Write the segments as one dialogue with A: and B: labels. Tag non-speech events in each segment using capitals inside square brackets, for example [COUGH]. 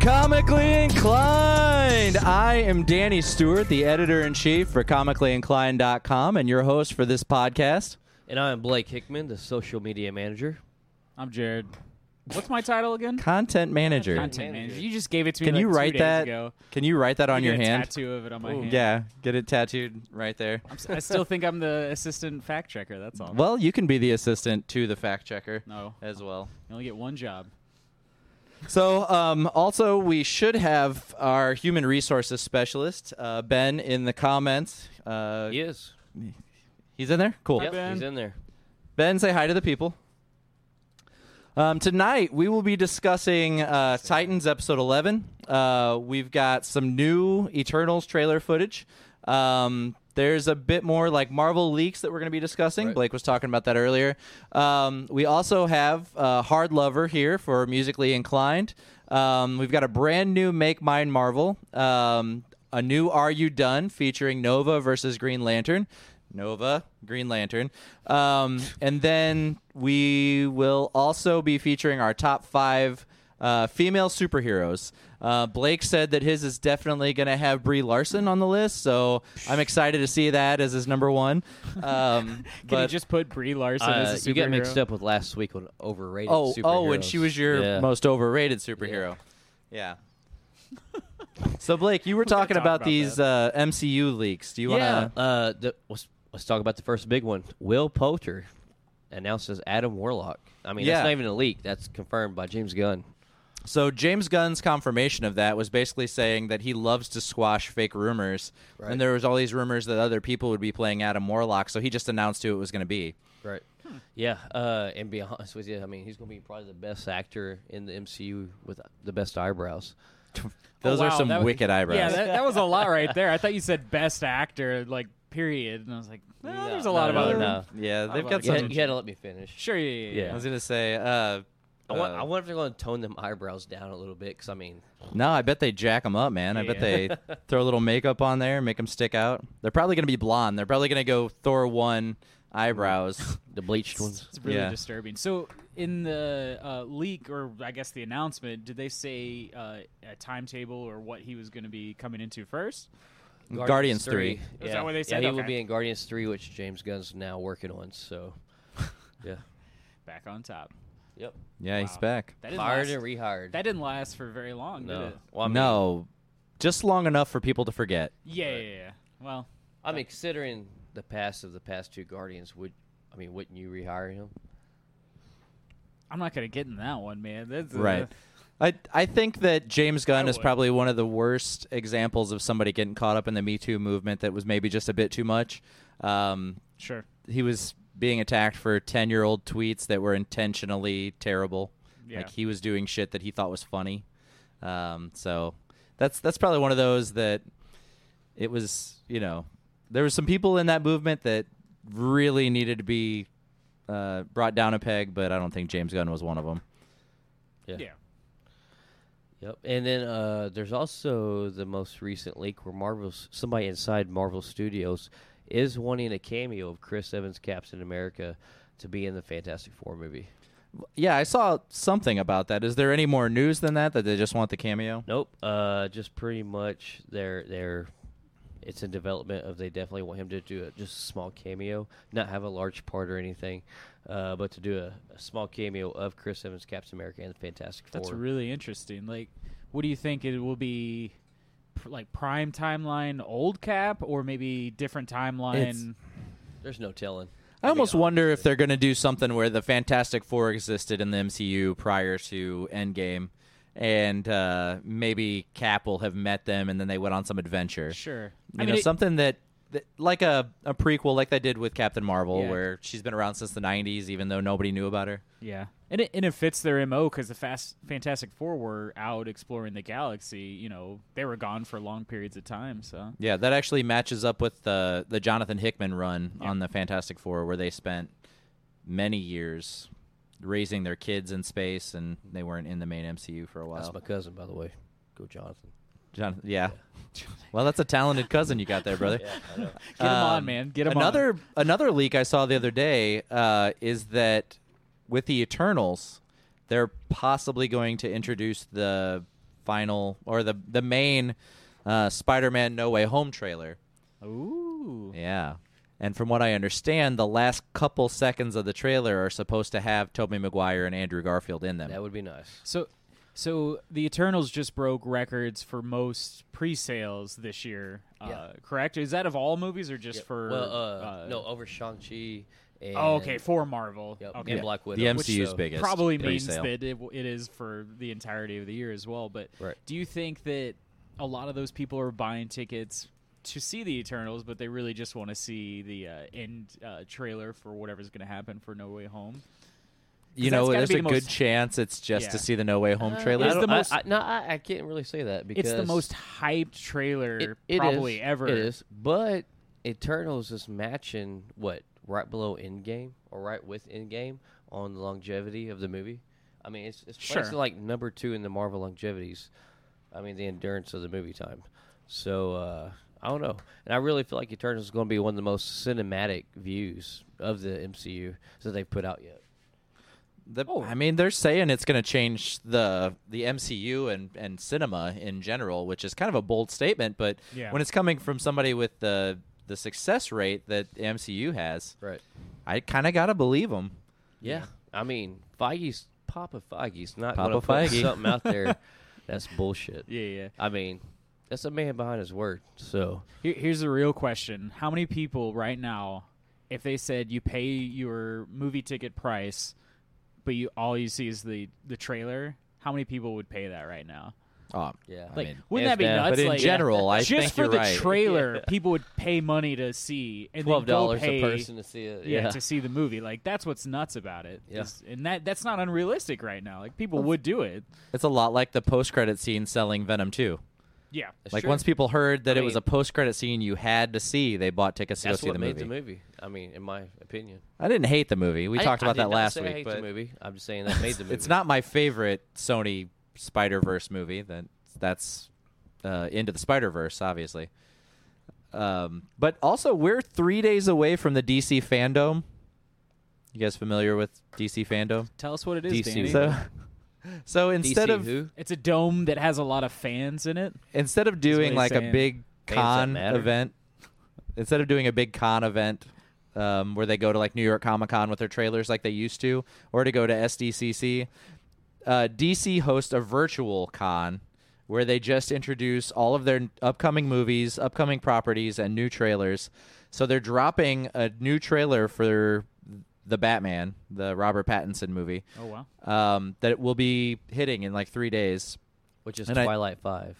A: Comically Inclined. I am Danny Stewart, the editor in chief for comicallyinclined.com and your host for this podcast.
B: And I am Blake Hickman, the social media manager.
C: I'm Jared. What's my title
A: [LAUGHS]
C: again?
A: Content manager.
C: Content manager. You just gave it to me.
A: Can you
C: like two
A: write
C: days
A: that?
C: ago.
A: Can you write that on
C: You
A: your
C: get a
A: hand?
C: Tattoo of it on my hand.
A: Yeah, get it tattooed right there.
C: I'm s- I still think I'm the assistant fact checker. That's all.
A: Well, you can be the assistant to the fact checker
C: No,
A: as well.
C: you only get one job.
A: So, um, also, we should have our human resources specialist, uh, Ben, in the comments. Uh,
B: He is.
A: He's in there? Cool.
C: Hi,
B: Yep,
C: Ben.
B: he's in there.
A: Ben, say hi to the people. Um, tonight, we will be discussing uh, Titans episode 11. Uh, we've got some new Eternals trailer footage. Um, there's a bit more like Marvel leaks that we're going to be discussing.
B: Right.
A: Blake was talking about that earlier. Um, we also have uh, Hard Lover here for Musically Inclined. Um, we've got a brand new Make Mine Marvel, um, a new Are You Done featuring Nova versus Green Lantern. Nova, Green Lantern. Um, and then we will also be featuring our top five uh, female superheroes. Uh, Blake said that his is definitely going to have Brie Larson on the list, so I'm excited to see that as his number one. Um,
C: Can you
A: but
C: just put Brie Larson
B: Uh,
C: as a
B: you get mixed
C: superhero?
B: up with last week when overrated.
A: oh, oh, and
B: superheroes.
A: she was your
B: Yeah.
A: most overrated superhero.
C: [LAUGHS]
A: Yeah. so Blake, you were
C: gotta
A: talking
C: talk
A: about,
C: about
A: these uh, MCU leaks. Do you want
B: yeah.
A: to?
B: Uh, the, let's let's talk about the first big one. Will Poulter announces Adam Warlock. I mean,
A: Yeah.
B: that's not even a leak. That's confirmed by James Gunn.
A: So James Gunn's confirmation of that was basically saying that he loves to squash fake rumors,
B: Right.
A: and there was all these rumors that other people would be playing Adam Warlock. So he just announced who it was going to be.
B: Right.
A: Hmm.
B: Yeah. Uh, and be honest with you, I mean, he's going to be probably the best actor in the MCU with the best eyebrows.
C: Oh,
A: Those
C: wow,
A: are some
C: that was-
A: wicked eyebrows.
C: Yeah, that, that was a lot right there. I thought you said best actor, like period, and I
A: [LAUGHS]
C: was like, no,
B: No,
C: there's a lot
B: no,
C: of other.
B: no.
A: Yeah, they've
C: I
A: got
C: like
B: You
A: some.
B: had, you had to let me finish.
C: Sure, yeah, yeah,
B: Yeah.
C: yeah.
A: I was going to say. Uh,
B: I, want,
A: uh,
B: I wonder if they're going to tone them eyebrows down a little bit because I mean,
A: no, I bet they jack them up, man. I bet
C: Yeah. [LAUGHS]
A: they throw a little makeup on there, make them stick out. They're probably going to be blonde. They're probably going to go Thor one
C: [LAUGHS]
A: eyebrows.
B: the bleached ones.
C: It's really
A: Yeah.
C: disturbing. So, in the uh, leak, or I guess the announcement, did they say uh, a timetable or what he was going to be coming into first?
A: Guardians, three.
C: Is that what they said?
B: Yeah, he will
C: Okay.
B: be in Guardians 3, which James Gunn's now working on.
A: [LAUGHS]
B: So, yeah.
C: Back on top.
B: Yep.
A: Yeah, he's
C: Wow.
A: back.
C: That didn't,
B: Hired
C: last,
B: and rehired.
C: that didn't last for very long, did
B: no.
C: it?
B: Well, I mean,
A: no, just long enough for people to forget.
C: Yeah, yeah, yeah. Well,
B: I mean, considering the past of the past two Guardians, would I mean, wouldn't you rehire him?
C: I'm not going to get in that one, man. That's, uh,
A: Right. I I think that James Gunn
C: I
A: is
C: would.
A: probably one of the worst examples of somebody getting caught up in the Me Too movement that was maybe just a bit too much. Um,
C: Sure.
A: he was being attacked for 10 year old tweets that were intentionally terrible.
C: Yeah.
A: Like he was doing shit that he thought was funny. Um, so that's that's probably one of those that it was, you know, there were some people in that movement that really needed to be uh, brought down a peg, but I don't think James Gunn was one of them.
B: Yeah.
C: yeah.
B: Yep. And then uh, there's also the most recent leak where Marvel's somebody inside Marvel Studios is wanting a cameo of Chris Evans, Captain America, to be in the Fantastic Four movie.
A: Yeah, I saw something about that. Is there any more news than that? That they just want the cameo?
B: Nope. Uh, just pretty much they're they're it's in development of they definitely want him to do a, just a small cameo, not have a large part or anything, uh, but to do a, a small cameo of Chris Evans, Captain America, and the Fantastic Four.
C: That's really interesting. Like, what do you think it will be? pr- Like prime timeline, old cap, or maybe different timeline.
B: There's no telling.
A: I almost
B: mean,
A: wonder if they're going to do something where the Fantastic Four existed in the MCU prior to Endgame, and uh, maybe Cap will have met them, and then they went on some adventure.
C: Sure,
A: You
C: I
A: know,
C: mean, it-
A: something that, that like a, a prequel, like they did with Captain Marvel,
C: Yeah.
A: where she's been around since the '90s, even though nobody knew about her.
C: Yeah, and it and it fits their mo because the fast Fantastic Four were out exploring the galaxy. You know, they were gone for long periods of
A: [LAUGHS]
C: time. So
A: Yeah, that actually matches up with the the Jonathan Hickman run
C: Yeah.
A: on the Fantastic Four, where they spent many years raising their kids in space, and they weren't in the main MCU for a
B: That's
A: while.
B: my cousin, by the way. Go, Jonathan.
A: Jonathan, yeah. Well, that's a talented cousin you got there,
C: [LAUGHS]
A: brother.
B: Yeah,
A: [LAUGHS]
B: I know.
C: get them on,
A: Um,
C: man. Get them
A: another another leak I saw the other day uh, is that with the Eternals, they're possibly going to introduce the final or the the main uh, Spider-Man No Way Home trailer.
C: Ooh.
A: Yeah. And from what I understand, the last couple seconds of the trailer are supposed to have Tobey Maguire and Andrew Garfield in them.
B: That would be nice.
C: So, so the Eternals just broke records for most pre-sales this year. Uh, correct? Is that of all movies or just
B: Yeah,
C: for?
B: well, uh, no, over Shang Chi.
C: Oh, okay, for Marvel.
B: Yep,
C: okay.
B: and Black Widow.
A: the
B: which,
A: MCU's
B: though,
A: biggest.
C: Probably means
A: pre-sale.
C: that it, w- it is for the entirety of the year as well. But
B: Right.
C: do you think that a lot of those people are buying tickets to see the Eternals, but they really just want to see the uh, end uh, trailer for whatever's going to happen for No Way Home?
A: you
C: 'Cause that's
A: know,
C: gotta
A: there's
C: be
A: a
C: the
A: good
C: most-
A: chance it's just to
C: Yeah.
A: see the No Way Home
B: Uh,
A: trailer.
B: I
C: It's the
B: don't- I-
C: most-
B: I, no, I, I can't really say that because
C: It's the most hyped trailer
B: it- it
C: probably
B: is,
C: ever.
B: It is, but Eternals is matching what right below Endgame or right with Endgame on the longevity of the movie. I mean, it's it's placed
C: Sure.
B: at, like number two in the Marvel longevities. I mean, the endurance of the movie time. So uh, I don't know, and I really feel like Eternals is going to be one of the most cinematic views of the MCU that they've put out yet.
A: The- I mean, they're saying it's going to change the the MCU and, and cinema in general, which is kind of a bold statement. But
C: Yeah.
A: when it's coming from somebody with the the success rate that the MCU has,
B: Right.
A: I kind of gotta believe them.
B: Yeah. I mean, Feige's Papa Feige's not
A: Papa
B: going to put
A: Feige.
B: something out there that's bullshit.
C: Yeah, yeah.
B: I mean, that's a man behind his word. So
C: Here, here's the real question: How many people right now, if they said you pay your movie ticket price, but you all you see is the the trailer, how many people would pay that right now?
A: Oh,
B: Yeah.
A: I
C: Like,
A: mean,
C: wouldn't
B: hands
C: that be
B: down.
C: nuts?
A: but in
C: like,
A: general, I
C: just
A: think
C: for
A: you're
C: the
A: right.
C: trailer, people would pay money to see and then
B: twelve
C: go
B: dollars
C: pay-
B: a person to see it.
C: Yeah,
B: Yeah.
C: to see the movie, like that's what's nuts about it.
B: Yeah.
C: is- and that that's not unrealistic right now. Like people would do it.
A: it's a lot like the post credit scene selling Venom Two.
C: Yeah,
B: That's
A: Like
B: true.
A: once people heard that
B: I
A: it was
B: mean-
A: a post credit scene you had to see, they bought tickets to
B: that's
A: go see
B: what
A: the
B: made
A: movie.
B: the movie. I mean, in my opinion,
A: I didn't hate the movie. We
B: I-
A: talked
B: I
A: about
B: did
A: that
B: not
A: last
B: say I
A: week,
B: hate
A: but
B: the movie. I'm
A: [LAUGHS]
B: just saying that made the movie.
A: it's not my favorite Sony Spider Verse movie. That that's uh, Into the Spider Verse, obviously. Um, but also, we're three days away from the DC fandom. You guys familiar with DC fandom?
C: tell us what it is,
B: DC.
C: Danny.
A: So, [LAUGHS] so instead
B: DC
A: of
B: who?
C: it's a dome that has a lot of fans in it.
A: instead of doing
C: he's
A: like a
C: saying.
A: big
B: Fans that
A: con
B: matter.
A: event, instead of doing a big con event um, where they go to like New York Comic Con with their trailers like they used to, or to go to SDCC, uh, DC hosts a virtual con where they just introduce all of their upcoming movies, upcoming properties, and new trailers. So they're dropping a new trailer for the Batman, the Robert Pattinson movie,
C: Oh wow.
A: um, that will be hitting in like three days.
B: which is
A: and I-
B: Twilight Five.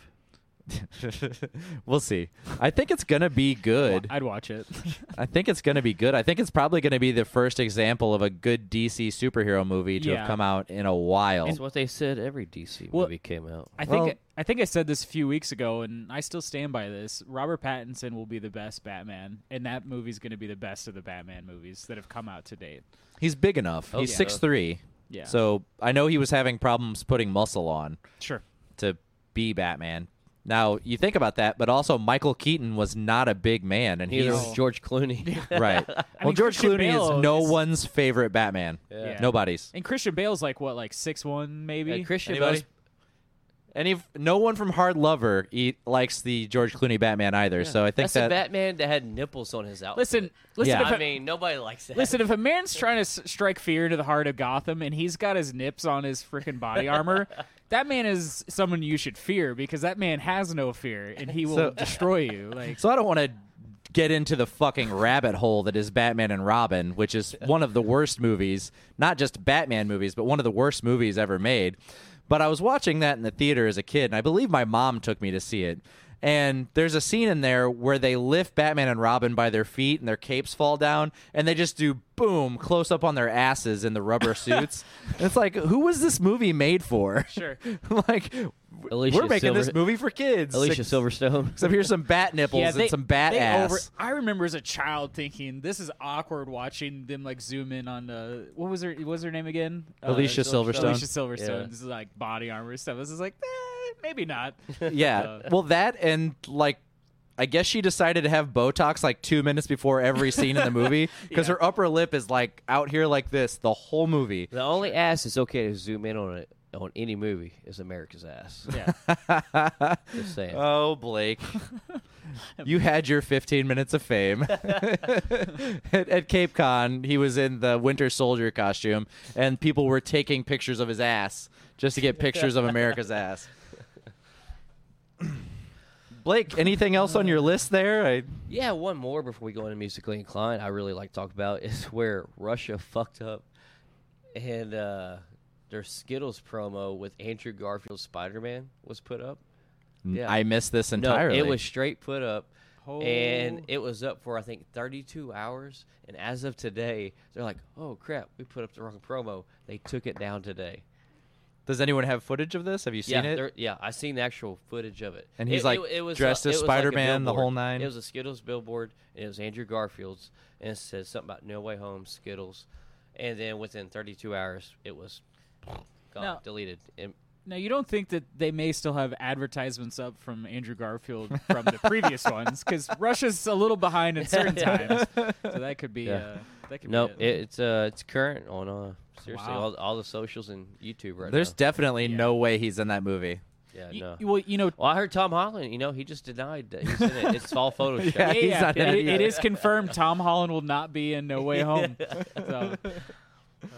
A: [LAUGHS] we'll see. I think it's gonna
C: [LAUGHS]
A: be good.
C: I'd watch it.
A: [LAUGHS] I think it's gonna be good. I think it's probably gonna be the first example of a good DC superhero movie to
C: Yeah.
A: have come out in a while.
B: That's what they said every DC
C: Well,
B: movie came out.
C: I think
A: Well-
C: I think I said this a few weeks ago, and I still stand by this. Robert Pattinson will be the best Batman, and that movie's going to be the best of the Batman movies that have come out to date.
A: He's big enough.
B: Oh,
A: He's
B: yeah.
A: six three.
C: Yeah.
A: So I know he was having problems putting muscle on
C: Sure.
A: to be Batman. Now you think about that, but also Michael Keaton was not a big man, and
B: Neither
A: he's
B: was George Clooney.
A: [LAUGHS]
B: [LAUGHS]
C: [LAUGHS]
A: right. well,
C: mean,
A: George
C: Christian
A: Clooney
C: Bale
A: is no
C: is-
A: one's favorite Batman.
B: Yeah.
C: Yeah.
A: Nobody's.
C: And Christian Bale's like what, like six one maybe?
B: And Christian
A: Anybody?
B: Bale's
A: Any no one from Hard Lover e- likes the George Clooney Batman either. So I think
B: that's
A: that
B: a Batman that had nipples on his outfit.
C: Listen, listen.
A: Yeah.
C: If a,
B: I mean, nobody likes that.
C: listen, if a man's trying to s- strike fear into the heart of Gotham, and he's got his nips on his freaking body armor. That man is someone you should fear because that man has no fear and he will
A: So-
C: destroy you. Like
A: so I don't want to get into the fucking rabbit hole that is Batman and Robin, which is one of the worst movies, not just Batman movies, but one of the worst movies ever made. But I was watching that in the theater as a kid, and I believe my mom took me to see it. And there's a scene in there where they lift Batman and Robin by their feet and their capes fall down and they just do boom close up on their asses in the
C: [LAUGHS]
A: rubber suits. And it's like, who was this movie made for?
C: Sure.
A: [LAUGHS] like, w-
B: Alicia
A: we're making this
B: Silver-
A: movie for kids.
B: Alicia
A: Ex- [LAUGHS]
B: Silverstone.
A: Except here's some bat nipples and some bat
C: they
A: ass.
C: [LAUGHS] over- I remember as a child thinking this is awkward watching them like zoom in on uh, what was her what was her name again? Uh,
A: Alicia Silverstone.
C: Alicia Silverstone.
B: Yeah.
C: This is like body armor stuff. This is like eh, maybe not.
A: yeah.
C: Uh,
A: well, that and like, I guess she decided to have Botox like two minutes before every scene in the movie
C: [LAUGHS]
A: because her upper lip is like out here like this the whole movie. [LAUGHS]
B: The only ass is okay to zoom in on it on any movie is America's ass.
C: Yeah.
B: Just saying.
A: Oh,
B: [LAUGHS]
A: Blake. you had your 15 minutes of
B: [LAUGHS]
A: fame. at, at Cape Con, he was in the Winter Soldier costume, and people were taking pictures of his ass just to get pictures of America's
B: [LAUGHS]
A: ass. Blake, anything else on your list there? I,
B: Yeah, one more before we go into musically inclined. I really like to talk about is [LAUGHS] where Russia fucked up, and uh, their Skittles promo with Andrew Garfield's Spider Man was put up. Yeah.
A: I missed this
B: No,
A: entirely.
B: it was straight put up,
C: Oh.
B: and it was up for I think 32 hours. And as of today, they're like, "Oh crap, we put up the wrong promo." They took it down today.
A: Does anyone have footage of this? Have you
B: yeah,
A: seen
B: there-
A: it?
B: yeah, I seen the actual footage of it.
A: And
B: It-
A: he's,
B: it-
A: like,
B: it was
A: dressed
B: a-
A: as
B: it was like a
A: Spider-Man, the whole
B: billboard.
A: nine.
B: It was a Skittles billboard, and it was Andrew Garfield's, and it said something about No Way Home Skittles, and then within 32 hours, it was gone,
C: Now-
B: deleted. And
C: Now you don't think that they may still have advertisements up from Andrew Garfield from the previous ones because Russia's a little behind at certain times, so that could be
B: Yeah.
C: uh, that could
B: no,
C: be
B: it, it's uh, it's current on uh, seriously
C: Wow.
B: all, all the socials and YouTube right
A: There's definitely
C: Yeah.
A: no way he's in that movie.
B: now.
C: You-
B: yeah, no.
C: you- well, you know,
B: Well, I heard Tom Holland. You know, he just denied that he's in it.
A: [LAUGHS]
B: It's all Photoshop.
A: Yeah,
C: yeah,
A: he's
C: yeah,
A: not in
C: it-
A: it
C: it
A: either.
C: is confirmed Tom Holland will not be in
A: [LAUGHS]
C: No Way Home. So uh,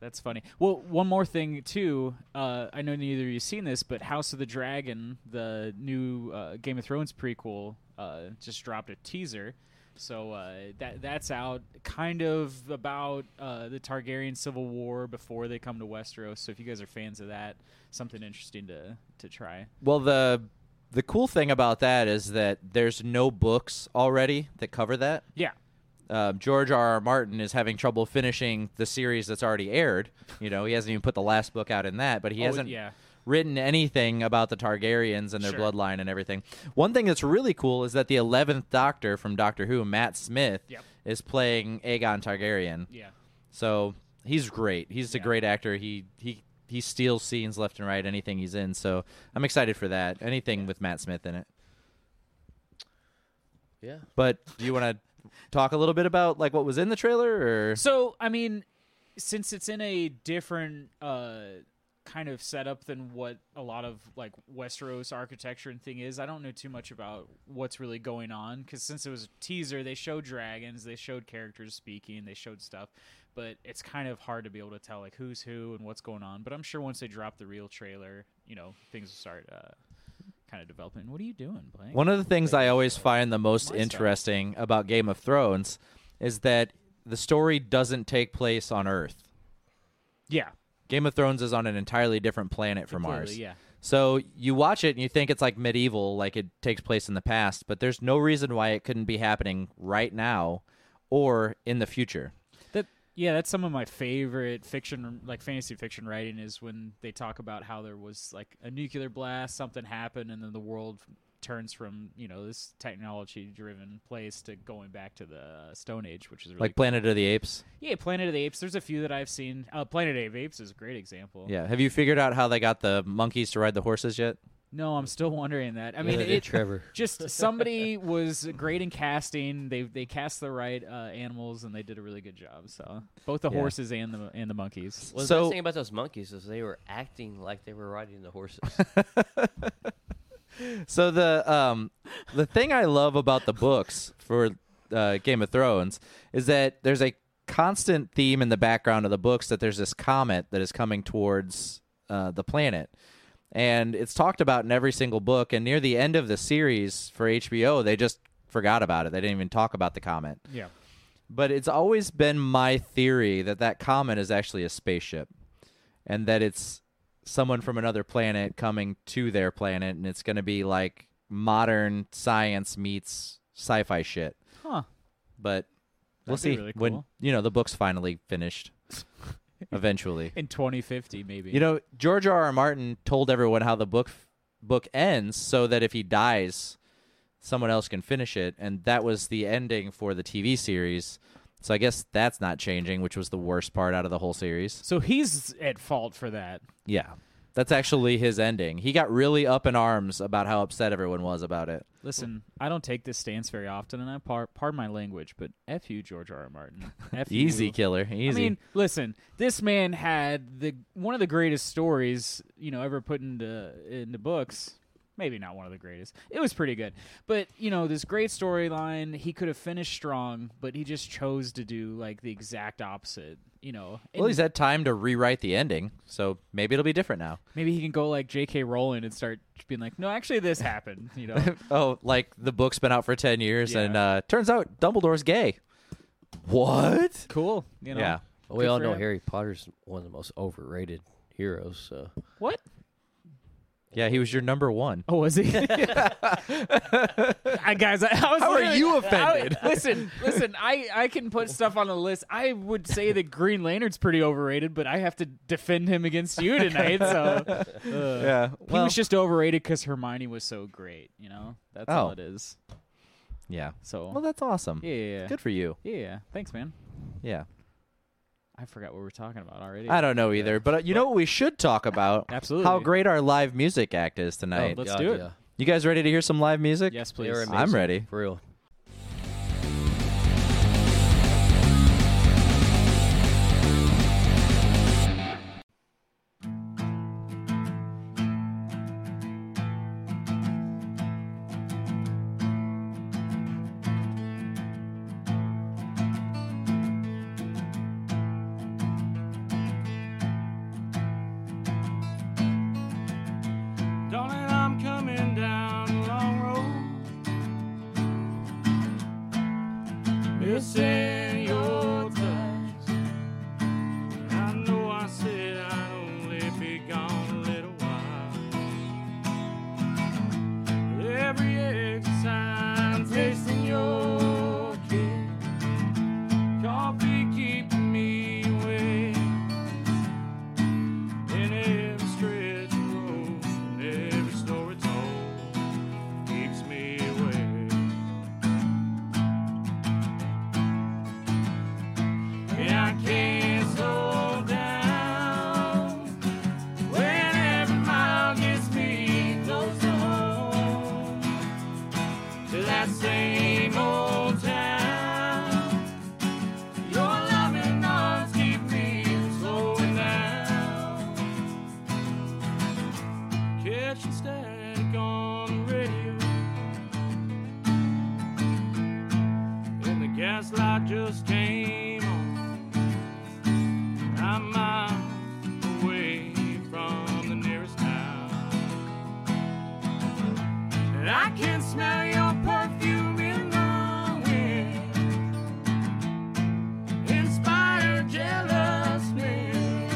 C: that's funny. Well, one more thing too. Uh, I know neither of you seen this, but House of the Dragon, the new uh, Game of Thrones prequel, uh, just dropped a teaser. So uh, that that's out, kind of about uh, the Targaryen civil war before they come to Westeros. So if you guys are fans of that, something interesting to to try.
A: Well, the the cool thing about that is that there's no books already that cover that.
C: Yeah,
A: Um, George R. R. Martin is having trouble finishing the series that's already aired. You know, he hasn't even put the last book out in that, but he
C: Oh,
A: hasn't
C: yeah.
A: written anything about the Targaryens and their
C: Sure.
A: bloodline and everything. One thing that's really cool is that the eleventh Doctor from Doctor Who, Matt Smith,
C: Yep.
A: is playing Aegon Targaryen.
C: yeah.
A: So he's great. He's a
C: Yeah.
A: great actor. He he he steals scenes left and right. Anything he's in. So I'm excited for that. Anything with Matt Smith in it.
B: yeah.
A: But do you want to talk a little bit about like what was in the trailer? Or
C: So, I mean, since it's in a different uh, kind of setup than what a lot of like Westeros architecture and thing is, I don't know too much about what's really going on because since it was a teaser, they showed dragons, they showed characters speaking, they showed stuff, but it's kind of hard to be able to tell like who's who and what's going on. But I'm sure once they drop the real trailer, you know, things will start uh, kind of developing. What are you doing, Blake?
A: one of the things I always find the most
C: My side.
A: interesting about Game of Thrones is that the story doesn't take place on Earth.
C: yeah,
A: Game of Thrones is on an entirely different planet from
C: Completely,
A: ours.
C: yeah.
A: So you watch it and you think it's like medieval, like it takes place in the past, but there's no reason why it couldn't be happening right now or in the future.
C: That yeah, that's some of my favorite fiction, like fantasy fiction writing, is when they talk about how there was like a nuclear blast, something happened, and then the world turns from you know this technology-driven place to going back to the uh, Stone Age, which is really
A: Like Planet of the Apes.
C: yeah, Planet of the Apes. There's a few that I've seen. Uh, Planet of the Apes is a great example.
A: Yeah. Have you figured out how they got the monkeys to ride the horses yet?
C: No, I'm still wondering that. I mean,
B: they did
C: it,
B: Trevor.
C: Just somebody was great in casting. They they cast the right uh, animals and they did a really good job. So both the
A: Yeah.
C: horses and the and the monkeys.
B: Well, the
A: So-
B: best thing about those monkeys is they were acting like they were riding the horses.
A: So the um the thing I love about the books for uh, Game of Thrones is that there's a constant theme in the background of the books that there's this comet that is coming towards uh, the planet. And it's talked about in every single book and near the end of the series for HBO they just forgot about it. They didn't even talk about the comet.
C: Yeah.
A: But it's always been my theory that that comet is actually a spaceship and that it's someone from another planet coming to their planet and it's going to be like modern science meets sci-fi shit.
C: Huh.
A: But we'll
C: That'd be
A: see
C: really
A: when
C: cool.
A: you know the book's finally
C: [LAUGHS]
A: finished eventually.
C: in 2050 maybe
A: You know, George R. R. Martin told everyone how the book book ends so that if he dies, someone else can finish it, and that was the ending for the TV series. So I guess that's not changing, which was the worst part out of the whole series.
C: so he's at fault for that
A: Yeah. That's actually his ending. He got really up in arms about how upset everyone was about it.
C: Listen, I don't take this stance very often, and I par- pardon my language, but f you, George R.
A: [LAUGHS]
C: R. Martin. F you.
A: Easy killer, easy.
C: I mean, listen, this man had the one of the greatest stories you know ever put into into books. Maybe not one of the greatest. It was pretty good, but you know this great storyline. He could have finished strong, but he just chose to do like the exact opposite. You know,
A: well,
C: And
A: he's had time to rewrite the ending, so maybe it'll be different
C: [LAUGHS]
A: now.
C: maybe he can go like J.K. Rowling and start being like, "No, actually, this happened." You know,
A: Oh, like the book's been out for ten years,
C: Yeah.
A: and uh, turns out Dumbledore's gay. What?
C: cool. You know,
A: Yeah.
B: Well, we
C: Good
B: all
C: for
B: know
C: him.
B: Harry Potter's one of the most overrated heroes. So
C: what?
A: Yeah, he was your number one.
C: Oh, was he? [LAUGHS] I, guys, I, I was.
A: How are
C: literally-
A: you
C: I-
A: offended?
C: [LAUGHS] listen, listen. I I can put stuff on a list. I would say that Green Lantern's pretty overrated, but I have to defend him against you tonight.
A: [LAUGHS]
C: So uh,
A: Yeah.
C: he
A: Well,
C: was just overrated because Hermione was so great. You know, that's all
A: Oh.
C: it is.
A: yeah.
C: So
A: Well, that's awesome.
C: yeah, yeah, yeah.
A: Good for you.
C: yeah, yeah. Thanks, man.
A: Yeah.
C: I forgot what we were talking about already.
A: I don't know either, but uh, you know what we should talk about?
C: Absolutely.
A: How great our live music act is tonight.
C: let's do it.
B: Yeah.
A: you guys ready to hear some live music?
C: Yes,
B: They
C: please.
B: were
A: I'm
B: Oh. amazing,
A: ready.
B: For real.
D: Darling, I'm coming down the long road. Missing your touch. I know I said I'd only be gone a little while. Every exercise, tasting your kiss. Coffee keeping me awake in every stretch of road, and every story told keeps me awake. Yeah, I can't slow down when every mile gets me closer home to that same old town. Your loving arms keep me from slowing down. Catching static on the radio. And the gaslight just came on. I'm miles away from the nearest town. And I can smell your perfume in the wind inspire jealous men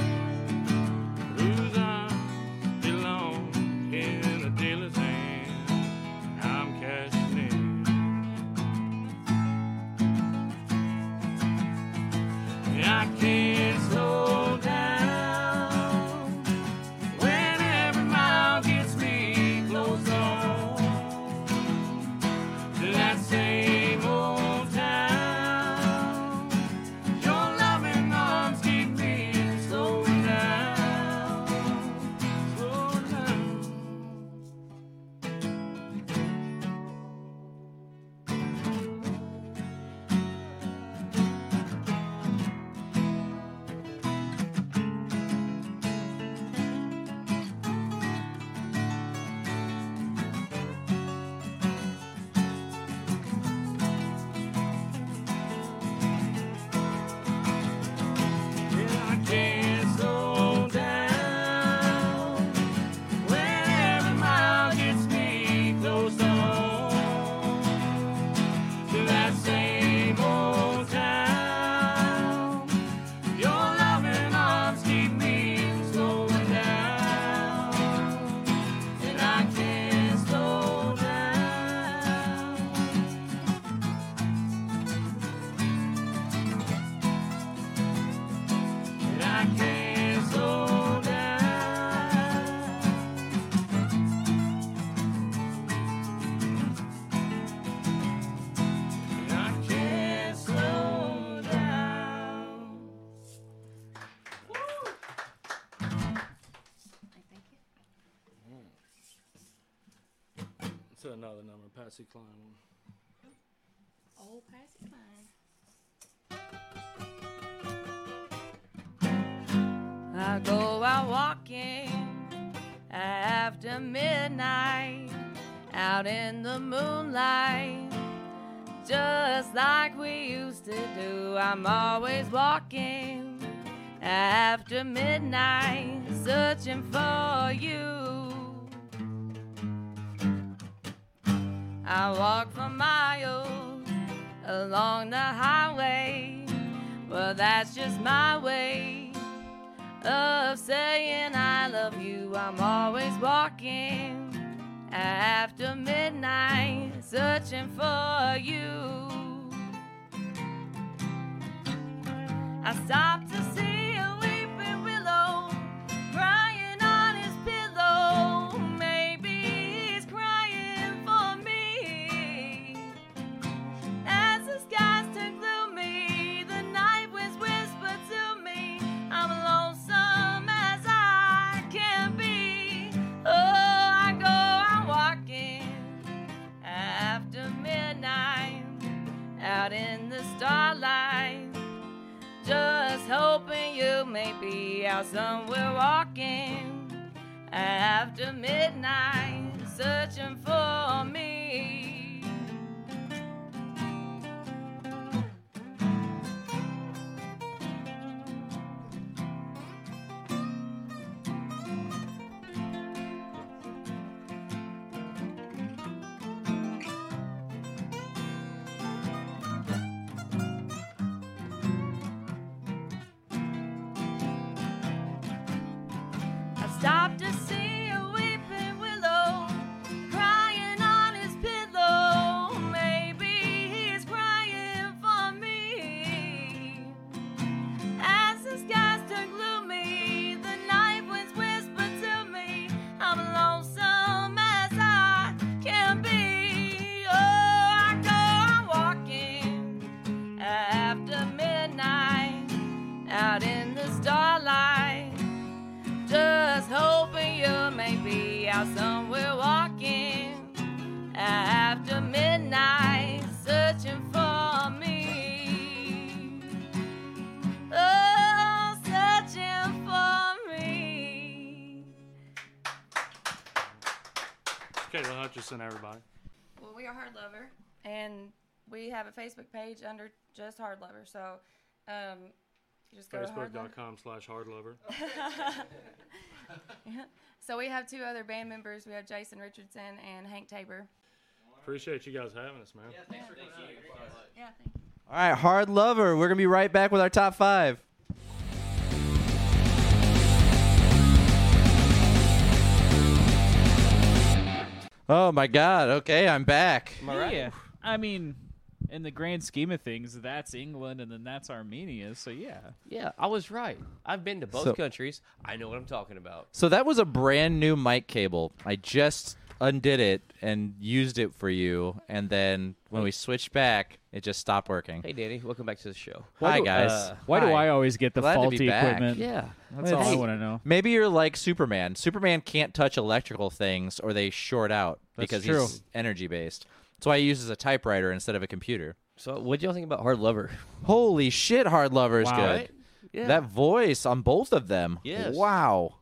D: whose I belong in a dealer's hand. I'm cashing in. And I can't slow down when every mile gets me closer another number, Patsy Cline one.
E: Old Patsy Cline. I go out walking after midnight, out in the moonlight, just like we used to do. I'm always walking after midnight, searching for you. I walk for miles along the highway, but that's just my way of saying I love you. I'm always walking after midnight, searching for you. I stopped to see a weeping willow crying on his pillow. Maybe he's crying for me. As the skies turn gloomy, the night winds whisper to me, I'm lonesome as I can be. Oh, I go out walking after midnight, out in the starlight, just hoping you may be out somewhere walking after midnight, searching for me. I stopped to see a weeping willow crying on his pillow. Maybe he's crying for me. As the skies turn gloomy, the night winds whisper to me, I'm lonesome as I can be. Oh, I go out walking after midnight, out in the starlight. Just hoping you may be out somewhere walking after midnight, searching for me. Oh, searching for me.
D: Kayla Hutchison, everybody.
E: Well, we are Hard Lover, and we have a Facebook page under just Hard Lover. So, um, you just go to Hard Lover.
D: Facebook.com slash hardlover.
E: [LAUGHS] So we have two other band members. We have Jason Richardson and Hank Tabor.
D: Appreciate you guys having us, man.
E: Yeah, thank you.
A: All right, Hard Lover. We're going to be right back with our top five. Oh my God. Okay, I'm back.
C: Yeah. I mean, in the grand scheme of things, that's England and then that's Armenia. So yeah.
B: Yeah, I was right. I've been to both
A: So-
B: countries. I know what I'm talking about.
A: So that was a brand new mic cable. I just undid it and used it for you, and then when we switched back, it just stopped working.
B: Hey, Danny, welcome back to the show.
A: Hi
C: do-
A: guys.
B: uh,
C: Why do
B: Hi.
C: I always get the
A: Glad to be
C: faulty
A: back.
C: equipment?
B: Yeah,
C: That's all I want to know.
A: Maybe you're like Superman. Superman can't touch electrical things or they short out
C: That's
A: because
C: true.
A: he's energy based. That's why he uses a typewriter instead of a computer.
B: So, what do y'all think about Hard Lover?
A: Holy shit, Hard Lover is
C: Wow.
A: good.
C: Right?
B: Yeah.
A: That voice on both of them.
B: Yes.
A: Wow.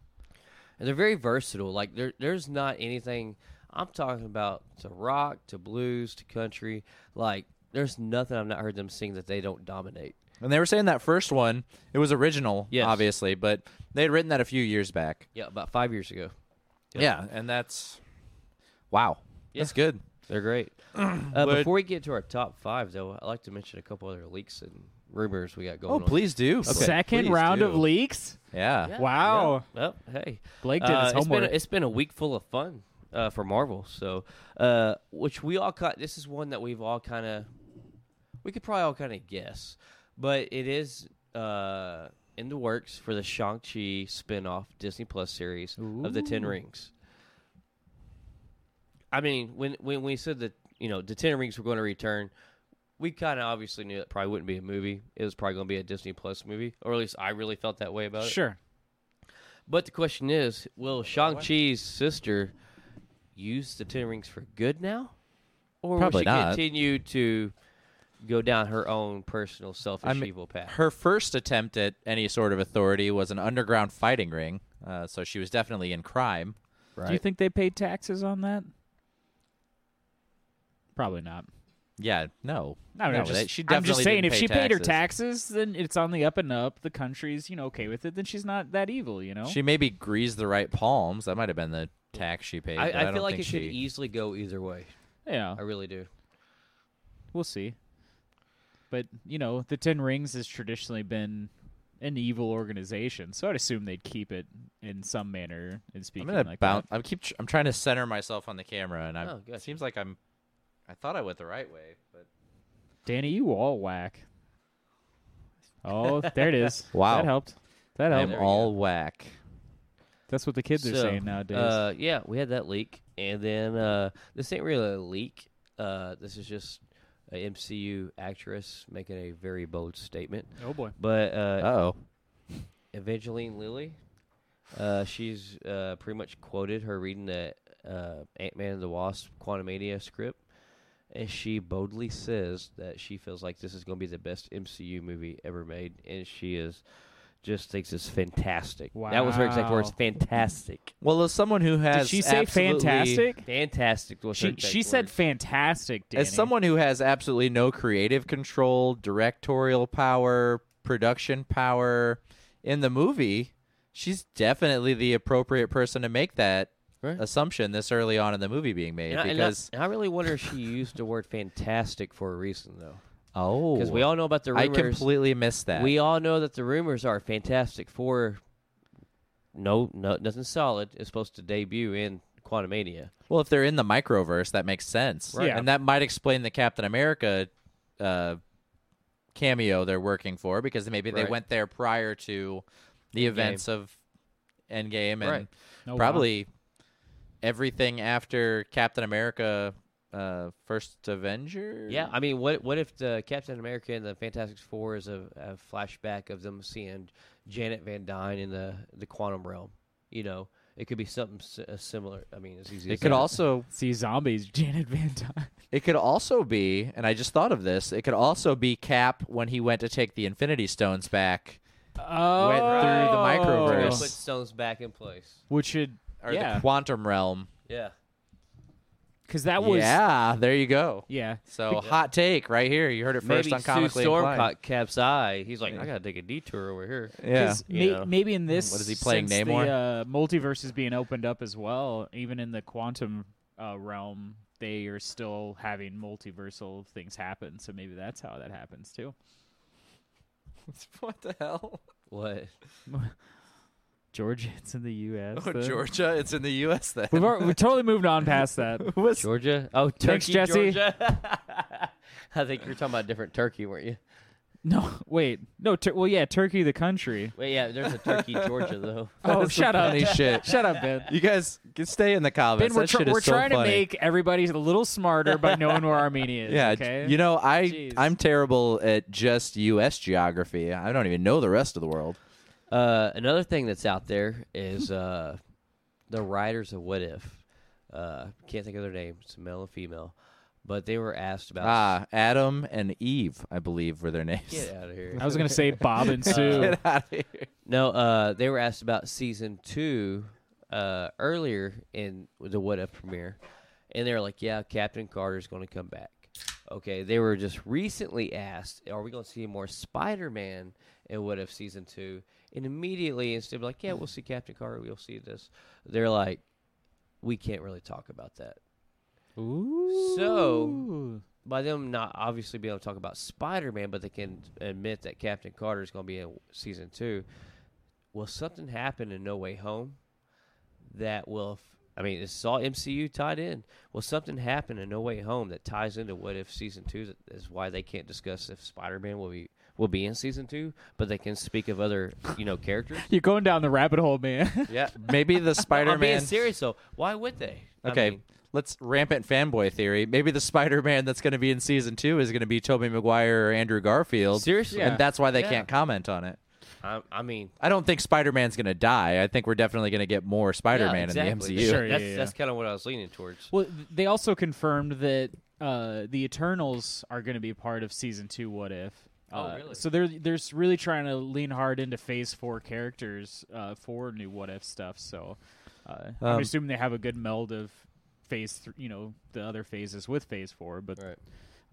B: And they're very versatile. Like there, there's not anything. I'm talking about to rock, to blues, to country. Like there's nothing I've not heard them sing that they don't dominate.
A: And they were saying that first one, it was original,
B: Yes.
A: obviously, but they had written that a few years back.
B: Yeah, about five years ago, Yep.
A: Yeah, and that's wow. That's good.
B: they're great. uh,
A: [CLEARS THROAT] But-
B: before we get to our top five, though, I'd like to mention a couple other leaks and rumors we got going.
A: Oh,
B: on.
A: please do.
C: Second
A: Please
C: round
A: do.
C: of leaks.
A: Yeah.
B: Yeah,
C: Wow.
B: yeah. Well, hey,
C: Blake did his
B: Uh, it's been a-
C: homework.
B: It's been a week full of fun uh, for Marvel. So, uh, which we all caught. This is one that we've all kind of, we could probably all kind of guess, but it is uh, in the works for the Shang Chi spinoff Disney Plus series of the Ten Rings. I mean, when when we said that you know the Ten Rings were going to return. We kind of obviously knew it probably wouldn't be a movie. It was probably going to be a Disney Plus movie, or at least I really felt that way
A: Uh,
B: about it.
C: Sure.
B: But the question is, will Shang Chi's sister use the Ten Rings for good now, or will
A: Probably
B: she
A: not.
B: continue to go down her own personal selfish
A: I mean,
B: evil path?
A: Her first attempt at any sort of authority was an underground fighting ring, uh, so she was definitely in crime.
C: Do you think they paid taxes on that? Probably not.
A: Yeah, no.
C: I don't know.
A: No,
C: just-
A: they- she
C: I'm just
A: definitely
C: saying,
A: didn't
C: if
A: pay
C: she paid her
A: taxes.
C: taxes, then it's on the up and up. The country's, you know, okay with it. Then she's not that evil, you know.
A: She maybe greased the right palms. That might have been the tax she paid.
B: I,
A: but
B: I,
A: don't
B: feel like
A: think
B: it could
A: she...
B: easily go either way.
C: yeah,
B: I really do.
C: we'll see. But you know, the Ten Rings has traditionally been an evil organization, so I'd assume they'd keep it in some manner in
A: I'm
C: speaking
A: gonna
C: like
A: bounce. I keep. tr- I'm trying to center myself on the camera, and I
B: Oh, gotcha.
A: it seems like I'm. I thought I went the right way, but
C: that. Danny, you all whack.
A: [LAUGHS]
C: Oh, there it is.
A: Wow.
C: that helped.
A: I'm
C: That helped.
B: There we
A: all whack.
C: That's what the kids are
B: So,
C: saying nowadays.
B: Uh, yeah, we had that leak, and then uh, this ain't really a leak. Uh, this is just a MCU actress making a very bold statement.
C: oh boy.
B: But uh,
A: Oh,
B: Evangeline Lilly, uh, she's uh, pretty much quoted her reading the uh, Ant Man and the Wasp Quantumania script, and she boldly says that she feels like this is going to be the best MCU movie ever made, and she is just thinks it's fantastic. That was her exact words.
C: Wow.
B: Fantastic.
A: well, as someone who has
C: Did she say
A: absolutely-
C: fantastic?
B: Fantastic. Was her
C: She
B: exact
C: she said
B: words.
C: fantastic. Danny.
A: As someone who has absolutely no creative control, directorial power, production power in the movie, she's definitely the appropriate person to make that
B: Right.
A: assumption this early on in the movie being made.
B: And I, and I-
A: because
B: and I really wonder if she used the word fantastic for a reason, though.
A: oh,
B: Because we all know about the
A: I
B: rumors.
A: completely missed that.
B: We all know that the rumors are Fantastic Four. No, no, nothing solid is supposed to debut in Quantumania.
A: Well, if they're in the microverse, that makes sense,
C: Right. Yeah.
A: and that might explain the Captain America uh, cameo they're working for because maybe they
B: Right.
A: went there prior to the events of Endgame and
B: Right.
C: Oh, wow.
A: probably everything after Captain America: uh, First Avenger.
B: Yeah, I mean, what what if the Captain America and the Fantastic Four is a, a flashback of them seeing Janet Van Dyne in the the quantum realm? You know, it could be something si- uh, similar. I mean, it's easy.
A: It
B: to
A: could
B: say.
A: also
C: see zombies. [LAUGHS] Janet Van Dyne.
A: it could also be, and I just thought of this. It could also be Cap when he went to take the Infinity Stones back,
C: Oh,
A: Went through the
B: We're gonna
A: microverse.
B: put stones back in place.
C: which should
A: or
C: yeah,
A: the quantum realm.
B: Yeah,
C: because that was
A: yeah, there you go.
C: yeah.
A: [LAUGHS] So hot take right here. You heard it first
B: maybe
A: on comically
B: Sue Storm
A: Inclined.
C: [LAUGHS]
B: caught Cap's eye. He's like, I gotta take a detour over here.
A: Yeah.
C: 'Cause
B: You
C: may-
B: know.
C: maybe in this,
A: What is he playing,
C: since
A: Namor?
C: The uh, multiverse is being opened up as well. Even in the quantum uh, realm, they are still having multiversal things happen. So maybe that's how that happens too.
A: [LAUGHS] what the hell?
B: What?
C: Georgia, it's in the U.S.
A: Oh,
C: then.
A: Georgia, it's in the U.S. Then.
C: We've already, we totally moved on past
A: [LAUGHS]
C: that.
A: What's-
B: Georgia? Oh, Turkey,
C: Thanks, Jesse.
B: Georgia. [LAUGHS] I think you were talking about a different Turkey, weren't you?
C: No, wait, no. Tur- well, yeah, Turkey, the country.
B: Wait, yeah, there's a [LAUGHS] Turkey, Georgia, though.
C: [LAUGHS] Oh,
A: Oh, That's some
C: shut up!
A: funny shit.
C: [LAUGHS] Shut up, Ben.
A: You guys can stay in the comments.
C: Ben, we're,
A: That
C: tr-
A: shit is
C: we're
A: so
C: trying
A: funny.
C: to make everybody a little smarter by knowing where Armenia
A: [LAUGHS]
C: is.
A: Yeah,
C: okay?
A: you know, I
C: Jeez.
A: I'm terrible at just U.S. geography. I don't even know the rest of the world.
B: Uh, another thing that's out there is uh, the writers of What If. Uh, can't think of their name. It's male and female. But they were asked about.
A: Ah, Adam and Eve, I believe, were their names.
B: Get out of here.
C: I was gonna say Bob and
A: [LAUGHS]
C: Sue.
A: Get out of here.
B: No, uh, they were asked about season two uh, earlier in the What If premiere, and they were like, "Yeah, Captain Carter's going to come back." Okay, they were just recently asked, "Are we going to see more Spider-Man in What If season two? And immediately, instead of like, "Yeah, we'll see Captain Carter, we'll see this," they're like, "We can't really talk about that."
A: [LAUGHS]
C: Ooh.
B: So- By them not obviously being able to talk about Spider-Man, but they can admit that Captain Carter is going to be in season two. will something happen in No Way Home that will? f- I mean, it's all MCU tied in. Will something happen in No Way Home that ties into What If season two? That is why they can't discuss if Spider Man will be will be in season two, but they can speak of other you know characters.
C: You're going down the rabbit hole, man.
A: [LAUGHS]
C: [LAUGHS]
A: Yeah, maybe the
B: I'm being
A: Spider-Man.
B: serious though. Why would they? I
A: Okay,
B: mean,
A: let's rampant fanboy theory. Maybe the [LAUGHS] Spider-Man that's going to be in season two is going to be Tobey Maguire or Andrew Garfield.
B: seriously.
C: Yeah.
A: and that's why they
B: Yeah.
A: can't comment on it.
B: I, I mean,
A: I don't think Spider Man's gonna die. I think we're definitely gonna get more Spider Man
B: exactly.
A: in the MCU.
C: Sure, yeah,
B: that's
C: yeah.
B: that's kind of what I was leaning towards.
C: Well, th- they also confirmed that uh, the Eternals are going to be part of season two. What if?
B: Oh,
C: Uh,
B: really?
C: So they're they're s- really trying to lean hard into Phase Four characters uh, for new What If stuff. So uh,
A: Um,
C: I'm assuming they have a good meld of Phase, th- you know, the other phases with Phase Four. But
B: Right.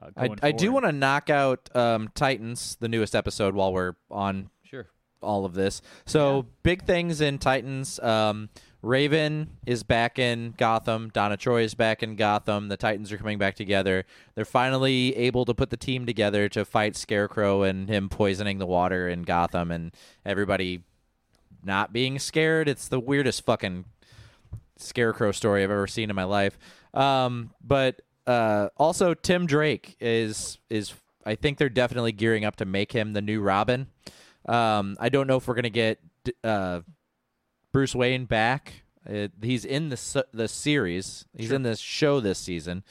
C: uh,
A: I,
C: going
A: I do
C: forward-
A: want to knock out um, Titans, the newest episode, while we're on
B: Sure.
A: all of this. So big things in Titans. Um, Raven is back in Gotham. Donna Troy is back in Gotham. The Titans are coming back together. They're finally able to put the team together to fight Scarecrow and him poisoning the water in Gotham, and everybody not being scared. It's the weirdest fucking scarecrow story I've ever seen in my life. Um, but uh, also Tim Drake is is I think they're definitely gearing up to make him the new Robin. Um, I don't know if we're gonna get d- uh, Bruce Wayne back. Uh he's in the s- the series. He's in this show this season.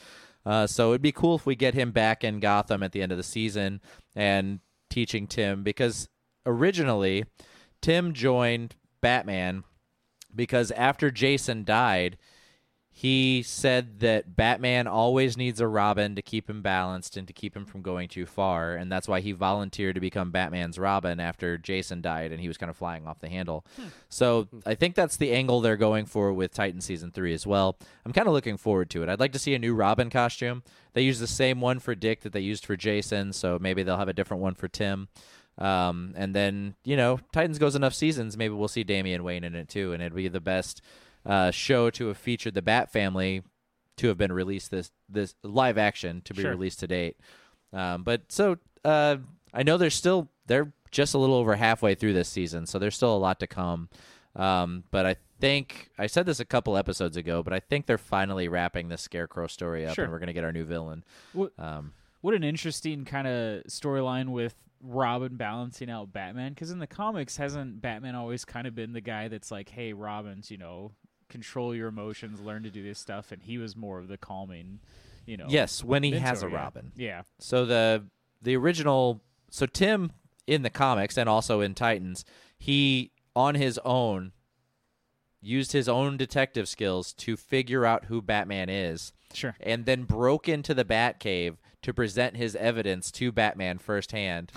A: Uh, so it'd be cool if we get him back in Gotham at the end of the season and teaching Tim because originally Tim joined Batman because after Jason died, he said that Batman always needs a Robin to keep him balanced and to keep him from going too far, and that's why he volunteered to become Batman's Robin after Jason died and he was kind of flying off the handle. So I think that's the angle they're going for with Titan season three as well. I'm kind of looking forward to it. I'd like to see a new Robin costume. They use the same one for Dick that they used for Jason, so maybe they'll have a different one for Tim. Um, and then you know, Titans goes enough seasons, maybe we'll see Damian Wayne in it too, and it'd be the best uh, show to have featured the Bat Family to have been released this this live action to be
C: Sure.
A: released to date. Um, but so uh, I know they're still they're just a little over halfway through this season, so there's still a lot to come. Um, but I think I said this a couple episodes ago, but I think they're finally wrapping this Scarecrow story up,
C: Sure.
A: and we're gonna get our new villain.
C: What-
A: Um,
C: What an interesting kind of storyline with Robin balancing out Batman. Because in the comics, hasn't Batman always kind of been the guy that's like, hey, Robin's, you know, control your emotions, learn to do this stuff. And he was more of the calming, you know.
A: Yes, when he has a
C: mentor, yeah.
A: Robin.
C: Yeah.
A: So the the original so Tim in the comics and also in Titans, he on his own used his own detective skills to figure out who Batman is
C: Sure.
A: and then broke into the Batcave to present his evidence to Batman
C: [LAUGHS]
A: firsthand.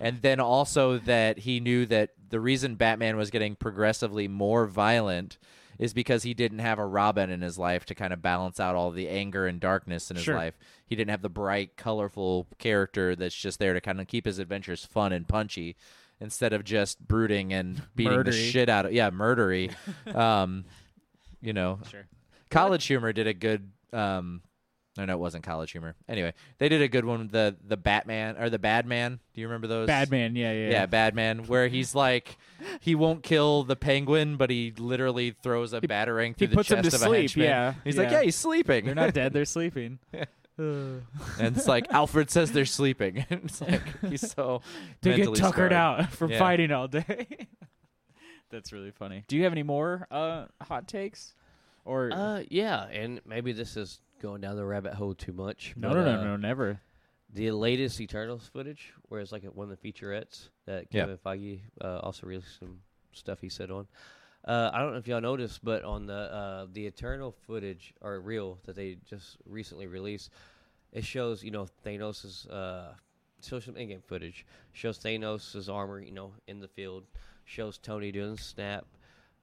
A: and then also that he knew that the reason Batman was getting progressively more violent is because he didn't have a Robin in his life to kind of balance out all the anger and darkness in his
C: Sure.
A: life. He didn't have the bright, colorful character that's just there to kind of keep his adventures fun and punchy instead of just brooding and beating the
C: Murdery.
A: shit out of yeah,
C: [LAUGHS]
A: murdery. um, you know,
C: Sure.
A: College Humor did a good. Um, no, no, it wasn't College Humor. Anyway, they did a good one. with The the Batman or the Bad Man. Do you remember those?
C: Batman. Yeah. Yeah.
A: Yeah, Bad Man, where he's like, he won't kill the penguin, but he literally throws a battering
C: He
A: through
C: puts
A: the
C: him
A: chest of
C: to
A: a
C: sleep.
A: henchman.
C: Yeah.
A: He's like, yeah, he's sleeping.
C: [LAUGHS] They're not dead. They're sleeping. Ugh.
A: [LAUGHS] and it's like Alfred says they're sleeping. [LAUGHS] it's like he's so
C: they get
A: mentally
C: tuckered
A: scarred.
C: out from
A: Yeah.
C: fighting all day. [LAUGHS] That's really funny. Do you have any more uh, hot takes? Or
B: Uh, yeah, and maybe this is going down the rabbit hole too much.
C: no,
B: but,
C: no, no,
B: uh,
C: no, never.
B: The latest Eternals footage, where it's like at one of the featurettes that
A: Yeah.
B: Kevin Feige uh, also released some stuff he said on. Uh, I don't know if y'all noticed, but on the uh, the Eternal footage or reel that they just recently released, it shows you know Thanos' uh, shows some in-game footage, shows Thanos' armor, you know, in the field, shows Tony doing the snap,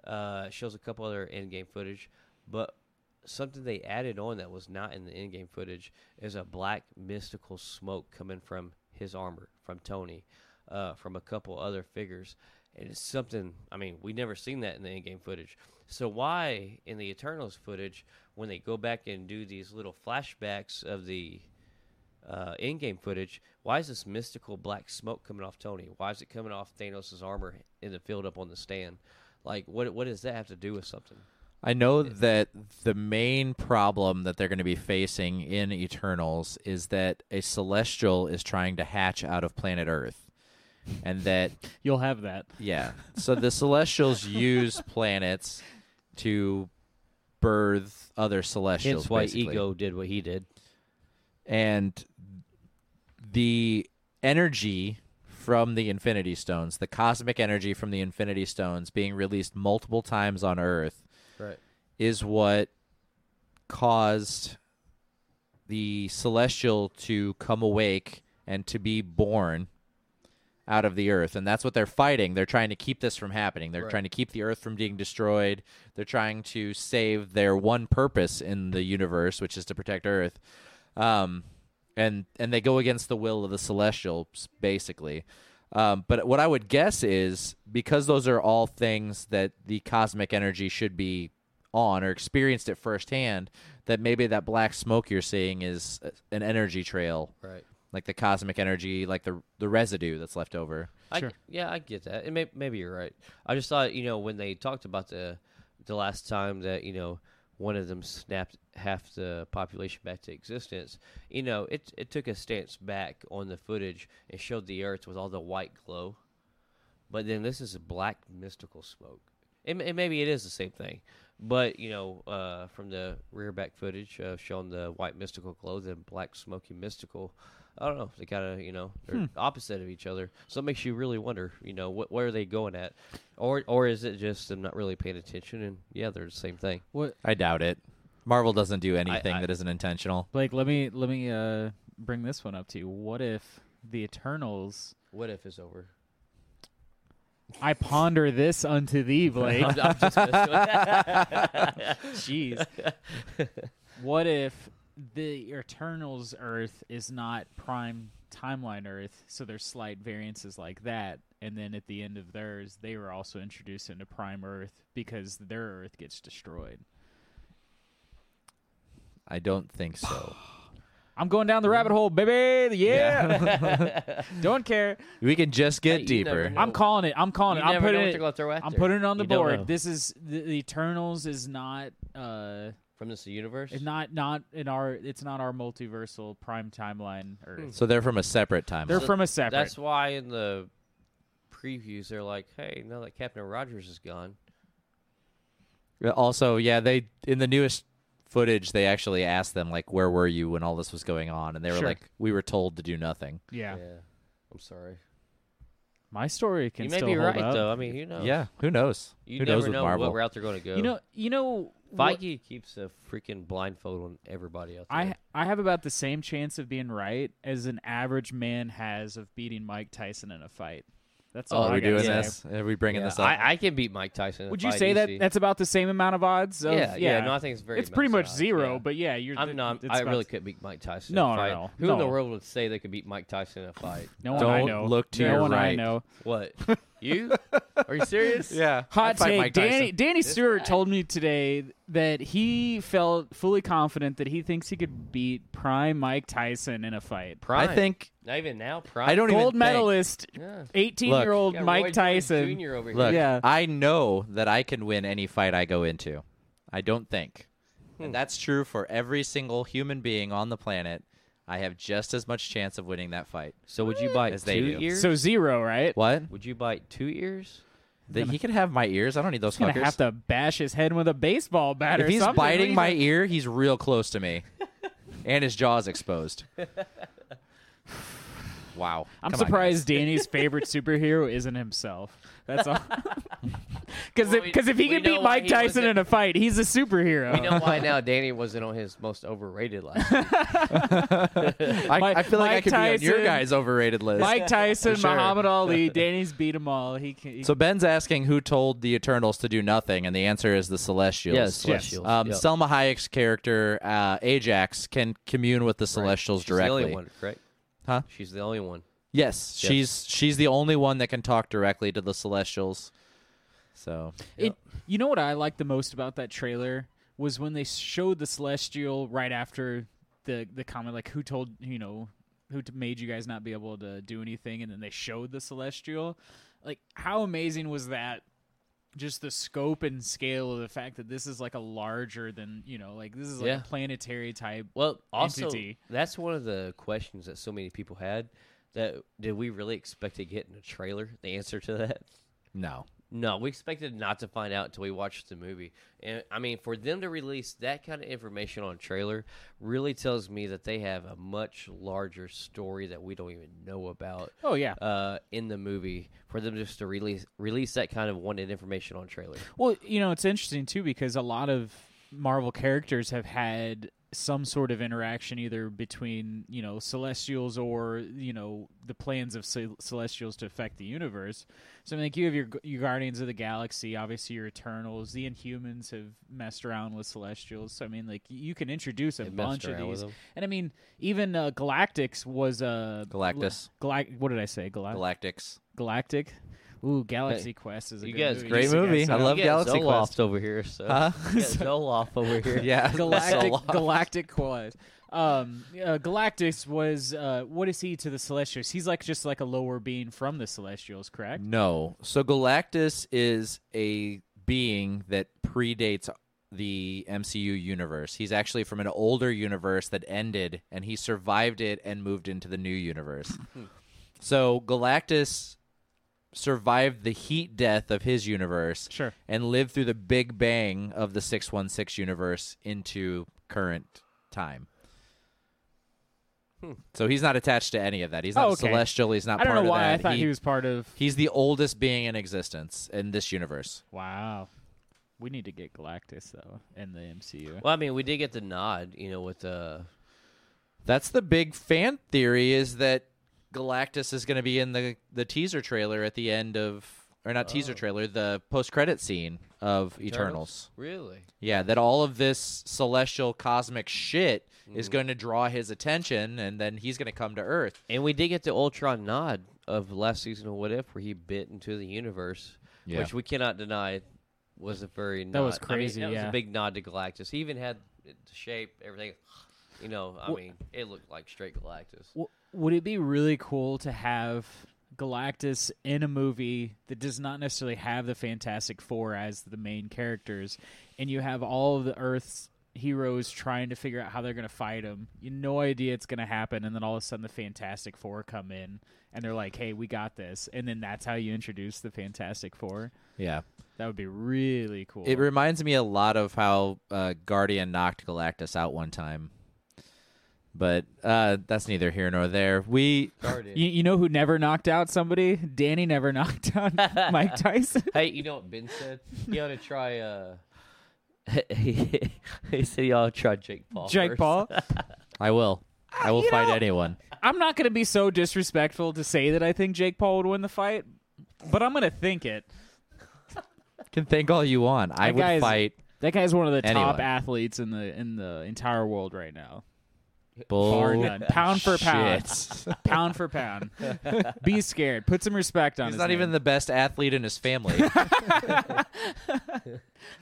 B: uh, shows a couple other in-game footage, but something they added on that was not in the in-game footage is a black mystical smoke coming from his armor, from Tony, uh, from a couple other figures. And it's something, I mean, we never seen that in the in-game footage. So why in the Eternals footage, when they go back and do these little flashbacks of the uh, in-game footage, why is this mystical black smoke coming off Tony? Why is it coming off Thanos' armor in the field up on the stand? Like, what what does that have to do with something?
A: I know that the main problem that they're going to be facing in Eternals is that a celestial is trying to hatch out of planet Earth. And that,
C: You'll have that.
A: yeah. So
B: [LAUGHS]
A: the celestials use planets to birth other celestials.
B: Hence why
A: basically.
B: Ego did what he did.
A: And the energy from the Infinity Stones, the cosmic energy from the Infinity Stones being released multiple times on Earth,
B: Right.
A: is what caused the celestial to come awake and to be born out of the earth and that's what they're fighting they're trying to keep this from happening they're
B: Right.
A: trying to keep the earth from being destroyed they're trying to save their one purpose in the universe which is to protect earth um, and and they go against the will of the celestials basically um, but what i would guess is because those are all things that the cosmic energy should be on or experienced it firsthand that maybe that black smoke you're seeing is uh, an energy trail
B: Right.
A: like the cosmic energy like the the residue that's left over
B: I,
C: Sure.
B: Yeah, I get that. And may, maybe you're right. I just thought, you know, when they talked about the the last time that you know one of them snapped half the population back to existence, you know, it it took a stance back on the footage and showed the Earth with all the white glow, but then this is black mystical smoke. And, and maybe it is the same thing, but you know, uh, from the rear back footage uh, showing the white mystical glow, the black smoky mystical. I don't know. They kind of, you know, they're
C: Hmm.
B: opposite of each other. So it makes you really wonder, you know, what where are they going at, or or is it just them not really paying attention? And yeah, they're the same thing.
C: What
A: I doubt it. Marvel doesn't do anything
B: I-
A: that isn't intentional.
C: Blake? Let me let me uh, bring this one up to you. What if the Eternals?
B: What if it's over?
C: I ponder this
B: [LAUGHS]
C: unto
B: Oh,
C: thee,
B: [LAUGHS]
C: Blake.
B: I'm, I'm
C: [LAUGHS]
B: just
C: Jeez. [LAUGHS] what if the Eternals Earth is not prime timeline Earth, so there's slight variances like that, and then at the end of theirs, they were also introduced into prime Earth because their Earth gets destroyed.
A: I don't think [SIGHS] so.
C: I'm going down the rabbit hole, baby. Yeah, [LAUGHS]
B: [LAUGHS]
C: don't care.
A: we can just get
B: Hey, you never
A: deeper.
B: know.
C: I'm calling it. I'm calling
B: You
C: it. I'm
B: never know
C: putting
B: what
C: it.
B: they're gonna throw out
C: I'm
B: there.
C: putting it on the
B: You don't
C: board.
B: know.
C: This is the, the Eternals is not. uh
B: from this universe.
C: It's not not in our it's not our multiversal prime timeline Earth.
A: So they're from a separate time.
C: They're
A: zone.
C: from a separate.
B: Hmm. That's why in the previews they're like, "Hey, now that Captain Rogers is gone,
A: Uh, also, yeah, they in the newest footage they actually asked them like where were you when all this was going on and they were
C: Sure.
A: like we were told to do nothing.
C: yeah.
B: I'm sorry."
C: My story can
B: You may
C: still
B: be
C: hold
B: right
C: up.
B: though. I mean, who knows?
A: Yeah, who knows?
B: you
A: who
B: never
A: knows with
B: know
A: Marvel?
B: what route they're gonna go.
C: You know, you know, what
B: Feige keeps a freaking blindfold on everybody out there.
C: I I have about the same chance of being right as an average man has of beating Mike Tyson in a fight. That's all
A: oh,
C: I
A: are we
C: gotta
A: doing
C: say.
A: this? Are we bringing
B: Yeah,
A: this up?
B: I, I can beat Mike Tyson. in a
C: Would you
B: fight
C: say that
B: easy.
C: that's about the same amount of odds? Of,
B: yeah, yeah, No, I think it's very.
C: it's pretty much
B: messed up,
C: zero.
B: yeah.
C: But yeah, you're.
B: I'm not.
C: it's
B: I
C: about-
B: really could beat Mike Tyson.
C: No,
B: in a
C: no,
B: fight.
C: no,
B: Who in the
C: no.
B: world would say they could beat Mike Tyson in a fight?
C: [LAUGHS] No one I
A: Don't
C: know.
A: look to
C: no
A: your
C: one I
A: right.
C: know. [LAUGHS]
B: What? you? Are you serious?
A: yeah.
C: Hot
A: I'd fight
C: take.
A: Mike Tyson.
C: Danny, Danny Stewart told me today that he felt fully confident that he thinks he could beat prime Mike Tyson in a fight.
B: Prime.
A: I think
B: Not even now. Prime.
A: I don't e- even
C: Gold
A: think-
C: medalist,
B: Yeah.
C: 18 year old
B: Yeah, Roy
C: Mike
B: Jones
C: Tyson.
B: Jr. over here.
A: Look,
C: Yeah.
A: I know that I can win any fight I go into. I don't think.
C: Hmm.
A: And that's true for every single human being on the planet. I have just as much chance of winning that fight.
B: So would you bite
A: As
B: two
A: they do.
B: ears?
C: So zero, right?
A: What?
B: would you bite two ears?
A: That he could have my ears. I don't need those
C: He's gonna
A: fuckers.
C: have to bash his head with a baseball bat.
A: if
C: or
A: he's
C: something.
A: biting
C: What
A: my
C: are you
A: ear, he's real close to
C: [LAUGHS]
A: me, and his jaw's exposed. Wow.
C: I'm
A: Come on, [LAUGHS]
C: surprised Danny's favorite superhero isn't himself. That's all. Because
B: Well, we-
C: if he
B: we
C: can
B: know
C: beat
B: why
C: Mike
B: he
C: Tyson
B: wasn't-
C: in a fight, he's a
B: You know
C: superhero.
B: why now Danny wasn't on his most overrated [LAUGHS] last year.
A: guys. I,
C: Mike-
A: I feel like I
C: Mike
A: could be on your
C: Tyson-
A: guys' overrated list.
C: Mike Tyson,
A: sure. [LAUGHS]
C: Muhammad Ali, Danny's beat them all. He can. He,
A: So Ben's asking who told the Eternals to do nothing, and the answer is the Celestials.
B: Yeah, the Celestials,
A: Um,
B: yep.
A: Selma Hayek's character uh, Ajax can commune with the Celestials
B: She's
A: directly.
B: the only one, correct?
A: Huh?
B: She's the only one.
A: Yes,
B: Yes.
A: she's she's the only one that can talk directly to the Celestials. So
C: It, you know what I liked the most about that trailer was when they showed the celestial right after the the comment like who told you know who t- made you guys not be able to do anything and then they showed the celestial like how amazing was that just the scope and scale of the fact that this is like a larger than you know like this is like
B: Yeah.
C: a planetary type
B: Well, also
C: Entity.
B: that's one of the questions that so many people had. That did we really expect to get in a trailer? The answer to that,
A: no,
B: No, we expected not to find out until we watched the movie. And I mean, for them to release that kind of information on a trailer really tells me that they have a much larger story that we don't even know about
C: Oh yeah.
B: uh, in the movie. For them just to release release that kind of wanted information on trailer.
C: Well, you know, it's interesting too because a lot of Marvel characters have had some sort of interaction either between, you know, celestials or, you know, the plans of ce- celestials to affect the universe. So I mean, like you have your your Guardians of the Galaxy, obviously your Eternals, the Inhumans have messed around with celestials. So I mean, like you can introduce a
B: They messed
C: bunch of
B: around with
C: these.
B: them.
C: And I mean, even uh, Galactics was a
A: Galactus.
C: Galac- what did I say? Galac-
A: Galactics.
C: Galactic. Ooh, Galaxy Quest is a
B: you
C: good
B: guys-
C: movie.
A: great
C: You guys
A: movie. I
C: sound-
A: love
B: You got
A: Galaxy
B: Zoloft
A: Quest.
B: over here. So
A: Huh? [LAUGHS]
B: You got Zoloft over here.
A: Yeah.
C: Galactic
B: That's a lot.
C: Galactic Quad. Um, uh, Galactus was uh, what is he to the Celestials? He's like just like a lower being from the Celestials, correct?
A: No. So Galactus is a being that predates the MCU universe. He's actually from an older universe that ended, and he survived it and moved into the new
C: [LAUGHS]
A: universe. so Galactus survived the heat death of his universe
C: Sure.
A: and lived through the big bang of the 616 universe into current time. So he's not attached to any of that. He's not
C: Hmm. Oh, okay.
A: celestial. He's not
C: I
A: part
C: don't
A: of
C: know why
A: that.
C: I thought he, was part of.
A: He's the oldest being in existence in this universe.
C: Wow, we need to get Galactus though in the MCU.
B: Well, I mean, we did get the nod, you know, with uh,
A: That's the big fan theory is that Galactus is going to be in the the teaser trailer at the end of or not teaser trailer, the post credit scene of Eternals.
B: Really?
A: Yeah, that all of this celestial cosmic shit is going to draw his attention and then he's going to come to Earth.
B: And we did get the Ultron nod of last season of What If, where he bit into the universe,
A: Yeah.
B: which we cannot deny was a very
C: That
B: nod.
C: was
B: I mean,
C: crazy,
B: that was
C: yeah.
B: a big nod to Galactus. He even had the shape, everything. You know, I mean, it looked like straight Galactus.
C: W- would it be really cool to have Galactus in a movie that does not necessarily have the Fantastic Four as the main characters, and you have all of the Earth's heroes trying to figure out how they're going to fight him? You no idea it's going to happen, and then all of a sudden the Fantastic Four come in and they're like, "Hey, we got this," and then that's how you introduce the Fantastic Four.
A: Yeah.
C: That would be really cool.
A: It reminds me a lot of how uh, Guardian knocked Galactus out one time. But uh, that's neither here nor there. We
C: you, you know who never knocked out somebody? Danny never [LAUGHS]
B: [LAUGHS]
C: knocked out Mike Tyson.
B: [LAUGHS] hey, you know what Ben said? You ought to try. Uh, he said you ought to try Jake Paul.
C: Jake
B: first. [LAUGHS]
C: Paul.
A: I will.
B: Uh,
A: I will
C: you
A: fight
C: know-
A: anyone.
C: I'm not going to be so disrespectful to say that I think Jake Paul would win the fight, but I'm going to think it.
A: Can think all you want. I
C: That
A: would
C: guy is-
A: fight
C: That guy's one of the top
A: Anyone.
C: athletes in the in the entire world right now, bar
A: bull.
C: none, pound for pound,
A: Oh,
C: [LAUGHS]
A: Shit.
C: pound for pound. be scared. Put some respect on.
A: He's
C: his
A: not even
C: name.
A: the best athlete in his
C: [LAUGHS]
A: family.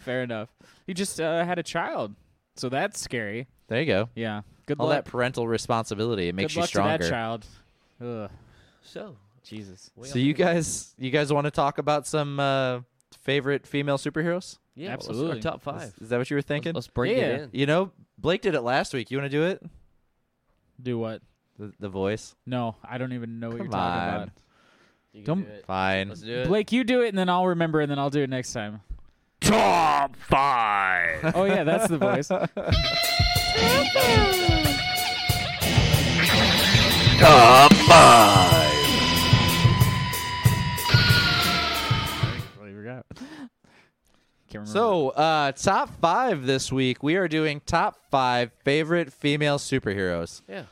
C: fair enough. He just uh, had a child, so that's scary.
A: there you go.
C: Yeah. Good
A: All
C: luck.
A: that parental responsibility it
C: Good
A: makes you
C: luck to that
A: stronger.
C: child. Ugh.
B: So,
C: Jesus.
B: we
A: So
B: all-
A: you guys, you guys want to talk about some uh, favorite female superheroes?
B: yeah, let's-
C: Absolutely.
B: Our top
A: Is-
B: five.
A: Is that what you were thinking?
B: Let's, let's bring
C: Yeah.
B: it in.
A: you know, Blake did it last week. You want to do it?
C: Do what?
A: The, the voice.
C: No, I don't even know what you're
A: Come
C: talking
A: on.
C: about.
B: You can
C: Don't-
B: do it.
A: Fine.
B: Let's do it.
C: Blake, you do it, and then I'll remember, and then I'll do it next time. Top five. [LAUGHS] Oh yeah, that's the voice. Totally forgot. Can't remember.
A: So, uh, top five this week. We are doing top five favorite female superheroes.
B: Yeah.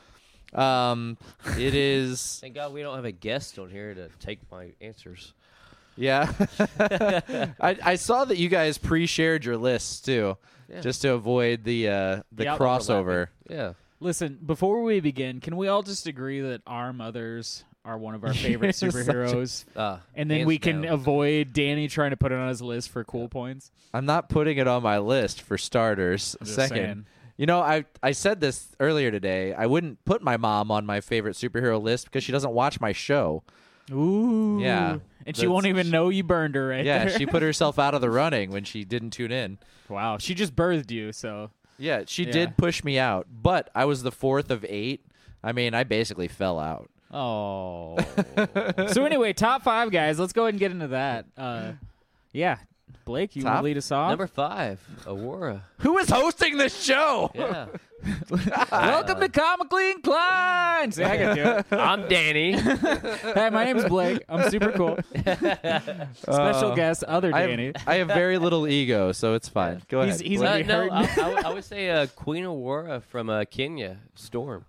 A: Um, it is
B: Thank God we don't have a guest on here to take my answers.
A: yeah. [LAUGHS] I, I saw that you guys pre-shared your lists too,
B: Yeah.
A: just to avoid the uh, the
C: Yeah,
A: crossover.
B: Yeah.
C: listen, before we begin, can we all just agree that our mothers are one of our
A: [LAUGHS]
C: favorite
A: You're such a-
C: superheroes?
B: Uh,
C: And then
B: hands
C: we can
B: down.
C: avoid Danny trying to put it on his list for cool points.
A: I'm not putting it on my list for starters.
C: Just
A: Second,
C: saying.
A: you know, I I said this earlier today. I wouldn't put my mom on my favorite superhero list because she doesn't watch my
C: [LAUGHS]
A: show.
C: Ooh.
A: Yeah.
C: And she won't
A: That's-
C: even know you burned her right
A: Yeah,
C: there.
A: she put herself out of the running when she didn't tune in.
C: [LAUGHS] wow. She just birthed you, so
A: Yeah, she
C: Yeah.
A: did push me out, but I was the fourth of eight. I mean, I basically fell out.
C: Oh. so anyway, top five guys. Let's go ahead and get into that. Uh, Yeah, Blake, you want to
A: Top?
C: lead us off?
B: Number five, Aurora.
A: Who is hosting this show?
B: Yeah.
C: Welcome to Comically Inclined. See, I can do it.
A: [LAUGHS]
B: Uh, I'm Danny.
C: Hey, my name's Blake. I'm
A: [LAUGHS]
C: super cool. Special
A: Uh,
C: guest, other
A: I
C: Danny.
A: have, I have
C: [LAUGHS]
A: very little ego, so it's fine. Go
C: He's-
A: ahead.
C: he's
A: Blake.
B: Uh, no,
C: hurt.
B: I, I would- I would say uh, Queen Aurora from uh, Kenya, Storm.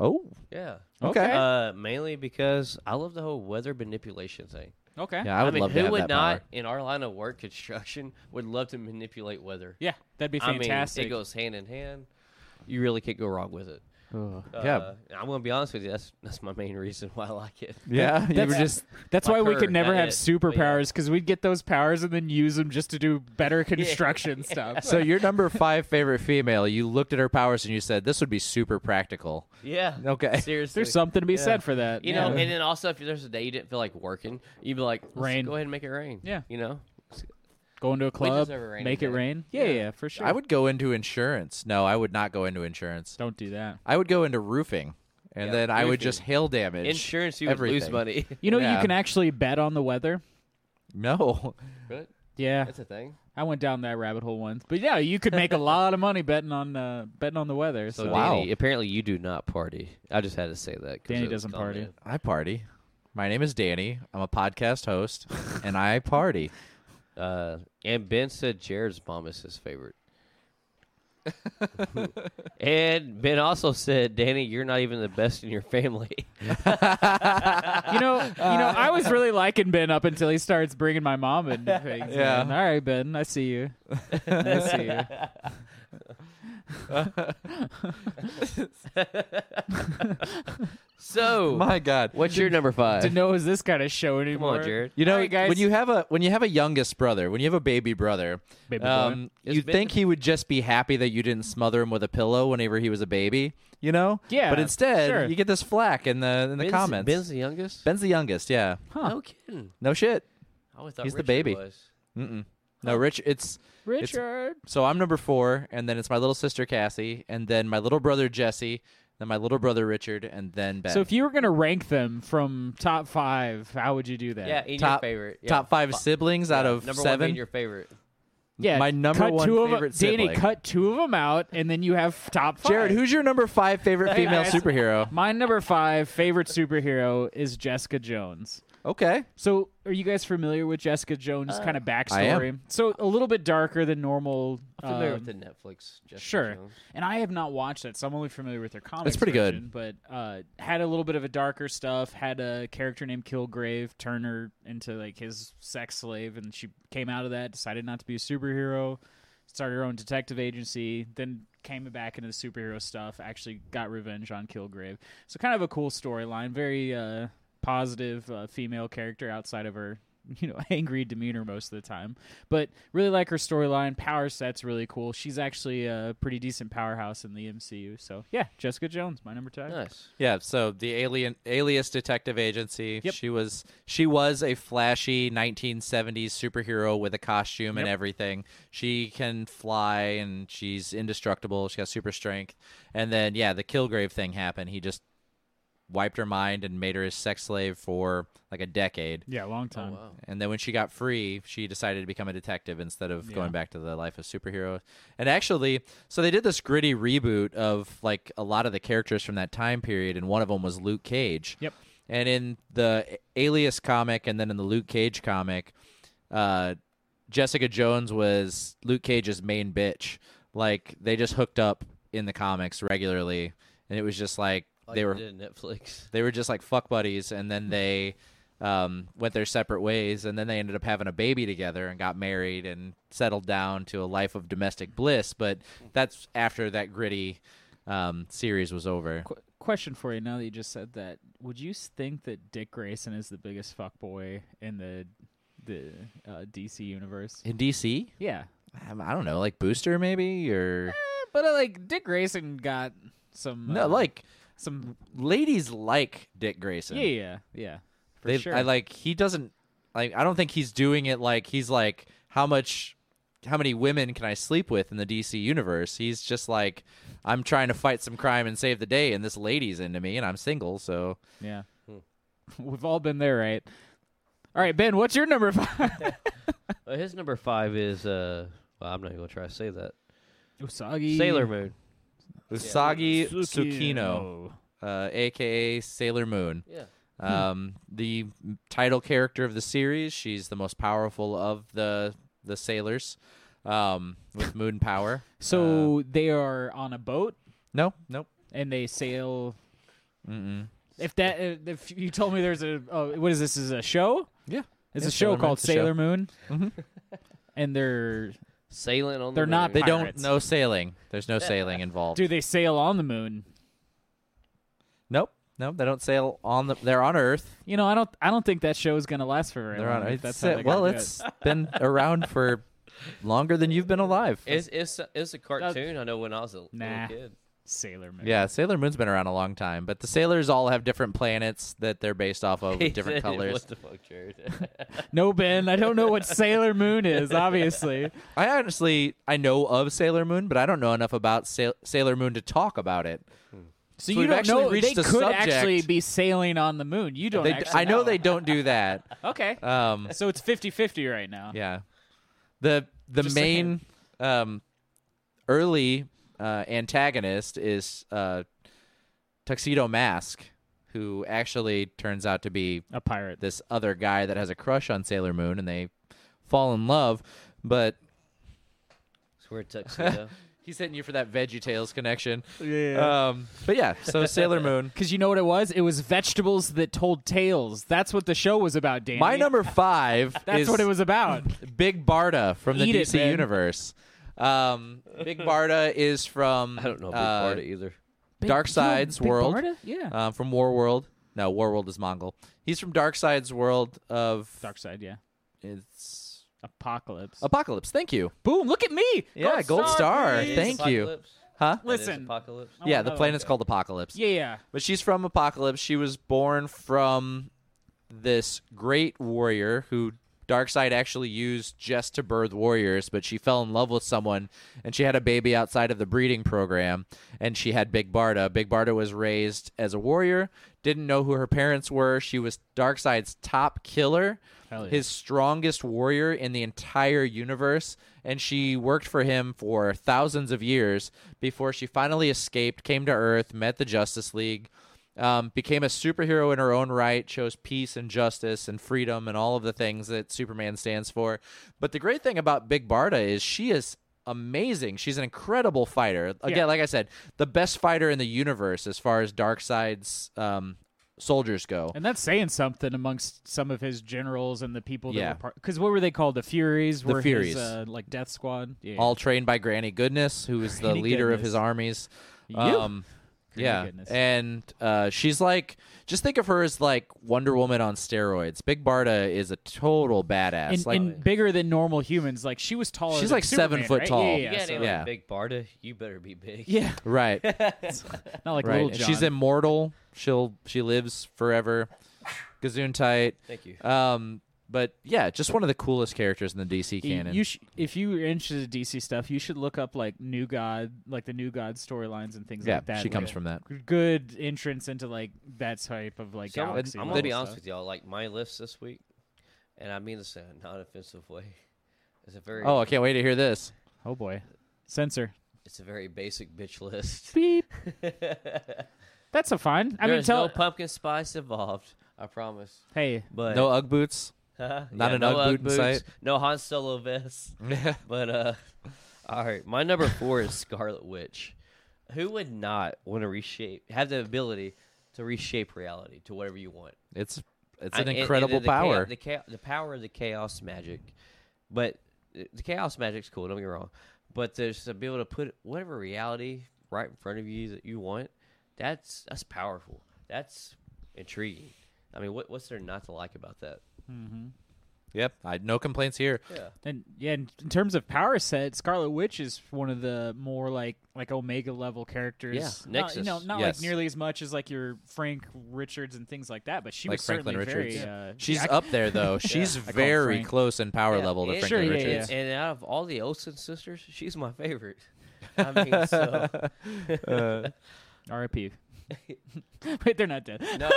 A: oh,
B: Yeah.
A: okay.
C: Okay.
B: Uh, mainly because I love the whole weather manipulation thing.
C: okay.
A: yeah, I would
B: mean,
A: love
B: who
A: to have
B: would
A: that
B: not
A: power.
B: in our line of work, construction, [LAUGHS] would love to manipulate weather?
C: Yeah, that'd be
B: I mean,
C: fantastic.
B: it goes hand in hand. You really can't go wrong with it.
A: yeah,
B: Uh, I'm gonna be honest with you. That's that's my main reason why I like it. [LAUGHS]
A: yeah. You
C: That's-
A: were just
C: That's
B: my
C: why we
B: purr,
C: could never
B: not
C: have
B: it, but yeah.
C: superpowers because we'd get those powers and then use them just to do
B: [LAUGHS]
C: better construction stuff.
A: [LAUGHS] so your number five favorite female. You looked at her powers and you said this would be super practical.
B: Yeah.
A: Okay.
B: Seriously.
C: eh, There's something to be
B: Yeah.
C: said for that.
B: You know,
C: yeah.
B: and then also if there's a day you didn't feel like working, you'd be like, Let's
C: Rain.
B: Go ahead and make it rain.
C: Yeah.
B: You know.
C: going to a club,
B: deserve a rainy
C: make it
B: day.
C: rain. Yeah, yeah,
B: Yeah.
C: for
A: [LAUGHS]
C: sure.
A: I would go into insurance. No, I would not go into insurance.
C: Don't do that.
A: I would go into roofing, and
B: Yeah,
A: then I would
B: roofing.
A: just hail damage.
B: Insurance, you would lose
A: everything.
C: [LAUGHS]
B: money.
C: You know, you
A: Yeah.
C: can actually bet on the weather.
A: No, [LAUGHS]
B: But
C: Yeah,
B: that's a thing.
C: I went down that rabbit hole once, but yeah, you could make a lot of money betting on uh, betting on the weather. So,
B: So
A: Wow.
B: Danny, apparently you do not party. I just had to say that. 'cause it
C: Danny
B: was
C: doesn't party.
B: commented.
A: I party. My name is Danny. I'm a podcast host, and I party.
B: Uh, and Ben said Jared's mom is his favorite. and Ben also said, Danny, you're not even the best in your family. [LAUGHS]
C: you know, you know, I was really liking Ben up until he starts bringing my mom into things.
A: Yeah.
C: man. all right, Ben, I see you. I see you.
A: [LAUGHS]
B: so,
A: My God,
B: what's your number five?
C: to know is this kind of show
B: Come
C: anymore.
B: on, Jared.
A: You know,
C: All right, guys.
A: when you have a when you have a youngest brother, when you have a baby brother,
C: Baby boy.
A: um,
B: It's
A: you
B: been-
A: think he would just be happy that you didn't smother him with a pillow whenever he was a baby, you know?
C: Yeah,
A: But instead,
C: sure.
A: you get this flack in the in the
B: Ben's,
A: comments.
B: Ben's the youngest?
A: Ben's the youngest, yeah.
C: Huh.
B: No kidding.
A: No shit.
B: I always thought
A: He's the
B: Richard
A: baby.
B: was.
A: Mm-mm. No, Rich. It's
C: Richard.
A: so I'm number four, and then it's my little sister Cassie, and then my little brother Jesse, then my little brother Richard, and then Ben.
C: So if you were gonna rank them from top five, how would you do that?
B: Yeah, in
A: Top-
B: your favorite. Yeah.
A: top five
B: Fi-
A: siblings out
B: yeah,
A: of
B: number One
A: seven.
B: being your favorite.
C: yeah.
A: my number
C: cut
A: one
C: two of 'em-
A: favorite
C: Danny,
A: sibling.
C: cut two of them out, and then you have top five.
A: Jared, who's your number five favorite
C: Hey,
A: female
C: guys.
A: superhero?
C: [LAUGHS] my number five favorite superhero is Jessica Jones.
A: Okay.
C: So, are you guys familiar with Jessica Jones'
B: Uh,
C: kind of backstory?
A: am.
C: So, a little bit darker than normal.
B: I'm familiar with
C: um,
B: the Netflix. Jessica
C: Sure,
B: Jones.
C: and I have not watched it, so I'm only familiar with their comics.
A: pretty good.
C: version, but uh, had a little bit of a darker stuff. Had a character named Kilgrave turn her into like his sex slave, and she came out of that. Decided not to be a superhero, started her own detective agency, then came back into the superhero stuff. Actually, got revenge on Kilgrave. So kind of a cool storyline. Very uh, positive uh, female character outside of her [LAUGHS] you know angry demeanor most of the time but really like her storyline power set's really cool she's actually a pretty decent powerhouse in the mcu so yeah jessica jones my number two
B: Nice.
A: Yeah, so the alien alias detective agency.
C: Yep.
A: She was she was a flashy 1970s superhero with a costume and
C: Yep.
A: everything. She can fly and she's indestructible. She got super strength. And then yeah, the Kilgrave thing happened. He just wiped her mind and made her his sex slave for like a decade.
C: yeah long time
B: wow.
A: And then when she got free, she decided to become a detective instead of
C: Yeah.
A: going back to the life of superhero. And actually, so they did this gritty reboot of like a lot of the characters from that time period, and one of them was Luke Cage.
C: Yep.
A: And in the Alias comic, and then in the Luke Cage comic, uh, Jessica Jones was Luke Cage's main bitch. Like they just hooked up in the comics regularly, and it was just like,
B: Like
A: they
B: you
A: were
B: did Netflix.
A: they were just like fuck buddies and
C: Hmm.
A: then they um, went their separate ways and then they ended up having a baby together and got married and settled down to a life of domestic bliss but that's after that gritty um, series was over
C: Qu- question for you now that you just said that would you s- think that dick grayson is the biggest fuckboy in the the uh, dc universe
A: in dc
C: yeah
A: um, i don't know like booster maybe or
C: but uh, like dick grayson got some
A: no
C: uh,
A: like
C: some
A: ladies like dick grayson
C: yeah yeah yeah for
A: they,
C: sure
A: I like he doesn't like I don't think he's doing it like he's like how much how many women can I sleep with in the DC universe? He's just like I'm trying to fight some crime and save the day and this lady's into me and I'm single, so Hmm.
C: [LAUGHS] Yeah. We've all been there, right? All right, Ben, what's your number five? [LAUGHS]
B: Uh, his number five is uh. Well, I'm not even gonna try to say that.
C: Usagi.
B: Sailor Moon.
A: Usagi Tsukino, uh, aka Sailor Moon.
B: Yeah.
C: Hmm.
A: Um, the m- title character of the series. She's the most powerful of the the sailors, um, with moon
C: [LAUGHS]
A: power. Uh,
C: So they are on a boat
A: No, nope.
C: and they sail.
A: Mm-mm.
C: If that, if you told me there's a, oh, what is this? Is it a show?
A: Yeah,
C: It's
A: Yeah,
C: a show
A: Sailor Moon's
C: called
A: a show.
C: Sailor Moon.
A: Mhm.
C: [LAUGHS] and they're
B: Sailing on.
C: They're
B: the
C: not
B: moon.
A: they don't
C: Pirates.
A: no sailing. There's no
C: [LAUGHS]
A: sailing involved.
C: do they sail on the moon?
A: Nope, nope. They don't sail on the. They're on Earth.
C: You know, I don't, I don't think that show is gonna last for very
A: They're
C: long.
A: on
C: if
A: Earth.
C: that's
A: It's-
C: how they
A: well,
C: gotta do
A: it's been around
C: [LAUGHS]
A: for longer than you've been alive.
B: It's it's a- it's a cartoon. I know when I was a little
C: Nah.
B: kid.
C: it. Sailor Moon.
A: Yeah, Sailor Moon's been around a long time, but the sailors all have different planets that they're based off of,
B: He
A: with different
B: said it.
A: colors.
B: [LAUGHS] What the fuck,
A: [LAUGHS]
B: Jared?
C: No, Ben, I don't know what Sailor Moon is. Obviously,
A: I honestly I know of Sailor Moon, but I don't know enough about Sail- Sailor Moon to talk about it.
C: so,
A: So
C: you
A: we've
C: don't
A: actually
C: know they
A: reached
C: could
A: a subject-
C: actually be sailing on the moon. You don't.
A: They,
C: actually
A: I know they don't do that.
C: [LAUGHS]
A: [LAUGHS]
C: Okay.
A: Um,
C: so it's 50-50 right now.
A: yeah, the the
C: Just
A: main um, early uh, antagonist is uh, Tuxedo Mask, who actually turns out to be
C: A pirate.
A: this other guy that has a crush on Sailor Moon, and they fall in love, but [LAUGHS]
B: Swear tuxedo.
A: He's hitting you for that Veggie Tales connection.
C: Yeah.
A: Um, but yeah, so Sailor
C: [LAUGHS]
A: Moon.
C: Because you know what it was? It was vegetables that told tales. That's what the show was about, Danny.
A: My number five
C: [LAUGHS] That's
A: is
C: what it was about.
A: Big Barda from the
C: Eat it,
A: DC
C: Ben.
A: universe. Um, Big Barda is from
B: [LAUGHS] I don't know Big
A: uh,
B: Barda either.
A: [LAUGHS]
C: Big-
A: Dark
C: you know,
A: Side's
C: Big
A: world.
C: Barda? Yeah.
A: uh, from War World. No, War World is Mongol. He's from Dark Side's world of
C: Dark Side, yeah.
A: it's
C: Apocalypse.
A: Apocalypse. Thank you.
C: Boom! Look at me.
A: Yeah, Gold,
C: star,
A: Star.
C: please.
A: Thank you.
B: Apocalypse?
A: Huh?
B: That is
C: Listen.
B: Apocalypse.
C: I
A: Yeah,
C: want
A: the
C: another
A: plane
C: one.
A: is called Apocalypse.
C: Yeah, yeah.
A: But she's from Apocalypse. She was born from this great warrior who Darkseid actually used just to birth warriors, but she fell in love with someone and she had a baby outside of the breeding program and she had Big Barda. Big Barda was raised as a warrior, didn't know who her parents were. She was Darkseid's top killer,
C: Hell yeah.
A: his strongest warrior in the entire universe, and she worked for him for thousands of years before she finally escaped, came to Earth, met the Justice League, um, became a superhero in her own right, chose peace and justice and freedom and all of the things that Superman stands for. But the great thing about Big Barda is she is amazing. She's an incredible fighter. Again,
C: Yeah.
A: like I said, the best fighter in the universe as far as Darkseid's um, soldiers go.
C: And that's saying something amongst some of his generals and the people that
A: Yeah.
C: were part. Because what were they called? The Furies.
A: The
C: were
A: Furies.
C: His, uh, like Death Squad. Yeah.
A: all trained by Granny Goodness, who is the
C: Granny
A: leader of
C: Goodness.
A: his armies.
C: You?
A: Um,
C: Granny
A: yeah,
C: Goodness.
A: and uh, she's like, just think of her as like Wonder Woman on steroids. Big Barda is a total badass.
C: and,
A: like,
C: and bigger than normal humans. Like she was taller.
A: She's
C: than
A: like seven
C: Superman,
A: foot
C: right?
A: tall.
C: Yeah,
B: You
C: yeah.
B: got
C: so-
B: any
A: Yeah.
B: like Big Barda? You better be big.
C: yeah.
A: [LAUGHS]
C: [LAUGHS]
A: right,
C: Not like
A: right.
C: little
A: And
C: John.
A: she's immortal. She'll she lives forever. Gazoon tight.
B: Thank you.
A: Um, but yeah, just one of the coolest characters in the DC
C: Y-
A: canon.
C: You sh- if you're interested in DC stuff, you should look up like New God, like the New God storylines and things
A: yeah,
C: like that.
A: she comes
C: like,
A: from that.
C: g- good entrance into like that type of like
B: So I'm,
C: galaxy.
B: I'm
C: level
B: gonna be honest
C: stuff.
B: with y'all. Like my list this week, and I mean this in a non-offensive way. It's a very
A: Oh, I can't wait to hear this.
C: Oh boy,
B: [LAUGHS]
C: censor.
B: it's a very basic bitch list.
C: Beep. That's a fine. [LAUGHS] I mean,
B: There's
C: tell
B: no pumpkin spice involved. I promise.
C: hey,
B: But [LAUGHS]
A: No Ugg boots.
B: not
A: not an
B: no
A: Ugg
B: Ugg
A: boot in
B: boots,
A: sight.
B: No Han Solo vest. [LAUGHS] But uh, all right, my number four is Scarlet Witch. Who would not want to reshape? Have the ability to reshape reality to whatever you want.
A: It's it's
B: I-
A: an
B: and- and
A: incredible
B: the chao-
A: power.
B: the, cha- the power of the chaos magic, but uh, the chaos magic's cool. Don't get me wrong, but there's to be able to put whatever reality right in front of you that you want. That's that's powerful. That's intriguing. I mean, what, what's there not to like about that?
A: Yep, I no complaints here.
B: Yeah,
C: and yeah, in in terms of power set, Scarlet Witch is one of the more like like Omega level characters.
B: Yeah,
C: not, you
B: Nexus.
C: know, not
A: Yes.
C: like nearly as much as like your Frank Richards and things like that, but she
A: like
C: was
A: Franklin
C: certainly
A: Richards.
C: very. Uh,
A: She's
C: [LAUGHS] yeah, I-
A: up there though. She's
C: call him
A: very
C: Frank.
A: close in power level to
B: and,
A: Franklin
C: Sure, yeah,
A: Richards.
C: yeah.
B: And out of all the Olsen sisters, she's my favorite. I mean, so
A: [LAUGHS]
C: R.I.P. [LAUGHS] Wait, they're not dead.
B: [LAUGHS] [LAUGHS] No.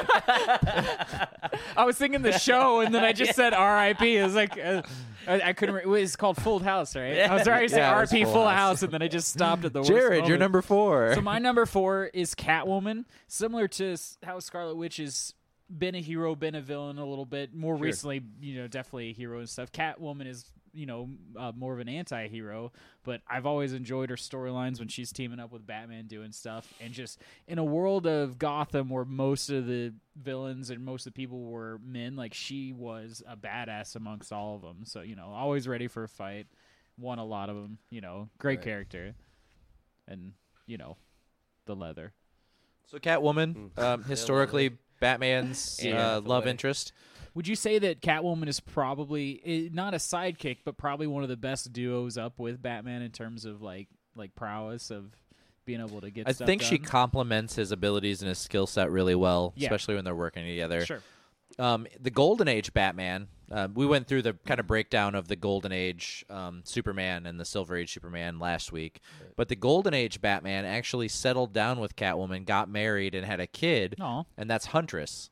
C: I was
A: [LAUGHS]
C: thinking the show, and then I just said R.I.P. I was like, uh, I, I couldn't. Re- wait, it's called Full House, right? I was already saying
A: [LAUGHS] Yeah, it was
C: R.I.P.
A: Full
C: Full
A: House.
C: House. and then I just
A: [LAUGHS]
C: stopped at the worst
A: Jared, you're
C: moment.
A: number
C: [LAUGHS]
A: four.
C: So my number four is Catwoman, similar to s- how Scarlet Witch has been a hero, been a villain a little bit. More recently, you know, definitely a hero and stuff. Catwoman is, you know, uh, more of an anti-hero, but I've always enjoyed her storylines when she's teaming up with Batman doing stuff. And just in a world of Gotham where most of the villains and most of the people were men, like she was a badass amongst all of them. So, you know, always ready for a fight. Won a lot of them, you know, great
B: Right.
C: character. And, you know, the leather.
A: So Catwoman,
B: Mm.
A: um,
B: Yeah,
A: historically
C: [LAUGHS]
A: Batman's
B: Anne
A: uh,
B: Hathaway.
A: love interest.
C: Would you say that Catwoman is probably eh, not a sidekick, but probably one of the best duos up with Batman in terms of like like prowess of being able to get.
A: I
C: stuff
A: think she
C: done?
A: complements his abilities and his skill set really well,
C: Yeah.
A: especially when they're working together.
C: sure.
A: Um, the Golden Age Batman. Uh, we went through the kind of breakdown of the Golden Age um, Superman and the Silver Age Superman last week, but the Golden Age Batman actually settled down with Catwoman, got married, and had a kid.
C: No,
A: and that's Huntress.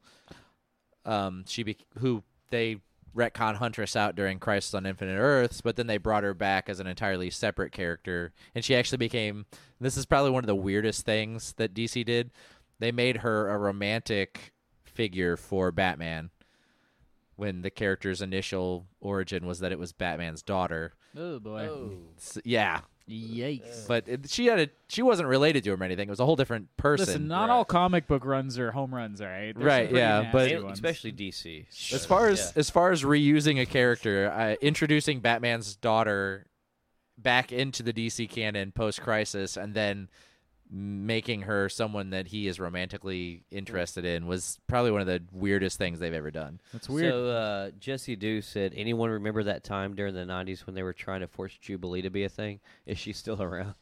A: Um, she be- who they retcon Huntress out during Crisis on Infinite Earths, but then they brought her back as an entirely separate character, and she actually became. This is probably one of the weirdest things that DC did. They made her a romantic figure for Batman. When the character's initial origin was that it was Batman's daughter,
C: oh boy,
A: S- yeah,
B: Uh,
C: yikes!
A: but it, she had a she wasn't related to him or anything. It was a whole different person.
C: Listen, not all comic book runs are home runs, all right? There's some
A: Right,
C: pretty
A: yeah,
C: nasty
A: but-
C: ones.
B: especially DC. so,
A: As far as
B: yeah.
A: as far as reusing a character, uh, introducing Batman's daughter back into the DC canon post Crisis, and then making her someone that he is romantically interested in was probably one of the weirdest things they've ever done.
C: that's weird.
B: So uh, Jesse Dew said, "Anyone remember that time during the '90s when they were trying to force Jubilee to be a thing? Is she still around?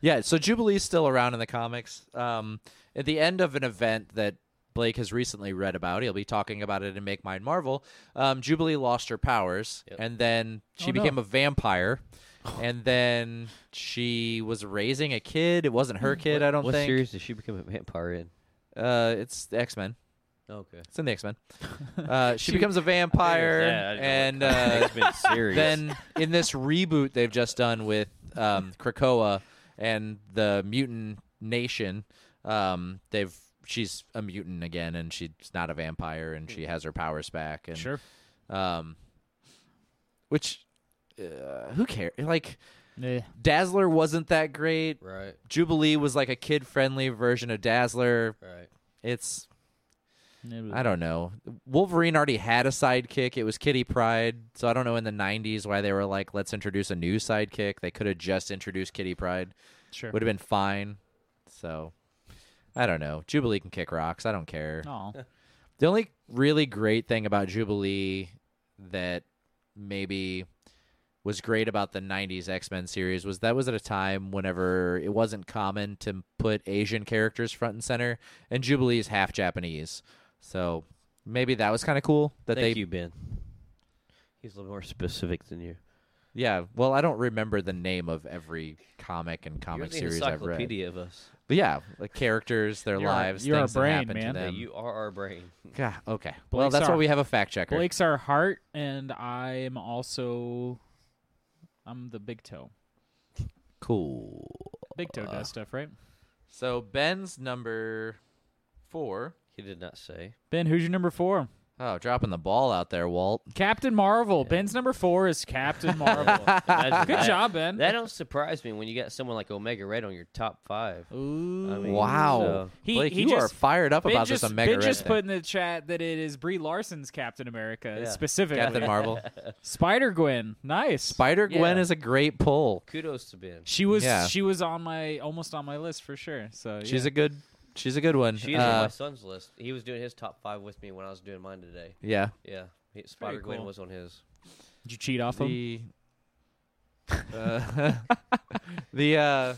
A: Yeah, so Jubilee's still around in the comics. Um, at the end of an event that Blake has recently read about, he'll be talking about it in Make Mine Marvel. Um, Jubilee lost her powers,
B: Yep.
A: and then she
C: Oh, no.
A: became a
B: [SIGHS]
A: vampire, and then she was raising a kid. It wasn't her kid, I don't
B: what
A: think.
B: series did she become a vampire in?
A: Uh, it's the X Men.
B: Okay,
A: It's in the X
B: [LAUGHS]
A: Men. Uh, she,
C: She-
A: becomes a vampire, and uh, [LAUGHS]
B: series.
A: then in this reboot they've just done with um, Krakoa and the mutant nation, um, they've she's a mutant again and she's not a vampire and she has her powers back and
C: sure.
A: um, which uh, who cares? Like
C: Yeah.
A: Dazzler wasn't that great.
B: right,
A: Jubilee was like a kid friendly version of Dazzler.
B: right.
A: It's I don't know. Wolverine already had a sidekick. It was Kitty Pride. So I don't know in the 90s why they were like, let's introduce a new sidekick. They could have just introduced Kitty Pride.
C: Sure.
A: Would have been fine. So I don't know. Jubilee can kick rocks. I don't care.
C: Aw.
A: The only really great thing about Jubilee that maybe was great about the 90s X-Men series was that was at a time whenever it wasn't common to put Asian characters front and center and Jubilee is half Japanese. So maybe that was kind of cool that
B: Thank
A: they
B: you, Ben. He's a little more specific than you.
A: Yeah, well I don't remember the name of every comic and comic
B: You're the
A: series I've read.
B: encyclopedia of us.
A: But yeah, like characters, their
C: You're our-
A: lives,
C: you're our
A: things
C: brain,
A: that happen
C: man.
A: to
B: Yeah,
A: them.
B: you are our brain.
A: God, okay. well,
C: Blake's
A: that's
C: our-
A: why we have a fact checker.
C: Blake's our heart, and I am also. I'm the big toe.
A: Cool.
C: Big
A: Uh.
C: toe does stuff, right?
A: So Ben's number four.
B: He did
A: [LAUGHS]
B: not say.
C: Ben, who's your number four?
A: Oh, dropping the ball out there, Walt.
C: Captain Marvel. Ben's number four
A: [LAUGHS]
C: is Captain Marvel.
B: Imagine
C: Good
B: that.
C: job, Ben.
B: That don't surprise me when you got someone like Omega Red on your top five.
C: Ooh.
B: I mean,
A: Wow.
B: so-
C: He-
A: Blake,
C: he
A: you are
C: just-
A: fired up
C: Ben
A: about
C: just,
A: this Omega
C: ben
A: Red
C: just
A: thing.
C: put in the chat that it is Brie Larson's Captain America
B: Yeah.
C: specifically.
A: Captain Marvel.
C: Spider Gwen.
A: [LAUGHS]
C: Nice.
A: Spider Gwen
B: Yeah.
A: is a great pull.
B: Kudos to Ben.
C: she was
A: Yeah.
C: she was on my almost on my list for sure. So
A: She's
C: Oh, yeah.
A: a good she's a good one.
B: She's on
A: Uh,
B: my son's list. He was doing his top five with me when I was doing mine today.
A: yeah.
B: Yeah, Spider Gwen
C: cool.
B: was on his.
C: Did you cheat off him?
A: [LAUGHS] The uh, the uh,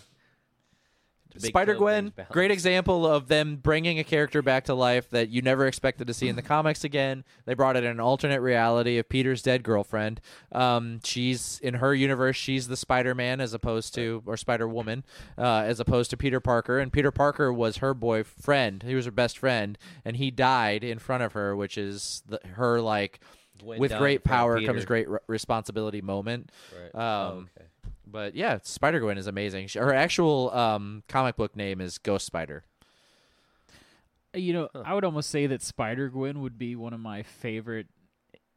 B: Big
A: Spider
B: Coven is
A: Gwen,
B: balanced.
A: great example of them bringing a character back to life that you never expected to see
B: [LAUGHS]
A: in the comics again. They brought it in an alternate reality of Peter's dead girlfriend. Um, she's in her universe, she's the Spider Man as opposed to, or Spider Woman, uh, as opposed to Peter Parker. And Peter Parker was her boyfriend, he was her best friend, and he died in front of her, which is the, her like.
B: Gwen
A: with
B: died
A: great
B: from
A: power
B: Peter.
A: comes great re- responsibility moment.
B: Right.
A: Um,
B: oh, okay.
A: But yeah, Spider Gwen is amazing. She- Her actual um, comic book name is Ghost Spider.
C: You know, I would almost say that Spider Gwen would be one of my favorite,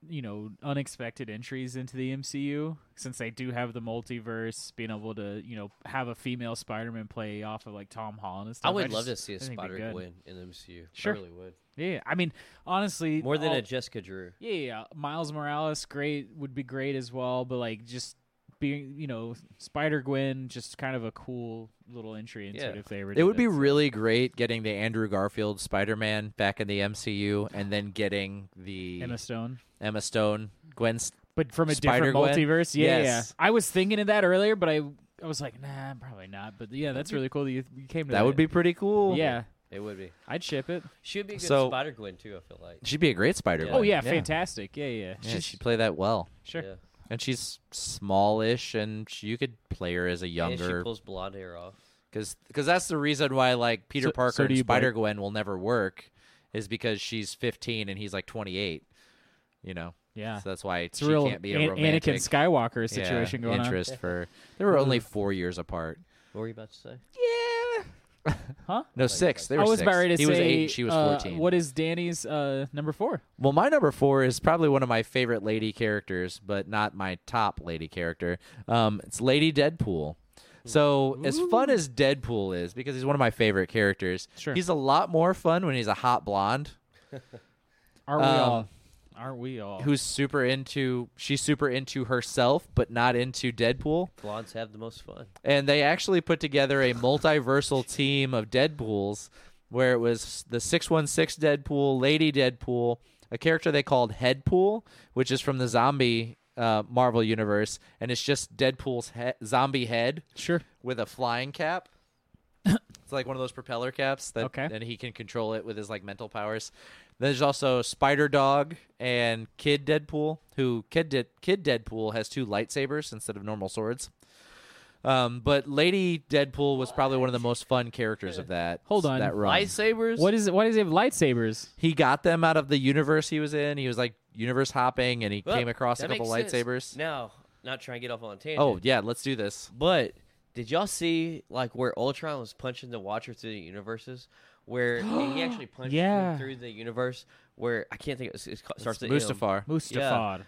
C: you know, unexpected entries into the MCU since they do have the multiverse, being able to, you know, have a female Spider Man play off of like Tom Holland and
B: I
C: stuff.
B: would love to
C: just-
B: see
C: I
B: a
C: think it'd be
B: Spider
C: good.
B: Gwen in the MCU.
C: Sure.
B: I really would.
C: Yeah, I mean, honestly,
B: More than
C: all-
B: a Jessica Drew.
C: Yeah, yeah, yeah. Miles Morales, great would be great as well, but like just being, you know, Spider Gwen, just kind of a cool little entry into
B: Yeah.
C: it if they were.
A: It would be really great getting the Andrew Garfield Spider Man back in the MCU, and then getting the
C: Emma Stone,
A: Emma Stone Gwen. s-
C: but from a
A: Spider-Gwen?
C: different multiverse. Yeah, yeah,
A: Yes.
C: yeah. I was thinking of that earlier, but I I was like, nah, probably not. But yeah, that's really cool that you, you came to that.
A: That would be pretty cool.
C: Yeah,
B: It would be.
C: I'd ship it.
B: She would be a good
A: So-
B: Spider Gwen too. I feel like.
A: she'd be a great Spider.
B: Yeah.
C: Oh yeah, fantastic. Yeah, yeah.
A: Yeah,
C: She's-
A: she'd play that well,
C: sure.
B: Yeah.
A: and she's smallish, and she, you could play her as a
B: And she
A: younger
B: pulls blonde hair off.
A: because that's the reason why like Peter
C: So-
A: Parker
C: so do
A: and
C: you blame-
A: Spider Gwen will never work, is because she's 15 and he's like 28. You know,
C: Yeah.
A: so that's why
C: It's
A: she
C: a real
A: can't be a
C: An-
A: romantic
C: Anakin Skywalker
A: yeah,
C: situation going on. Mm.
A: interest for. They were only four years apart.
B: What were you about to say?
C: Huh?
A: No, six. They were
C: I was
A: six.
C: about ready to
A: he
C: say
A: was eight. And she was
C: uh,
A: fourteen.
C: what is Danny's uh, number four?
A: Well, my number four is probably one of my favorite lady characters, but not my top lady character. Um, it's Lady Deadpool. So, as fun as Deadpool is, because he's one of my favorite characters,
C: Sure.
A: he's a lot more fun when he's a hot blonde Um,
C: Are we all? Aren't we all?
A: who's super into she's super into herself, but not into Deadpool.
B: Blondes have the most fun.
A: and they actually put together a multiversal team of Deadpools, where it was the six one six Deadpool, Lady Deadpool, a character they called Headpool, which is from the zombie uh, Marvel universe, and it's just Deadpool's he- zombie head
C: sure?
A: with a flying
C: [LAUGHS]
A: cap. it's like one of those propeller caps that,
C: Okay.
A: and he can control it with his like mental powers. There's also Spider Dog and Kid Deadpool, who Kid De- Kid Deadpool has two lightsabers instead of normal swords. Um, but Lady Deadpool was probably one of the most fun characters of that.
C: Hold on.
A: that run.
B: Lightsabers.
C: What is it? Why does he have lightsabers?
A: He got them out of the universe he was in. He was like universe hopping, and he
B: Well,
A: came across a
B: that
A: couple
B: makes sense.
A: lightsabers.
B: Now, not trying to get off on a tangent.
A: Oh yeah, let's do this.
B: But did y'all see like where Ultron was punching the Watcher through the universes? Where he
C: [GASPS]
B: actually punched him
C: Yeah.
B: through the universe. Where I can't think. It, it starts with M.
A: Mustafar.
C: Mustafar.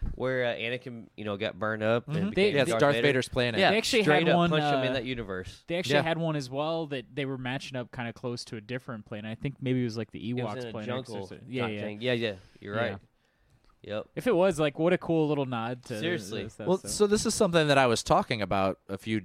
B: Yeah, where uh, Anakin, you know, got burned up
C: Mm-hmm.
B: and
A: Yeah,
B: became
A: it's Darth, Vader's planet.
B: Yeah,
C: They actually
B: straight
C: had
B: up
C: one,
B: punched him in
C: uh,
B: that universe.
C: They actually
A: Yeah.
C: had one as well that they were matching up kind of close to a different plane. I think maybe it was like the
B: It
C: Ewoks
B: was in a
C: plane.
B: jungle.
C: Yeah,
B: type
C: yeah.
B: thing. yeah, yeah. You're
C: Yeah.
B: right. Yep.
C: If it was like, what a cool little nod to
B: Seriously.
C: this- that
A: Well,
C: stuff.
A: so this is something that I was talking about a few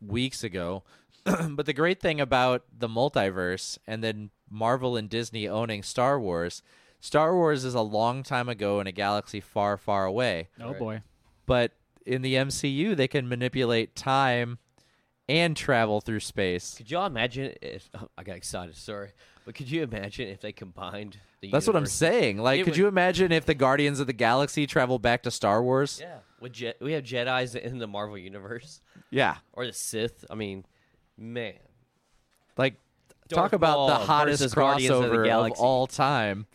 A: weeks ago. [CLEARS THROAT] but the great thing about the multiverse and then Marvel and Disney owning Star Wars, Star Wars is a long time ago in a galaxy far, far away.
C: oh boy,
A: But in the MCU, they can manipulate time and travel through space.
B: Could y'all imagine if oh, I got excited? Sorry, but could you imagine if they combined the?
A: That's what I'm
B: universe-
A: saying. Like,
B: It
A: could
B: would-
A: you imagine if the Guardians of the Galaxy travel back to Star Wars?
B: Yeah, with Je- we have Jedi's in the Marvel universe
A: Yeah.
B: or the Sith. I mean, man,
A: Like,
B: Darth
A: talk about the
B: Maul
A: hottest
B: versus Guardians of the
A: crossover of
B: Galaxy.
A: all time.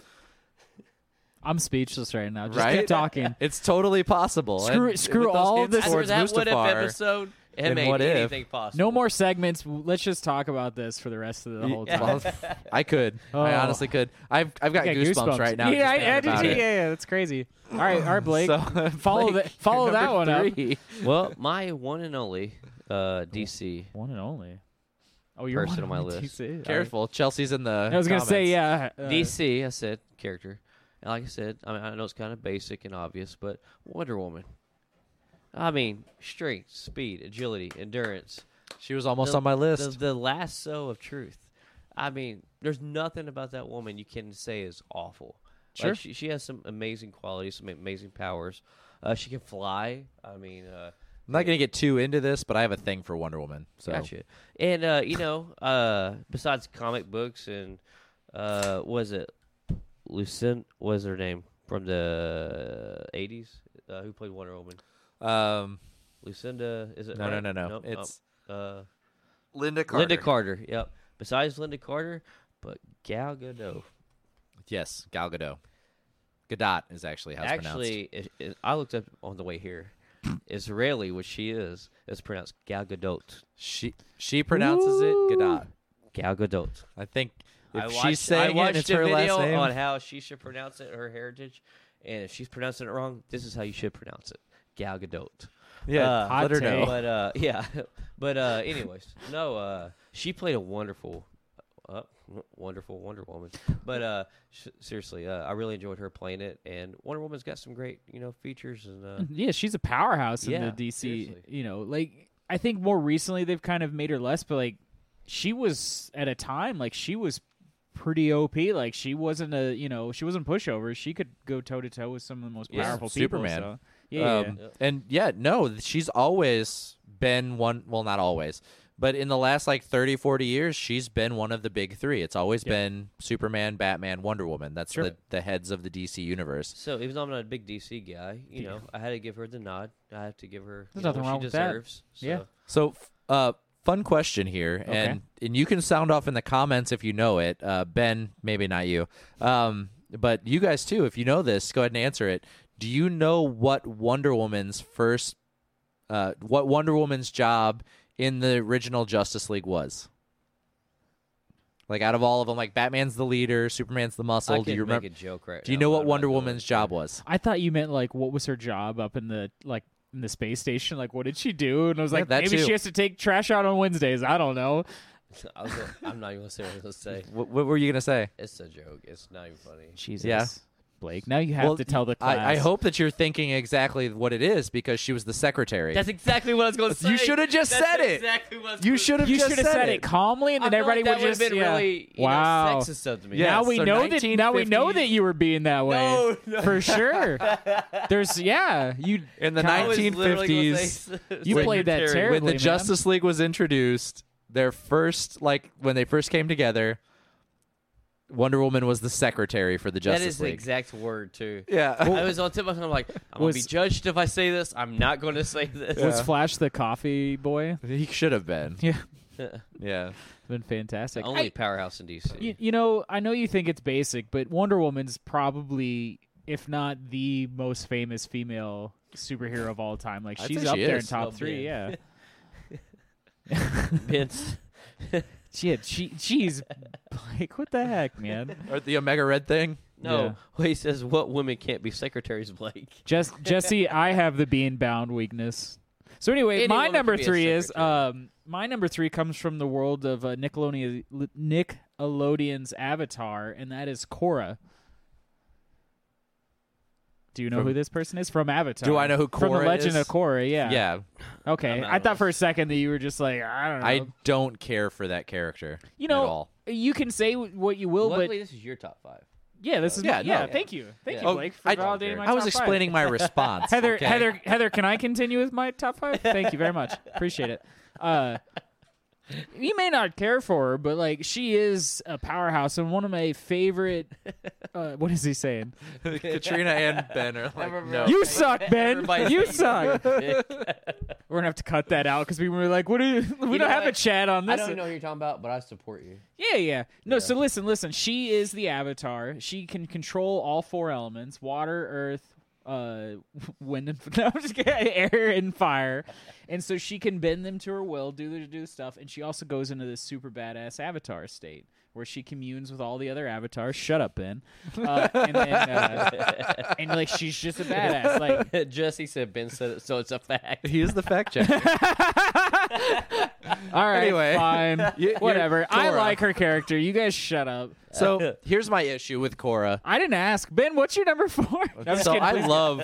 C: I'm speechless right now. Just
A: Right?
C: keep talking.
A: It's totally possible.
C: Screw-
A: And
C: screw
A: with those
C: all
A: hints
C: this-
B: after
A: towards
B: that what if
A: Mustafar,
B: episode, it
A: and
B: made
A: What If.
B: anything possible. [LAUGHS]
C: No more segments. Let's just talk about this for the rest of the whole time.
A: well, [LAUGHS] I could. I
C: Oh.
A: honestly could. I've I've got
C: Yeah,
A: goosebumps, right now. just
C: Yeah, I, I
A: thinking
C: did
A: about
C: too. Yeah,
A: it.
C: yeah, that's crazy. All
A: [LAUGHS]
C: right, all right, Blake.
A: So,
C: [LAUGHS] follow
A: Blake,
C: that. Follow
A: you're
C: that one
A: number
C: up.
A: three.
B: Well, my one and only uh, DC.
C: One and only. Oh, you're
B: Person
C: one
B: on
C: and
B: my
C: only
B: list.
C: DC.
A: Careful, Chelsea's in the.
C: I was gonna say
A: comments.
C: yeah. uh,
B: DC, I said character. And like I said, I mean, I know it's kind of basic and obvious, but Wonder Woman. I mean, strength, speed, agility, endurance.
A: She was almost
B: The-
A: on my
B: The,
A: list.
B: the lasso of truth. I mean, there's nothing about that woman you can say is awful. Sure. she, she has some amazing qualities, some amazing powers. Uh, she can fly. I mean, uh,
A: I'm not gonna get too into this, but I have a thing for Wonder Woman. So
B: Gotcha. And uh, you know, uh, besides comic books and uh, was it Lucin? Was her name from the '80s? Uh, who played Wonder Woman?
A: um,
B: Lucinda? Is it?
A: no, no,
B: right?
A: no, no,
B: Nope, nope.
A: It's
B: Uh,
A: Linda
B: Linda Carter. Yep. Besides Linda Carter, but Gal Gadot.
A: Yes, Gal Gadot. Gadot is actually how it's pronounced.
B: Actually, it, it, I looked up on the
A: [CLEARS THROAT]
B: way here. Israeli, which she is, is pronounced Gal Gadot.
A: She she pronounces it Gadot.
B: Gal Gadot.
A: I think if
B: I
A: she's
B: watched, I
A: saying it,
B: watched
A: and it's
B: a
A: her
B: video
A: last name.
B: on how she should pronounce it, her heritage, and if she's pronouncing it wrong, this is how you should pronounce it, Gal Gadot.
A: yeah,
B: Uh,
A: let her know.
B: But uh, [LAUGHS] yeah, but uh, anyways, no, uh, she played a wonderful, uh, wonderful Wonder Woman. But uh, sh- seriously, uh, I really enjoyed her playing it, and Wonder Woman's got some great, you know, features and uh,
C: Yeah, she's a powerhouse
B: Yeah,
C: in the DC.
B: seriously.
C: You know, like I think more recently they've kind of made her less, but like she was at a time like she was pretty OP. Like she wasn't a you know she wasn't pushover. She could go toe to toe with some of the most
B: Yeah,
C: powerful
A: Superman.
C: people. So. Yeah, yeah,
A: Um,
C: yeah.
B: yeah.
A: And yeah, no, th- she's always been one. Well, not always, but in the last like 30, 40 years, she's been one of the big three. It's always been Superman, Batman, Wonder Woman. That's
C: Sure.
A: the, the heads of the DC universe.
B: So even though I'm not a big DC guy, you know, I had to give her the nod. I have to give her you
C: There's
B: know,
C: nothing
B: what
C: wrong
B: she
C: with that.
B: deserves. So.
C: Yeah.
A: So, f- uh, fun question here, and and you can sound off in the comments if you know it. Uh, ben, maybe not you, um, but you guys too, if you know this, go ahead and answer it. Do you know what Wonder Woman's first, uh, what Wonder Woman's job in the original Justice League was? Like out of all of them, like Batman's the leader, Superman's the
B: I
A: muscle.
B: can
A: Do you
B: make
A: remember?
B: a joke right
A: Do you
B: now,
A: know
B: but
A: what
B: I'm not
A: Wonder
B: going
A: Woman's
B: to.
A: job was?
C: I thought you meant like what was her job up in the like in the space station? Like what did she do? And I was
A: Yeah,
C: like,
A: that
C: maybe
A: too.
C: she has to take trash out on Wednesdays. I don't know.
B: [LAUGHS] I was gonna- I'm not even gonna say what I was gonna say.
A: What, what were you gonna say?
B: It's a joke. It's not even funny.
C: Jesus.
A: Yeah.
C: Blake, now you have
A: Well,
C: to tell the class.
A: I, I hope that you're thinking exactly what it is because she was the secretary.
B: [LAUGHS] That's exactly what I was gonna [LAUGHS] say.
A: You shoulld've just
B: That's
A: said it.
B: Exactly what I was
A: You
B: gonna-
A: should have
C: you
A: just
C: should have said it calmly, and
B: I
C: then
B: feel
C: everybody
B: like that
C: would
B: would've
C: just
B: been
C: yeah.
B: really you know,
C: wow.
B: sexist of me.
A: Yeah,
C: now we
A: so
C: know that now we know
A: 1950s
C: that you were being that way
B: No, no.
C: for
B: [LAUGHS]
C: sure there's yeah you
A: in the
C: I
B: was literally
A: 1950s.
B: gonna say- [LAUGHS]
C: You played that
B: Secretary.
C: terrible.
A: When the
C: man.
A: Justice League was introduced, their first like when they first came together, Wonder Woman was the secretary for the
B: That
A: Justice
B: is the
A: League.
B: exact word [LAUGHS] too.
A: yeah.
B: I was on tip. I'm like, I'm
C: Was-
B: gonna be judged if I say this. I'm not gonna [LAUGHS] say this.
C: was flash the coffee boy
A: he should have been.
C: yeah
A: [LAUGHS] Yeah.
C: been fantastic
B: Only
C: I-
B: powerhouse in DC. [LAUGHS]
C: you, you know i know you think it's basic but wonder woman's probably if not the most famous female superhero of all time like
A: I'd
C: she's
A: say
C: up
A: she
C: there in
A: is.
C: top
B: Well,
C: three
B: [LAUGHS]
C: yeah
B: yeah. Vince.
C: she had she she's [LAUGHS] like what the heck man
A: Or the Omega Red thing.
B: No,
C: Yeah.
B: well, he says what women can't be secretaries, Blake. [LAUGHS]
C: Jess, Jesse, I have the being bound weakness. So anyway,
B: Any
C: my
B: woman
C: number
B: could be a
C: three is
B: secretary.
C: um, my number three comes from the world of uh, Nickelodeon, Nickelodeon's Avatar, and that is Korra. Do you know
A: From-
C: who this person is from Avatar?
A: Do I know who
C: From the
A: Korra
C: Legend
A: is?
C: of Korra, yeah.
A: Yeah.
C: Okay,
B: I'm out
C: I
B: of
C: thought for a
B: this.
C: second that you were just like I don't know.
A: I don't care for that character
C: you know,
A: at all.
C: you can say what you will,
B: Luckily,
C: but
B: this is your top five.
C: yeah, this is
A: Yeah,
C: my- yeah.
A: no.
C: Thank you, thank
B: Yeah.
C: you,
B: Oh,
C: Blake, for
A: I-
C: validating my
A: I was
C: top five.
A: explaining my response.
C: [LAUGHS] Heather,
A: okay? [LAUGHS]
C: Heather, Heather, can I continue with my top five? Thank you very much. Appreciate it. Uh, you may not care for her, but like she is a powerhouse and one of my favorite. Uh, what is
B: [LAUGHS]
C: he saying?
A: Katrina and Ben
C: [LAUGHS]
A: are like, no.
C: You suck, Ben.
B: Everybody's
C: You
B: like, [LAUGHS]
C: suck.
B: "You're a dick."
C: We're gonna have to cut that out because we were like, "What? Do you, [LAUGHS] we
B: You know
C: don't have a
B: what?
C: chat on
B: I
C: this."
B: don't know who you're talking about, but I support you.
C: Yeah, yeah. No, so listen, listen. She is the avatar. She can control all four elements: water, earth, uh, [LAUGHS] wind, and [LAUGHS] no, I'm just kidding, air and fire. And so she can bend them to her will, do the do stuff, and she also goes into this super badass avatar state where she communes with all the other avatars. Shut up, Ben. Uh, and then,
A: [LAUGHS]
C: uh, and like she's just a badass.
B: [LAUGHS]
C: Like
B: Jesse said Ben said it, so it's a fact.
A: He is the fact
B: [LAUGHS]
A: checker.
C: all right,
A: Anyway. [LAUGHS]
C: fine,
A: you're
C: whatever. I
A: Korra.
C: like her character. You guys shut up. [LAUGHS]
A: so here's my issue with Korra.
C: I didn't ask. Ben, what's your number four? No, I'm just
A: so
C: kidding,
A: I
C: please.
A: love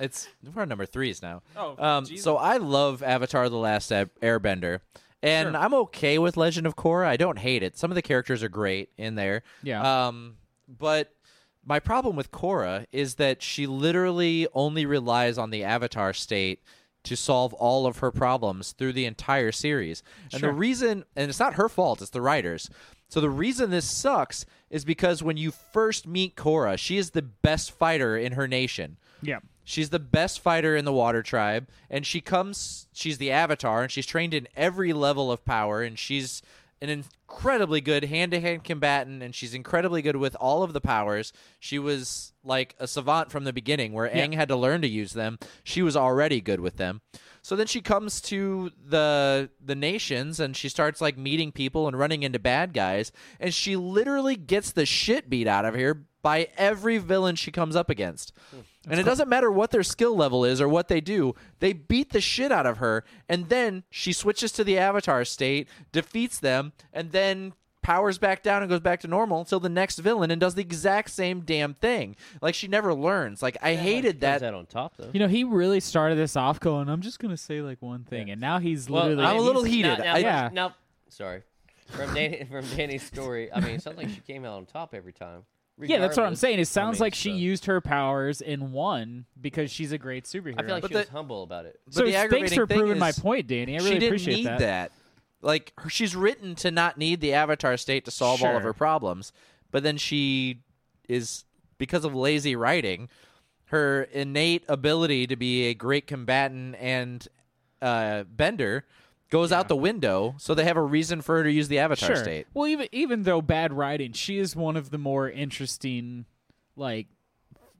A: it's we're on number threes now.
C: Oh,
A: um,
C: Jesus.
A: so I love Avatar: The Last Ab- Airbender, and
C: Sure.
A: I'm okay with Legend of Korra. I don't hate it. Some of the characters are great in there.
C: Yeah.
A: Um, but my problem with Korra is that she literally only relies on the Avatar state to solve all of her problems through the entire series. And the reason, and it's not her fault, it's the writers. So the reason this sucks is because when you first meet Korra, she is the best fighter in her nation.
C: Yeah.
A: She's the best fighter in the Water Tribe, and she comes. She's the Avatar, and she's trained in every level of power, and she's an incredibly good hand-to-hand combatant, and she's incredibly good with all of the powers. She was like a savant from the beginning, where Aang had to learn to use them. She was already good with them. So then she comes to the the nations, and she starts like meeting people and running into bad guys, and she literally gets the shit beat out of her by every villain she comes up against.
C: Hmm.
A: And it doesn't matter what their skill level is or what they do, they beat the shit out of her. And then she switches to the avatar state, defeats them, and then powers back down and goes back to normal until the next villain and does the exact same damn thing. Like she never learns. Like I hated
B: Comes
A: that.
B: out on top though.
C: You know, he really started this off going, I'm just going to say like one thing. And now he's literally.
A: I'm a little
B: he's-
A: heated.
B: Now, now,
A: I-
C: Yeah.
B: now- sorry. From Danny, from Danny's story, I mean, it sounds like she came out on top every time.
C: yeah, that's what I'm
B: regardless.
C: saying.
B: I
C: It sounds
B: mean,
C: like she
B: so-
C: used her powers and won because she's a great superhero.
B: I feel like
A: But
B: she was
A: the-
B: humble about it.
A: But
C: so
A: the
C: thanks
A: aggravating
C: for
A: thing
C: proving my
A: is
C: point, Danny. I really
A: she didn't
C: appreciate
A: need
C: that.
A: that. Like her, she's written to not need the avatar state to solve all of
C: Sure.
A: her problems, but then she is because of lazy writing, her innate ability to be a great combatant and uh, bender goes out the window. So they have a reason for her to use the avatar
C: Sure.
A: state.
C: Well, even even though bad writing, she is one of the more interesting, like,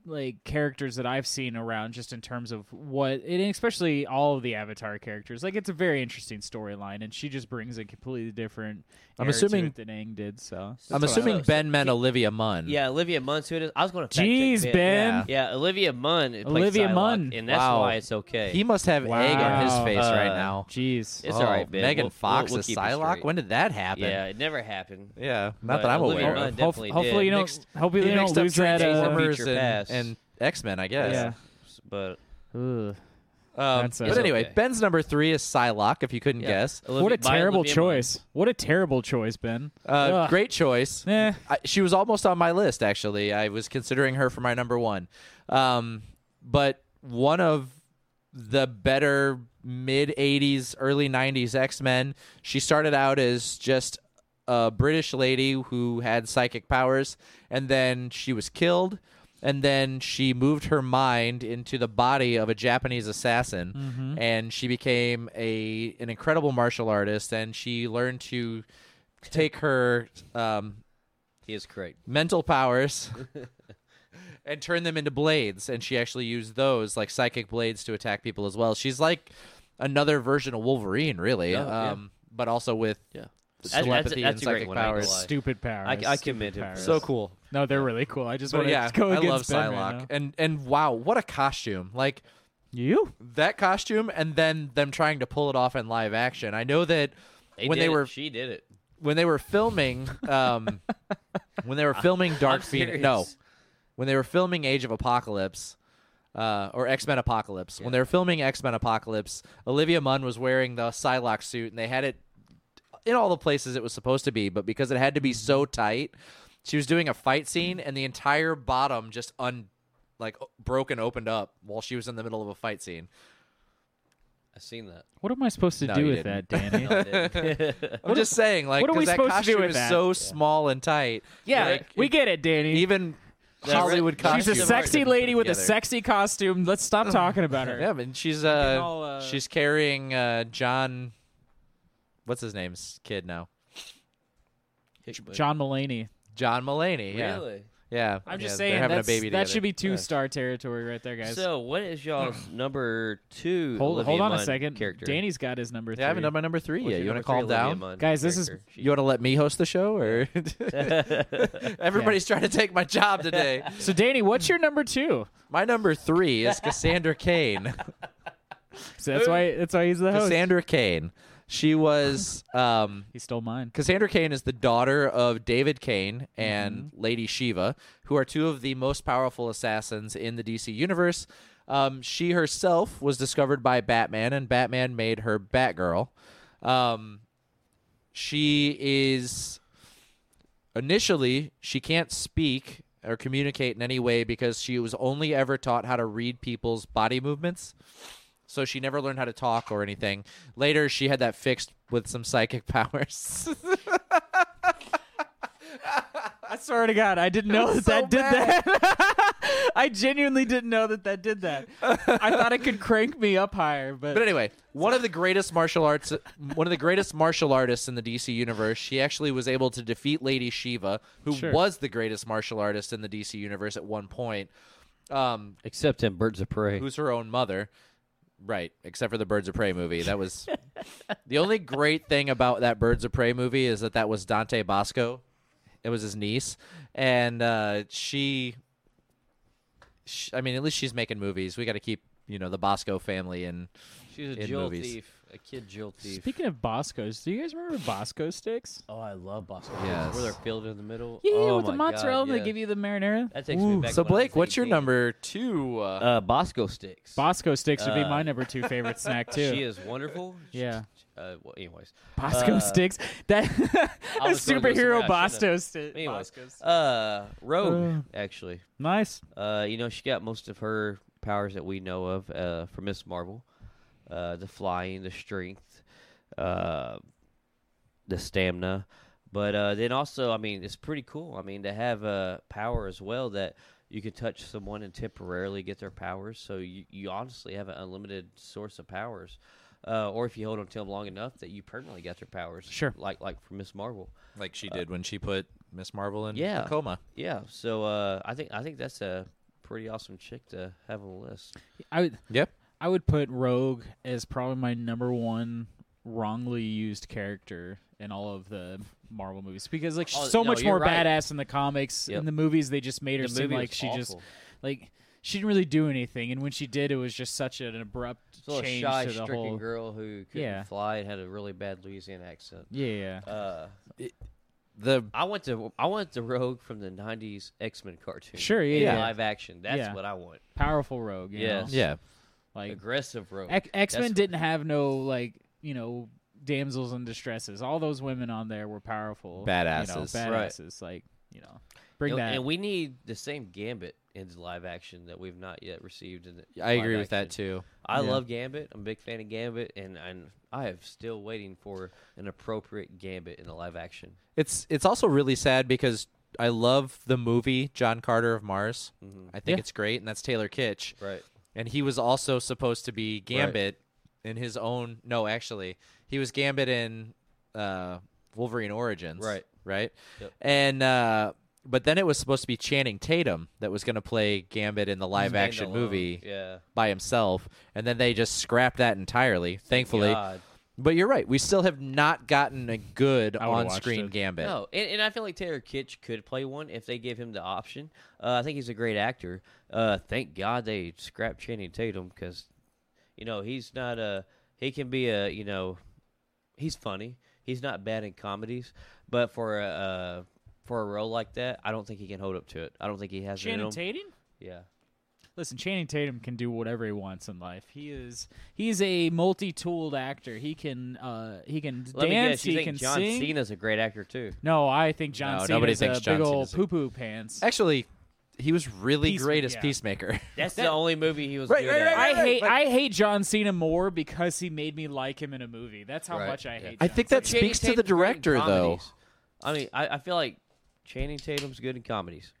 C: like characters that I've seen around. Just in terms of what, and especially all of the Avatar characters, like it's a very interesting storyline, and she just brings a completely different.
A: I'm
C: air to
A: assuming-
C: it than Aang did. So
A: I'm
B: That's what I
A: assuming
B: was-
A: Ben meant Olivia Munn.
B: Yeah, Olivia Munn's who it is. I was going to.
C: Jeez, Ben.
B: Yeah. Olivia Munn. plays
C: Olivia
B: Psylocke,
C: Munn.
B: and that's
A: Wow.
B: why it's okay.
A: He must have
C: Wow.
A: egg on his face
B: Uh,
A: right now.
C: Jeez.
B: it's
A: Oh,
B: all right, Ben.
A: Megan
B: We'll-
A: Fox
B: we'll, we'll
A: is
B: keep it
A: Psylocke.
B: straight.
A: When did that happen?
B: Yeah, it never happened.
A: Yeah, not
B: But
A: that I'm
B: Olivia
A: aware.
B: Munn
A: of.
B: def- definitely
C: hopefully
B: did.
C: you don't.
A: Mixed-
C: hopefully they
A: He
C: don't
A: mixed up
C: lose that. Uh,
A: Transformers
B: feature
A: and,
B: pass.
A: and X Men, I guess.
C: yeah.
B: But
C: Ugh.
A: Um,
C: That's, uh,
A: but anyway,
B: okay.
A: Ben's number three is Psylocke, if you couldn't
B: yeah.
A: guess.
B: Olivia-
C: What a
B: by
C: terrible
B: Olivia Munn.
C: choice. What a terrible choice, Ben.
A: Uh,
C: Ugh.
A: great choice.
C: Eh.
A: I, she was almost on my list, actually. I was considering her for my number one. Um, but one of the better mid 80s, early 90s X Men, she started out as just a British lady who had psychic powers, and then she was killed. And then she moved her mind into the body of a Japanese assassin, and she became a an incredible martial artist. And she learned to take her um,
B: He is correct.
A: mental
B: [LAUGHS]
A: powers and turn them into blades and she actually used those like psychic blades to attack people as well she's like another version of wolverine really
B: Oh, yeah.
A: um but also with
B: Yeah. That's- that's-
A: telepathy
B: that's
A: and
B: a great
A: psychic
B: one, I ain't gonna
A: powers
B: lie.
C: Stupid powers.
B: I, I
C: stupid
B: commend him. for
C: powers.
A: so
B: this.
A: cool
C: No, they're really cool. I just
A: so
C: want to
A: yeah
C: [LAUGHS] go
A: i
C: against
A: love
C: ben
A: psylocke
C: right now.
A: and and wow what a costume like
C: You?
A: that costume and then them trying to pull it off in live action i know that
B: They
A: when
B: did
A: they
B: it.
A: were
B: she did it.
A: when they were filming um when
C: [LAUGHS]
A: they were filming dark phoenix no
B: serious.
A: when they were filming age of apocalypse uh, or X Men Apocalypse. When they were filming X Men Apocalypse, Olivia Munn was wearing the Psylocke suit, and they had it in all the places it was supposed to be, but because it had to be
C: Mm-hmm.
A: so tight, she was doing a fight scene, and the entire bottom just un like o- broken opened up while she was in the middle of a fight scene.
B: I seen that.
C: What am I supposed to
A: No,
C: do
A: you
C: with
A: didn't.
C: that,
A: [LAUGHS]
C: Danny?
B: No, I [LAUGHS]
C: [LAUGHS]
B: didn't.
A: I'm just saying, like,
C: what are we
A: 'cause that
C: supposed to do
A: costume
C: with
A: is
C: that?
A: so small and tight.
C: yeah,
A: Like,
C: we get it, Danny.
A: even
B: That's right.
A: Hollywood
B: She's a
A: costume.
C: She's a
B: costumes are
C: sexy
B: different
C: lady with a
A: together.
C: sexy costume. Let's stop talking about
A: [LAUGHS]
C: her.
A: Yeah, I mean, she's uh,
C: all, uh,
A: she's carrying uh, John. What's his name's kid now?
C: John Mulaney.
A: John Mulaney. Yeah,
B: Really?
A: yeah.
C: I'm
A: yeah,
C: just
A: they're
C: saying
A: having a
C: that's-
A: baby.
C: that
A: together.
C: should be two star territory right there, guys.
B: So, what is y'all's number two?
C: hold,
B: Olivia
C: hold on a
B: Munn
C: second.
B: Character.
C: Danny's got his number three.
A: Yeah, I haven't done my number three
B: What's
A: yet. You
B: your
A: want to
B: number three
A: calm
B: Olivia
A: down?
B: Munn
C: Guys, this is-
B: character? She-
A: You want to let me host the show, or [LAUGHS] everybody's trying to take my job today?
C: So, Danny, what's your number two?
A: My number three
C: [LAUGHS]
A: is Cassandra Kane.
C: Oh, So that's why that's why he's the host.
A: Uh, Cassandra Kane. She was um,
C: He stole mine.
A: Cassandra Kane is the daughter of David Kane and Lady Shiva, who are two of the most powerful assassins in the DC universe. Um, she herself was discovered by Batman, and Batman made her Batgirl. Um, she is initially she can't speak or communicate in any way because she was only ever taught how to read people's body movements. so she never learned how to talk or anything. Later, she had that fixed with some psychic [LAUGHS] powers.
C: I swear to God, I didn't know that
A: so
C: that did that. [LAUGHS] I genuinely didn't know that that did that. I thought it could crank me up higher, but,
A: But anyway, one of the greatest martial arts, one of the greatest martial artists in the DC universe. She actually was able to defeat Lady Shiva, who
C: Sure.
A: was the greatest martial artist in the DC universe at one point. Um,
B: Except in Birds of Prey.
A: who's her own mother, right? Except for the Birds of Prey movie. That was the only great thing about that Birds of Prey movie is that that was Dante Bosco. It was his niece, and uh, she sh I mean, at least she's making movies. We got to keep, you know, the Bosco family and.
B: She's a
A: in
B: Jill
A: movies.
B: thief, a kid Jill thief.
C: speaking of Boscos, do you guys remember Bosco sticks?
B: oh, I love Bosco.
A: Yes.
B: Where they're filled in the middle.
C: Yeah,
B: oh
C: with the
B: my God,
C: mozzarella,
B: yeah.
C: they give you the marinara.
B: That takes me back.
A: So
B: when I was
A: Blake, what's your
B: 18.
A: number two? Uh,
B: Uh, Bosco sticks.
C: Bosco sticks would be
B: Uh,
C: my number two
B: [LAUGHS]
C: favorite snack too.
B: She is wonderful. She-
C: [LAUGHS] Yeah.
B: Uh, well, anyways.
C: Bosco
B: Uh,
C: sticks. That [LAUGHS] a
B: I was gonna go somewhere
C: [LAUGHS] superhero
B: I shouldn't
C: Bosco
B: have.
C: stick.
B: Anyway,
C: Bosco stick.
B: uh, Rogue,
C: Uh.
B: actually.
C: Nice.
B: Uh, you know, she got most of her powers that we know of uh, from Miss Marvel. Uh, the flying, the strength, uh, the stamina. But uh, then also, I mean, it's pretty cool. I mean, to have a power as well that you can touch someone and temporarily get their powers. So you, you honestly have an unlimited source of powers. Uh, or if you hold on to them long enough, that you permanently got your powers.
C: Sure.
B: Like like from Miss Marvel.
A: like she did when she put Miss Marvel in
B: yeah.
A: a coma.
B: Yeah. So uh, I think I think that's a pretty awesome chick to have on the list.
C: I would
A: Yep.
C: I would put Rogue as probably my number one wrongly used character in all of the Marvel movies because like she's
B: Oh,
C: so
B: no,
C: much
B: you're
C: more
B: right.
C: badass in the comics.
B: Yep.
C: In the movies, they just made her
B: The
C: seem
B: movie
C: like
B: was
C: she just
B: awful.
C: like she didn't really do anything, and when she did, it was just such an abrupt
B: It's a little
C: change
B: shy,
C: to the
B: stricken
C: whole.
B: girl who couldn't
C: Yeah.
B: fly and had a really bad Louisiana accent.
C: Yeah, yeah.
B: Uh,
A: The
B: I went to I went to Rogue from the '90s X Men cartoon.
C: Sure, yeah,
B: In
C: yeah.
B: live action. That's
C: Yeah.
B: what I want.
C: powerful Rogue. You
B: Yes.
C: know?
A: yeah.
C: like
B: Aggressive Rogue.
C: X Men
B: That's-
C: didn't have no like you know damsels in distresses. All those women on there were powerful, You know,
A: Badasses.
B: Right.
C: badasses. Like you know, bring
B: and,
C: that.
B: and we need the same Gambit in live action that we've not yet received. In the
A: I
B: live
A: agree with that
B: action.
A: too.
B: I
C: Yeah.
B: love Gambit. I'm a big fan of Gambit, and and I am still waiting for an appropriate Gambit in the live action.
A: It's it's also really sad because I love the movie John Carter of Mars. I think
C: Yeah.
A: it's great, and that's Taylor Kitsch,
B: Right.
A: and he was also supposed to be Gambit in his own. No, actually, he was Gambit in uh, Wolverine Origins.
B: Right.
A: Right.
B: Yep.
A: And uh, but then it was supposed to be Channing Tatum that was going to play Gambit in the live action
B: Standalone.
A: movie.
B: Yeah.
A: by himself, and then they just scrapped that entirely, thankfully.
B: God.
A: But you're right; we still have not gotten a good
C: I would've
A: on-screen
C: watched it.
A: Gambit.
B: No, and, and I feel like Taylor Kitsch could play one if they give him the option. Uh, I think he's a great actor. Uh, thank God they scrapped Channing Tatum because, you know, he's not a. He can be a. You know, he's funny. He's not bad in comedies, but for a uh, for a role like that, I don't think he can hold up to it. I don't think he has it in him.
C: Channing Tatum.
B: Yeah.
C: Listen, Channing Tatum can do whatever he wants in life. He is he's a multi-tooled actor. He can uh he can
B: Let me
C: dance.
B: guess. You
C: he
B: think
C: can
B: John
C: sing.
B: Cena's a great actor too?
C: No, I think
A: No,
C: John Cena
A: nobody
C: is
A: thinks
C: a
A: John
C: big
A: Cena's
C: old
A: a-
C: poo-poo pants.
A: Actually, he was really
C: Peacema-
A: great as
C: yeah.
A: Peacemaker.
B: That's the only movie he was
A: Right,
B: good
A: right,
B: at.
A: right,
C: I
A: right.
C: hate
A: like-
C: I hate John Cena more because he made me like him in a movie. That's how
B: Right,
C: much I
B: yeah.
C: hate.
A: I
C: John
A: think
C: Cena.
A: that speaks to the
B: Channing Tatum's great in
A: director, though.
B: comedies. I mean, I, I feel like Channing Tatum's good in comedies.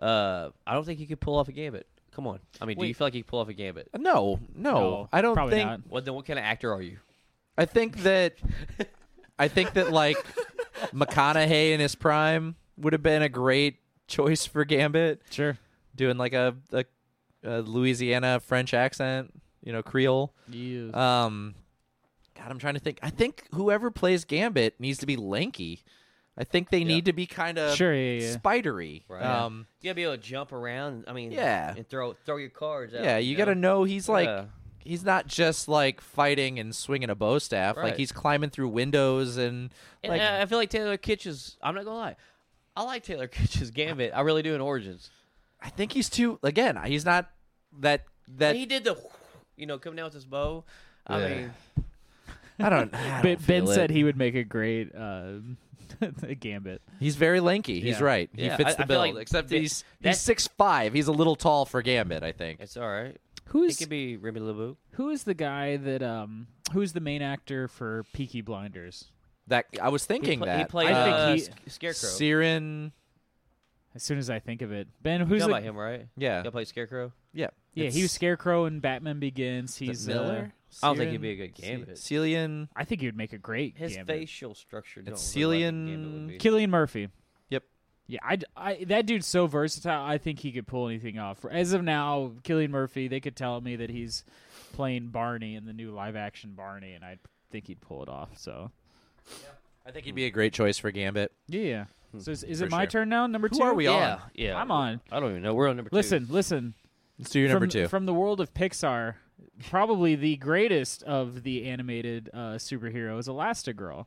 B: Uh, I don't think he could pull off a gambit. Come on. I mean, do you
C: Wait.
B: feel like he could pull off a gambit?
A: No, no,
C: No,
A: I don't
C: probably
A: think.
C: not.
B: Well, then what kind of actor are you?
A: I think that. I think that
C: [LAUGHS]
A: like McConaughey in his prime would have been a great choice for Gambit,
C: sure.
A: doing like a, a, a Louisiana French accent, you know, Creole. Um, God, I'm trying to think. I think whoever plays Gambit needs to be lanky. I think they need to be kind of
C: Uh, Sure, yeah, yeah.
A: spidery.
B: Right.
A: Um,
B: You gotta be able to jump around. I mean,
A: Yeah.
B: and throw throw your cards.
A: yeah,
B: Out,
A: you, gotta
B: know?
A: know he's like
B: Yeah.
A: he's not just like fighting and swinging a bow staff. Like
B: Right.
A: he's climbing through windows and
B: And
A: like
B: I I feel like Taylor Kitsch is. I'm not gonna lie. I like Taylor [LAUGHS] Kitsch's gambit. I really do in Origins.
A: I think he's too. Again, he's not that that.
B: he did the, you know, coming out with his bow. I
A: Yeah.
B: mean,
A: I don't.
B: [LAUGHS]
A: I
C: Ben,
A: don't
C: ben
A: feel
C: said
A: it.
C: he would make a great uh, [LAUGHS] gambit.
A: he's very lanky. He's
C: Yeah.
A: right. he
B: Yeah,
A: fits
B: I-
A: the
B: I feel
A: bill.
B: like
A: except
B: thi-
A: he's he's
B: that's-
A: six five. He's a little tall for Gambit. I think.
B: it's all right. It
C: Who's
B: could be Remy LeBou.
C: Who is the guy that um? Who's the main actor for Peaky Blinders?
A: That I was thinking
B: he, pla-
A: that
B: he played
C: I think
B: uh,
C: he-
B: Sc- Scarecrow.
A: Siren.
C: As soon as I think of it, Ben,
B: you
C: who's
B: know
C: the,
B: about him, right?
A: Yeah,
B: He played Scarecrow.
A: yeah,
C: Yeah, he was Scarecrow in Batman Begins.
A: Is it
C: He's
A: Miller.
B: I don't think he'd
A: Ciaran?
B: be a good Gambit.
A: Ce- Cillian.
C: Uh, I think he would make a great
B: His
C: Gambit.
B: facial structure. Don't
A: It's
B: look like a
A: Cillian-
B: Gambit would be.
C: Killian Murphy.
A: Yep.
C: Yeah, I, I that dude's so versatile. I think he could pull anything off. As of now, Killian Murphy, they could tell me that he's playing Barney in the new live action Barney, and I think he'd pull it off. So
A: I think he'd be a great choice for Gambit.
C: yeah. So is, is
A: Hmm. For
C: it my
A: sure.
C: turn now? Number
A: Who
C: two.
A: are we on?
B: yeah, yeah.
C: I'm on.
B: I don't even know. We're on number two.
C: Listen, listen.
A: Let's do your
C: from,
A: number two.
C: from the world of Pixar, probably the greatest of the animated uh, superheroes, Elastigirl.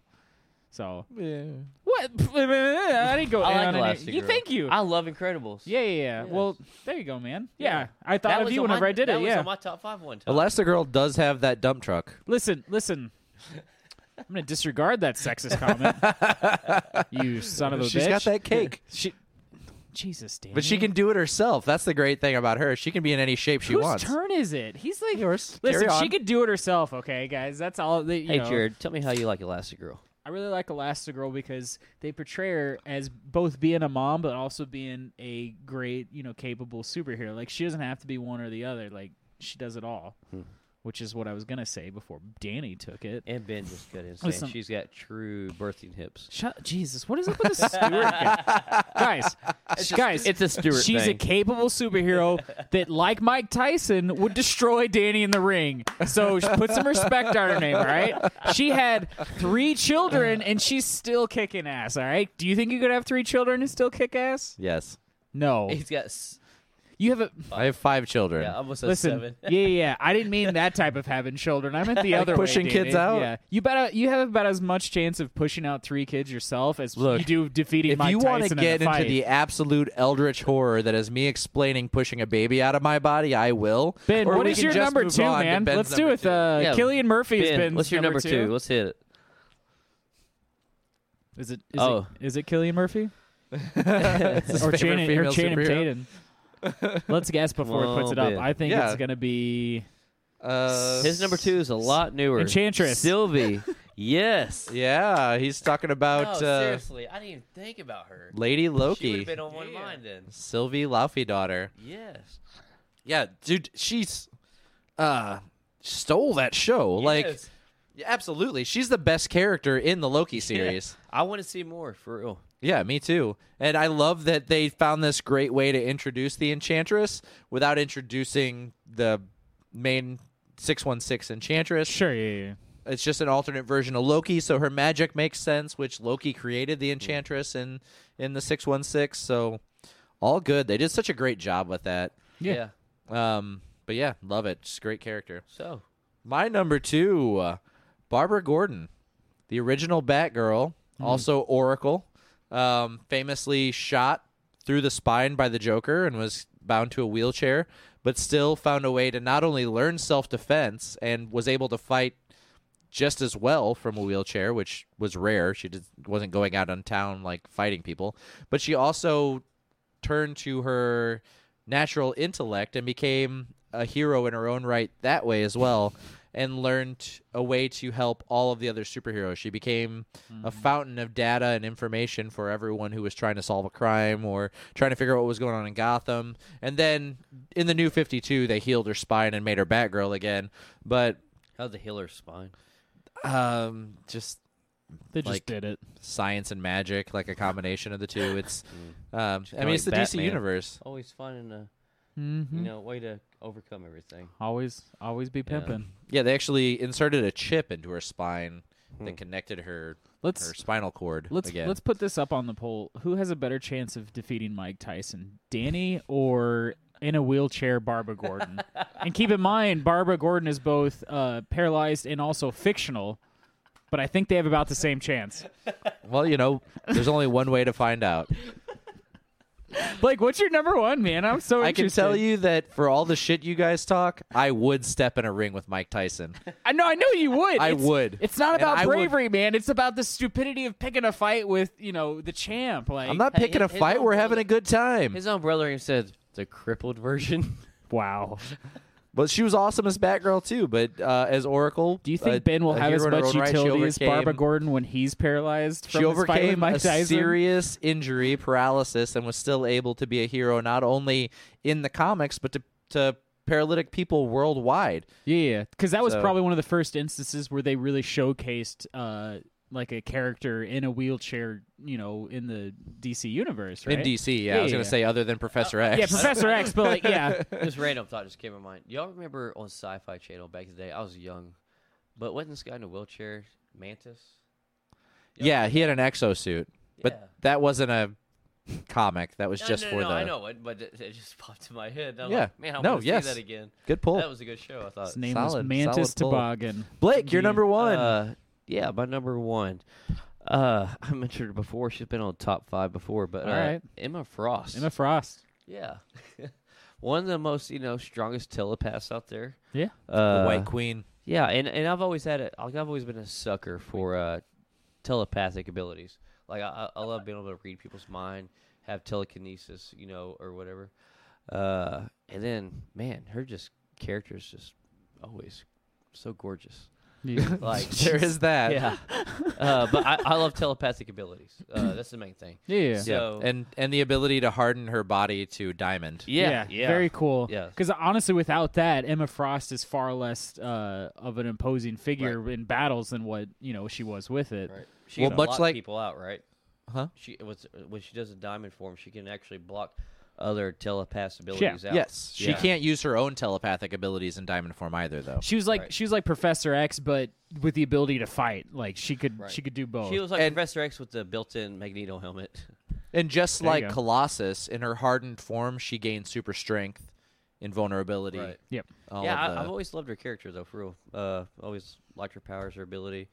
C: So what? [LAUGHS] I didn't go.
B: I like
C: in on any- You
B: Elastigirl.
C: thank you.
B: I love Incredibles.
C: yeah, yeah, yeah.
B: Yes.
C: Well, there you go, man. Yeah,
B: Yeah.
C: I thought
B: that
C: of
B: was
C: you
B: on
C: whenever
B: my,
C: I did
B: that
C: it.
B: was
C: Yeah.
B: on my top five one time.
A: Elastigirl does have that dump truck.
C: listen, listen. I'm gonna disregard that sexist comment. you son of a
A: She's
C: bitch.
A: got that cake.
C: She, Jesus, damn.
A: But she
C: it.
A: can do it herself. That's the great thing about her. She can be in any shape she
C: Whose
A: wants.
C: turn is it? He's like
A: Yours.
C: Listen,
A: Carry on.
C: she could do it herself. Okay, guys. That's all. That, you
B: Hey
C: know.
B: Jared, tell me how you like Elastigirl.
C: I really like Elastigirl because they portray her as both being a mom but also being a great, you know, capable superhero. Like she doesn't have to be one or the other. Like she does it all.
B: Hmm.
C: Which is what I was gonna say before Danny took it.
B: And Ben just cut in saying
C: Listen.
B: she's got true birthing hips.
C: Shut Jesus, what is up
B: [LAUGHS]
C: with this Stewart guy? Guys, guys,
B: It's a Stewart
C: She's a
B: thing.
A: [LAUGHS]
C: capable superhero that, like Mike Tyson, would destroy Danny in the ring. So sh- put some respect on her name, all right? She had three children and she's still kicking ass, all right? Do you think you could have three children and still kick ass?
A: Yes.
C: No.
B: He's got s-
C: You have a.
A: I have five children.
B: yeah, almost a
C: Listen,
B: seven.
C: yeah, yeah, yeah. I didn't mean that type of having children.
A: [LAUGHS]
C: I meant the other
A: Pushing
C: way,
A: kids
C: Danny.
A: out?
C: Yeah, you about you have about as much chance of pushing out three kids yourself as
A: Look,
C: you do defeating
A: if
C: Mike
A: you want to
C: Tyson in
A: get
C: a
A: into
C: fight.
A: the absolute eldritch horror that is me explaining pushing a baby out of my body, I will.
C: Ben,
A: Or
C: what
A: we
C: is
A: can
C: your
A: just
C: number
A: move
C: two,
A: on to
C: man?
A: Ben's
C: Let's do
A: number
C: it.
A: two.
C: Uh,
B: Yeah.
C: Killian Murphy has
B: ben,
C: been.
B: what's your number, two? Let's hit it.
C: Is it is,
B: Oh.
C: it is it Killian [LAUGHS] Murphy [LAUGHS]
A: It's [LAUGHS] his
C: or
A: favorite
C: Channing or
A: female
C: Channing
A: superhero.
C: Tatum? [LAUGHS] Let's guess before it puts it up.
B: Well, Ben.
C: I think
A: Yeah.
C: it's gonna be
A: Uh,
B: His number two is a lot newer.
C: Enchantress. [LAUGHS]
B: Sylvie. yes.
A: Yeah, he's talking about uh,
B: Oh, I didn't even think about her.
A: Lady Loki,
B: on one mind then.
A: Sylvie Laufey daughter.
B: Yes.
A: Yeah, dude, she's uh stole that show. Like, yeah, absolutely, she's the best character in the Loki series.
B: I want to see more for real.
A: Yeah, me too. And I love that they found this great way to introduce the Enchantress without introducing the main 616 Enchantress.
C: sure. Yeah, yeah.
A: It's just an alternate version of Loki, so her magic makes sense, which Loki created the Enchantress in in the 616, so all good. They did such a great job with that.
C: Yeah.
A: Um but yeah, love it. Just great character.
B: So
A: My number 2, uh, Barbara Gordon, the original Batgirl, also Oracle, um, famously shot through the spine by the Joker and was bound to a wheelchair, but still found a way to not only learn self defense and was able to fight just as well from a wheelchair, which was rare. She did, wasn't going out on town like fighting people, but she also turned to her natural intellect and became a hero in her own right that way as well and learned a way to help all of the other superheroes. She became a
B: Mm-hmm.
A: fountain of data and information for everyone who was trying to solve a crime or trying to figure out what was going on in Gotham. And then in the new 52 they healed her spine and made her Batgirl again, but
B: how's the healer spine?
A: um just
C: They just
A: Like-
C: did it.
A: science and magic like a combination of the two. It's um I
B: kinda
A: mean it's the
B: Mm. like
A: DC
B: Batman.
A: universe.
B: Always finding a
C: Mm-hmm.
B: you know way to overcome everything.
C: Always, always be
B: Yeah.
C: pimping.
A: Yeah, they actually inserted a chip into her spine
B: Hmm.
A: that connected her her
C: Let's
A: spinal cord
C: let's
A: again.
C: let's put this up on the poll. Who has a better chance of defeating Mike Tyson, Danny or in a wheelchair Barbara Gordon? and keep in mind, Barbara Gordon is both uh, paralyzed and also fictional, but I think they have about the same chance.
A: well, you know, there's only one way to find
C: [LAUGHS]
A: out.
C: Blake, what's your number one, man? I'm so
A: I can
C: interested.
A: tell you that for all the shit you guys talk, I would step in a ring with Mike
C: [LAUGHS]
A: Tyson.
C: I know, I know you would.
A: I
C: It's-
A: would.
C: It's not
A: And I
C: about
A: would-
C: bravery, man. It's about the stupidity of picking a fight with you know the champ. Like
A: I'm not
B: Hey,
A: picking a
B: his- his
A: fight.
B: own
A: We're
B: brother-
A: having a good time.
B: [LAUGHS] His own brother even said the crippled version.
C: wow.
A: But she was awesome as Batgirl too. But uh, as Oracle,
C: Do you think
A: a-
C: Ben will
A: a
C: have as
A: hero in her
C: much
A: own right, she
C: utility as Barbara
A: overcame-
C: Gordon when he's paralyzed from
A: She
C: his fight with
A: overcame
C: Mike
A: a
C: Tyson?
A: serious injury, paralysis, and was still able to be a hero not only in the comics but to, to paralytic people worldwide.
C: Yeah, yeah, because that was
A: So-
C: probably one of the first instances where they really showcased uh, like a character in a wheelchair, you know, in the DC universe, right?
A: In DC, yeah, I
C: Yeah,
A: was gonna
C: yeah. Uh,
A: say other than Professor X.
C: Yeah, Professor X, but like, yeah,
B: This random thought just came to mind. Y'all remember on Sci-Fi Channel back in the day? I was young, but wasn't this guy in a wheelchair? Mantis.
A: [LAUGHS] Yeah, he had an exosuit, but
B: Yeah.
A: that wasn't a comic. That was
B: No,
A: just
B: no, no,
A: for
B: no,
A: the
B: I know it, but it, it just popped in my head. and I'm
A: Yeah.
B: like, man, I
A: No,
B: want to
A: yes.
B: see that again.
A: good pull.
B: That was a good show. I thought.
C: his name was
A: Solid-
C: Mantis
A: solid pull.
C: Toboggan.
A: Blake, you're
C: Yeah.
A: number one.
B: Uh, yeah, my number one. Uh, [LAUGHS] I mentioned her before. She's been on top five before, but
C: All
B: uh,
C: right.
B: Emma Frost.
C: Emma Frost.
B: yeah, [LAUGHS] one of the most you know strongest telepaths out there.
C: Yeah.
A: the
B: Uh,
A: White Queen.
B: Yeah, and, and I've always had a, like I've always been a sucker for uh, telepathic abilities. Like I, I I love being able to read people's mind, have telekinesis, you know, or whatever. Uh, and then man, her just character is just always so gorgeous.
C: [LAUGHS]
B: Like
A: [LAUGHS] There is that.
B: [LAUGHS] yeah, uh, but I, I love telepathic abilities. Uh, that's the main thing.
C: yeah.
A: Yeah.
B: So-
A: and and the ability to harden her body to diamond.
B: Yeah, yeah,
C: very cool.
B: Yeah.
C: because honestly, without that, Emma Frost is far less uh, of an imposing figure in battles than what you know she was with it.
B: Right. She
A: Well,
B: can
A: much
B: block
A: like-
B: people out, right?
A: Huh?
B: She was uh, when she does a diamond form, she can actually block other telepath abilities out.
A: Yes, she
B: Yeah.
A: can't use her own telepathic abilities in diamond form either, though.
C: She was like
B: Right.
C: she was like Professor X, but with the ability to fight. Like she could
B: Right.
C: she could do both.
B: She was like
A: And-
B: Professor X with the built-in Magneto helmet.
A: And just
C: There you
A: like
C: go.
A: Colossus, in her hardened form, she gains super strength, invulnerability.
B: Right.
C: yep.
A: all
B: yeah,
A: of
B: I,
A: the-
B: I've always loved her character though, for real. Uh, always liked her powers, her ability.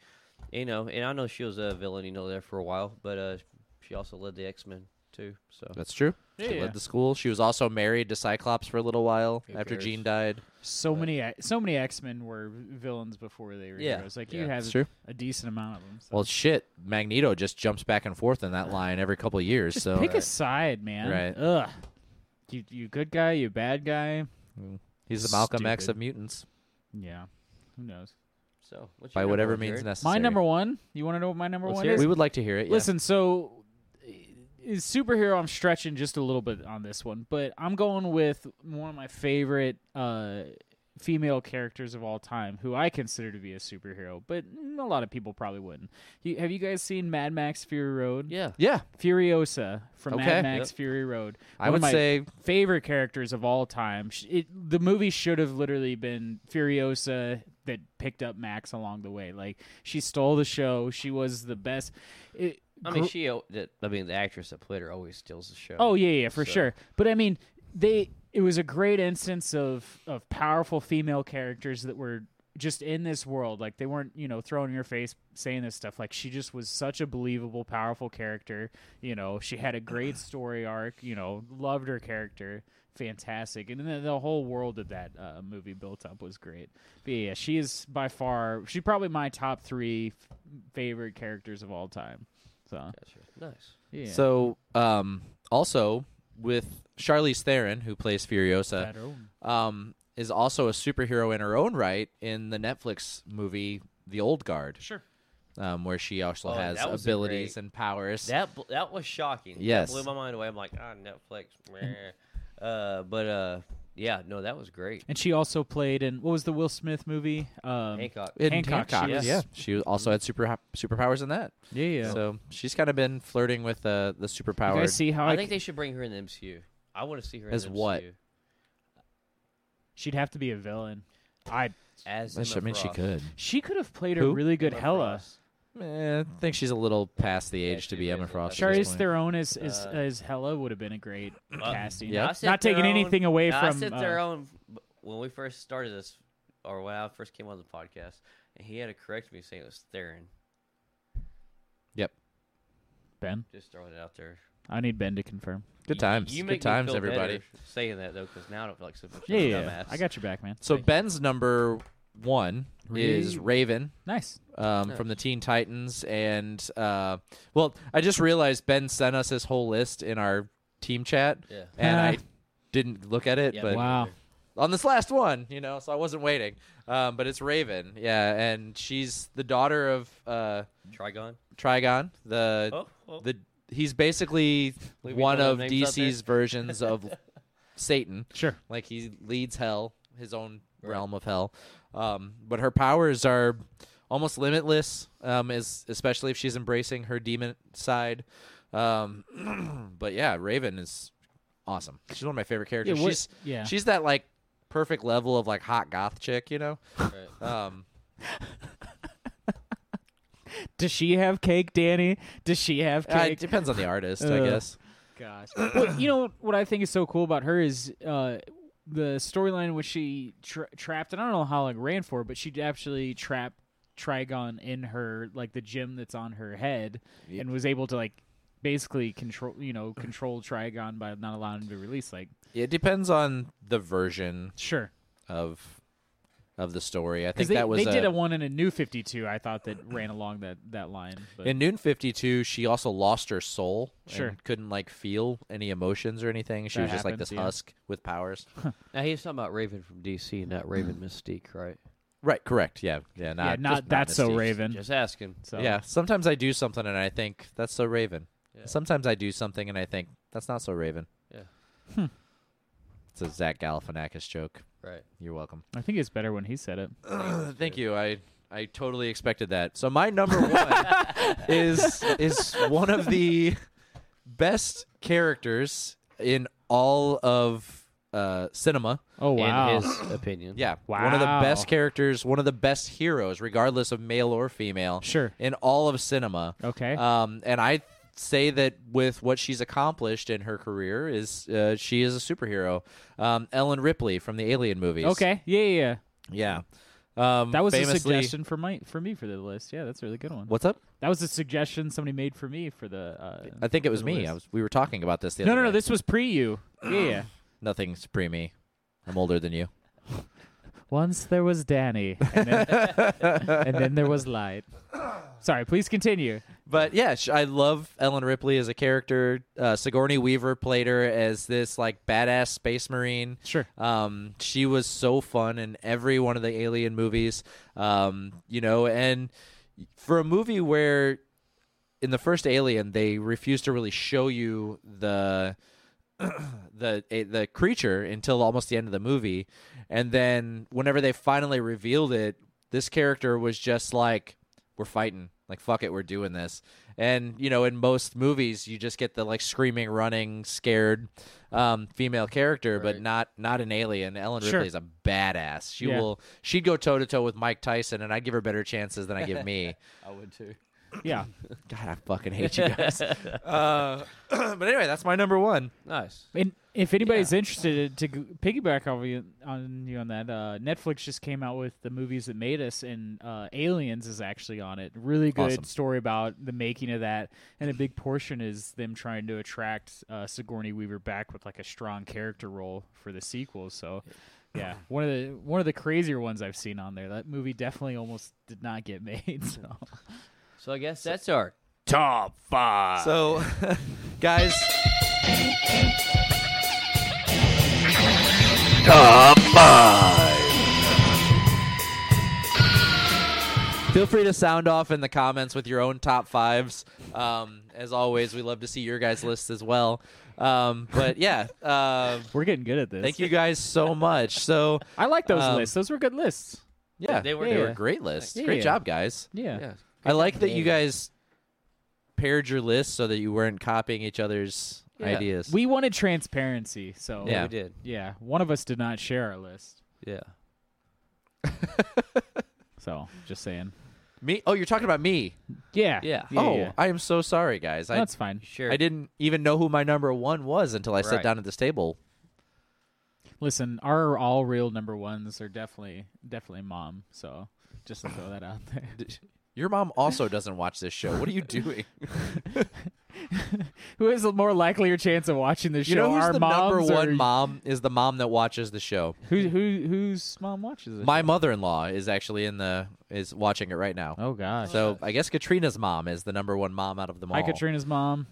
B: You know, and I know she was a villain, you know, there for a while, but uh, she also led the X-Men too. So
A: That's true.
C: Yeah,
A: she
C: yeah.
A: led the school. She was also married to Cyclops for a little while
B: Who
A: after
B: cares?
A: Jean died.
C: So
B: But-
C: many so many X Men were villains before they were
B: Yeah.
C: heroes. Like
B: Yeah.
C: you have
A: That's true.
C: a decent amount of them. So.
A: Well, shit, Magneto just jumps back and forth in that line every couple of years.
C: just
A: so uh,
C: pick a side, man.
A: Right.
C: Ugh. You you good guy, you bad guy.
A: he's the Malcolm X
C: Stupid.
A: of mutants
C: Yeah. Who knows?
B: so what's
A: by
B: your number
A: whatever
B: one,
A: means
B: Jared?
A: necessary.
C: My number one. You want to know what my number
B: Let's
C: one
B: hear
C: is?
B: it.
A: We would like to hear it. yeah.
C: Listen, so eh, is superhero. I'm stretching just a little bit on this one, but I'm going with one of my favorite uh, female characters of all time, who I consider to be a superhero, but mm, a lot of people probably wouldn't. You, have you guys seen Mad Max Fury Road?
B: Yeah.
A: Yeah,
C: Furiosa from
A: Okay.
C: Mad Max
B: Yep.
C: Fury Road.
A: I
C: One of
A: would
C: my
A: say-
C: favorite characters of all time. Sh- It, the movie should have literally been Furiosa that picked up Max along the way. Like she stole the show. She was the best. It,
B: I mean, she. o- The, I mean, the actress that played her always steals the show.
C: Oh yeah, yeah, for
B: So-
C: sure. But I mean, they it was a great instance of of powerful female characters that were just in this world. Like they weren't, you know, throwing in your face saying this stuff. Like she just was such a believable, powerful character. You know, she had a great story arc. You know, loved her character. Fantastic, and then the whole world of that uh, movie built up was great. But yeah, she is by far, she's probably my top three f- favorite characters of all time. So
B: Gotcha. Nice.
C: yeah,
A: So, um, also with Charlize Theron, who plays Furiosa,
C: Better.
A: um, is also a superhero in her own right in the Netflix movie The Old Guard,
C: sure.
A: um, where she also
B: Oh,
A: has
B: that was a
A: abilities
B: great-
A: and powers.
B: That bl- that was shocking. That
A: Yes.
B: blew my mind away. I'm like, ah, Netflix.
C: [LAUGHS]
B: meh." uh, but uh, yeah, no, that was great.
C: And she also played in what was the Will Smith movie? Um,
B: Hancock.
A: in
C: Hancock, she is.
A: yeah, she also had super superpowers in that.
C: yeah, yeah.
A: So she's kind of been flirting with uh, the
C: you
A: superpower.
C: guys see how I,
B: I think they should bring her in the MCU. I want to see her in
A: As
B: the
A: what?
B: MCU.
C: she'd have to be a villain. I
B: As
A: I
B: Emma
A: mean, she
B: Frost.
A: could.
C: she could have played a
A: Who?
C: really good
B: Emma
C: Hella.
B: Frost.
A: Eh, I think she's a little past the
B: Yeah,
A: age to
B: she
A: be Emma
B: is a
A: Frost.
B: little
A: at this
C: Charlize
A: point.
C: Theron as as,
B: Uh,
C: as Hella would have been a great casting.
A: yeah.
B: I
C: Not,
B: sent
C: not taking
B: their own-
C: anything away
B: no, I
C: from.
B: sent
C: uh,
B: their own. When we first started this, or when I first came on the podcast, and he had to correct me saying it was Theron.
A: Yep.
C: Ben,
B: Just throwing it out there.
C: I need Ben to confirm.
A: Good
B: You-
A: times.
B: You, make me
A: Good times,
B: feel
A: everybody.
B: better Saying that though, because now I don't feel like so much of
C: Yeah,
B: a
C: yeah, yeah.
B: dumbass.
C: I got your back, man.
A: So Ben's number one is
C: Ra-
A: Raven.
C: Nice.
A: um,
B: Nice.
A: from the Teen Titans, and uh, well, I just realized Ben sent us his whole list in our team chat,
B: Yeah.
A: and
C: Ah.
A: I didn't look at it,
B: Yeah,
A: but
B: me
C: Wow.
B: neither.
A: on this last one, you know, so I wasn't waiting. Um, but it's Raven, yeah, and she's the daughter of uh,
B: Trigon.
A: Trigon. The
B: Oh, oh.
A: the he's basically
B: Leave me
A: one
B: no
A: of
B: names out there.
A: DC's versions
B: [LAUGHS]
A: of Satan.
C: Sure.
A: Like he leads hell, his own
B: Right.
A: realm of hell. Um, but her powers are almost limitless, um, is especially if she's embracing her demon side. Um, [CLEARS THROAT] but yeah, Raven is awesome. She's one of my favorite characters.
C: Yeah, what-
A: she's
C: yeah.
A: she's that like perfect level of like hot goth chick, you
C: [LAUGHS]
A: know.
B: Right.
A: Um,
C: Does she have cake, Danny? Does she have
A: uh,
C: cake?
A: it depends on the artist, I
C: Ugh.
A: guess.
C: Gosh. well, you know what I think is so cool about her is uh, the storyline in which she tra- trapped, and I don't know how long it ran for, but she actually trapped Trigon in her like the gem that's on her head, and was able to like basically control, you know, control Trigon by not allowing him to release. Like,
A: It depends on the version
C: sure,
A: of of the story. I think
C: because they,
A: that was
C: they did
A: a-
C: a one in a New Fifty Two. I thought that ran along that that line. But
A: in Noon 52, she also lost her soul.
C: Sure.
A: And couldn't like feel any emotions or anything. She
C: That
A: was just like
C: happens,
A: this
C: yeah.
A: husk with powers.
B: Now he's talking about Raven from DC, not Raven
C: Mm.
B: Mystique, right?
A: right, correct. Yeah. Yeah, not,
C: yeah,
A: just
C: not that's so
A: Mystique.
C: Raven.
B: Just asking.
C: so
A: Yeah, sometimes I do something and I think that's so Raven.
B: Yeah.
A: Sometimes I do something and I think that's not so Raven.
B: Yeah.
A: It's a Zach Galifianakis joke.
B: Right.
A: You're welcome.
C: I think it's better when he said it.
A: [CLEARS THROAT] Thank you. I I totally expected that. So my number one is is one of the best characters in all of uh, cinema.
C: Oh wow.
B: In his opinion.
A: Yeah, one of the best
C: Wow.
A: characters, one of the best heroes, regardless of male or female.
C: Sure.
A: In all of cinema.
C: Okay.
A: Um, and I say that with what she's accomplished in her career is uh, she is a superhero. Um, Ellen Ripley from the Alien movies.
C: okay. Yeah, yeah. yeah.
A: Yeah. Um,
C: That was
A: famously-
C: a suggestion for my for me for the list. Yeah, that's a really good one.
A: What's up?
C: That was a suggestion somebody made for me for the. Uh,
A: I think it was
C: the
A: me.
C: list.
A: I was. We were talking about this the
C: no,
A: other
C: no, no.
A: day.
C: This was pre you. Yeah, [CLEARS THROAT] yeah.
A: Nothing's pre me. I'm older than you.
C: Once there was Danny, and [LAUGHS] then, and then there was Light. Sorry, please continue.
A: But yeah, sh- I love Ellen Ripley as a character. Uh, Sigourney Weaver played her as this like badass space marine.
C: Sure.
A: Um, she was so fun in every one of the Alien movies. Um, you know, and for a movie where in the first Alien they refused to really show you the [CLEARS THROAT] the eh, the creature until almost the end of the movie, and then whenever they finally revealed it, this character was just like, "We're fighting, like fuck it, we're doing this." And you know, in most movies, you just get the like screaming, running, scared um, female character, but
B: Right.
A: not not an alien. Ellen
C: Sure.
A: Ripley is a badass. She
C: Yeah.
A: will she'd go toe to toe with Mike Tyson, and I'd give her better chances than I
C: [LAUGHS]
A: give me.
B: I would too.
C: Yeah.
A: God, I fucking hate you
D: [LAUGHS]
A: guys. uh, [CLEARS THROAT] but anyway, that's my number one.
B: Nice.
C: And if anybody's interested uh, to g- piggyback off you, on you on that, uh, Netflix just came out with the movies that made us, and uh, Aliens is actually on it. Really good
A: Awesome.
C: story about the making of that, and a big portion is them trying to attract uh, Sigourney Weaver back with like a strong character role for the sequel. So, yeah,
A: [LAUGHS]
C: one of the one of the crazier ones I've seen on there. That movie definitely almost did not get [LAUGHS] made. So,
B: So I guess that's our
D: Top five.
A: So, [LAUGHS] guys,
D: Top five.
A: feel free to sound off in the comments with your own top fives. Um, as always, we love to see your guys' lists as well. Um,
D: [LAUGHS]
A: but yeah, uh,
C: we're getting good at this.
A: thank you guys so much. So
C: I like those
A: Um,
C: lists. Those were good lists.
A: yeah,
B: They were-
A: they were
C: yeah.
A: great lists.
C: Yeah,
A: great
C: yeah.
A: job, guys.
C: Yeah.
B: yeah.
A: I like that you
B: Yeah.
A: guys paired your lists so that you weren't copying each other's
B: Yeah.
A: ideas.
C: We wanted transparency, so
A: Yeah.
B: We did.
C: Yeah, one of us did not share our list.
B: Yeah.
C: So, just saying.
A: me? Oh, you're talking about me?
C: Yeah.
B: Yeah.
A: oh,
C: yeah.
A: I am so sorry, guys. I
C: that's fine.
B: Sure.
A: I didn't even know who my number one was until I sat
B: Right.
A: down at this table.
C: Listen, our all real number ones are definitely definitely mom. So, just to throw that out there.
A: Your mom also doesn't watch this show. What are you
B: [LAUGHS]
A: doing?
C: [LAUGHS] Who has a more likelier chance of watching this
A: you
C: show?
A: know who's
C: our
A: the number
C: moms
A: one
C: or-
A: mom is the mom that watches the show.
C: Who who whose mom watches it?
A: My mother-in-law is actually in the is watching it right now.
C: Oh gosh.
A: So I guess Katrina's mom is the number one mom out of them all.
C: Hi Katrina's mom.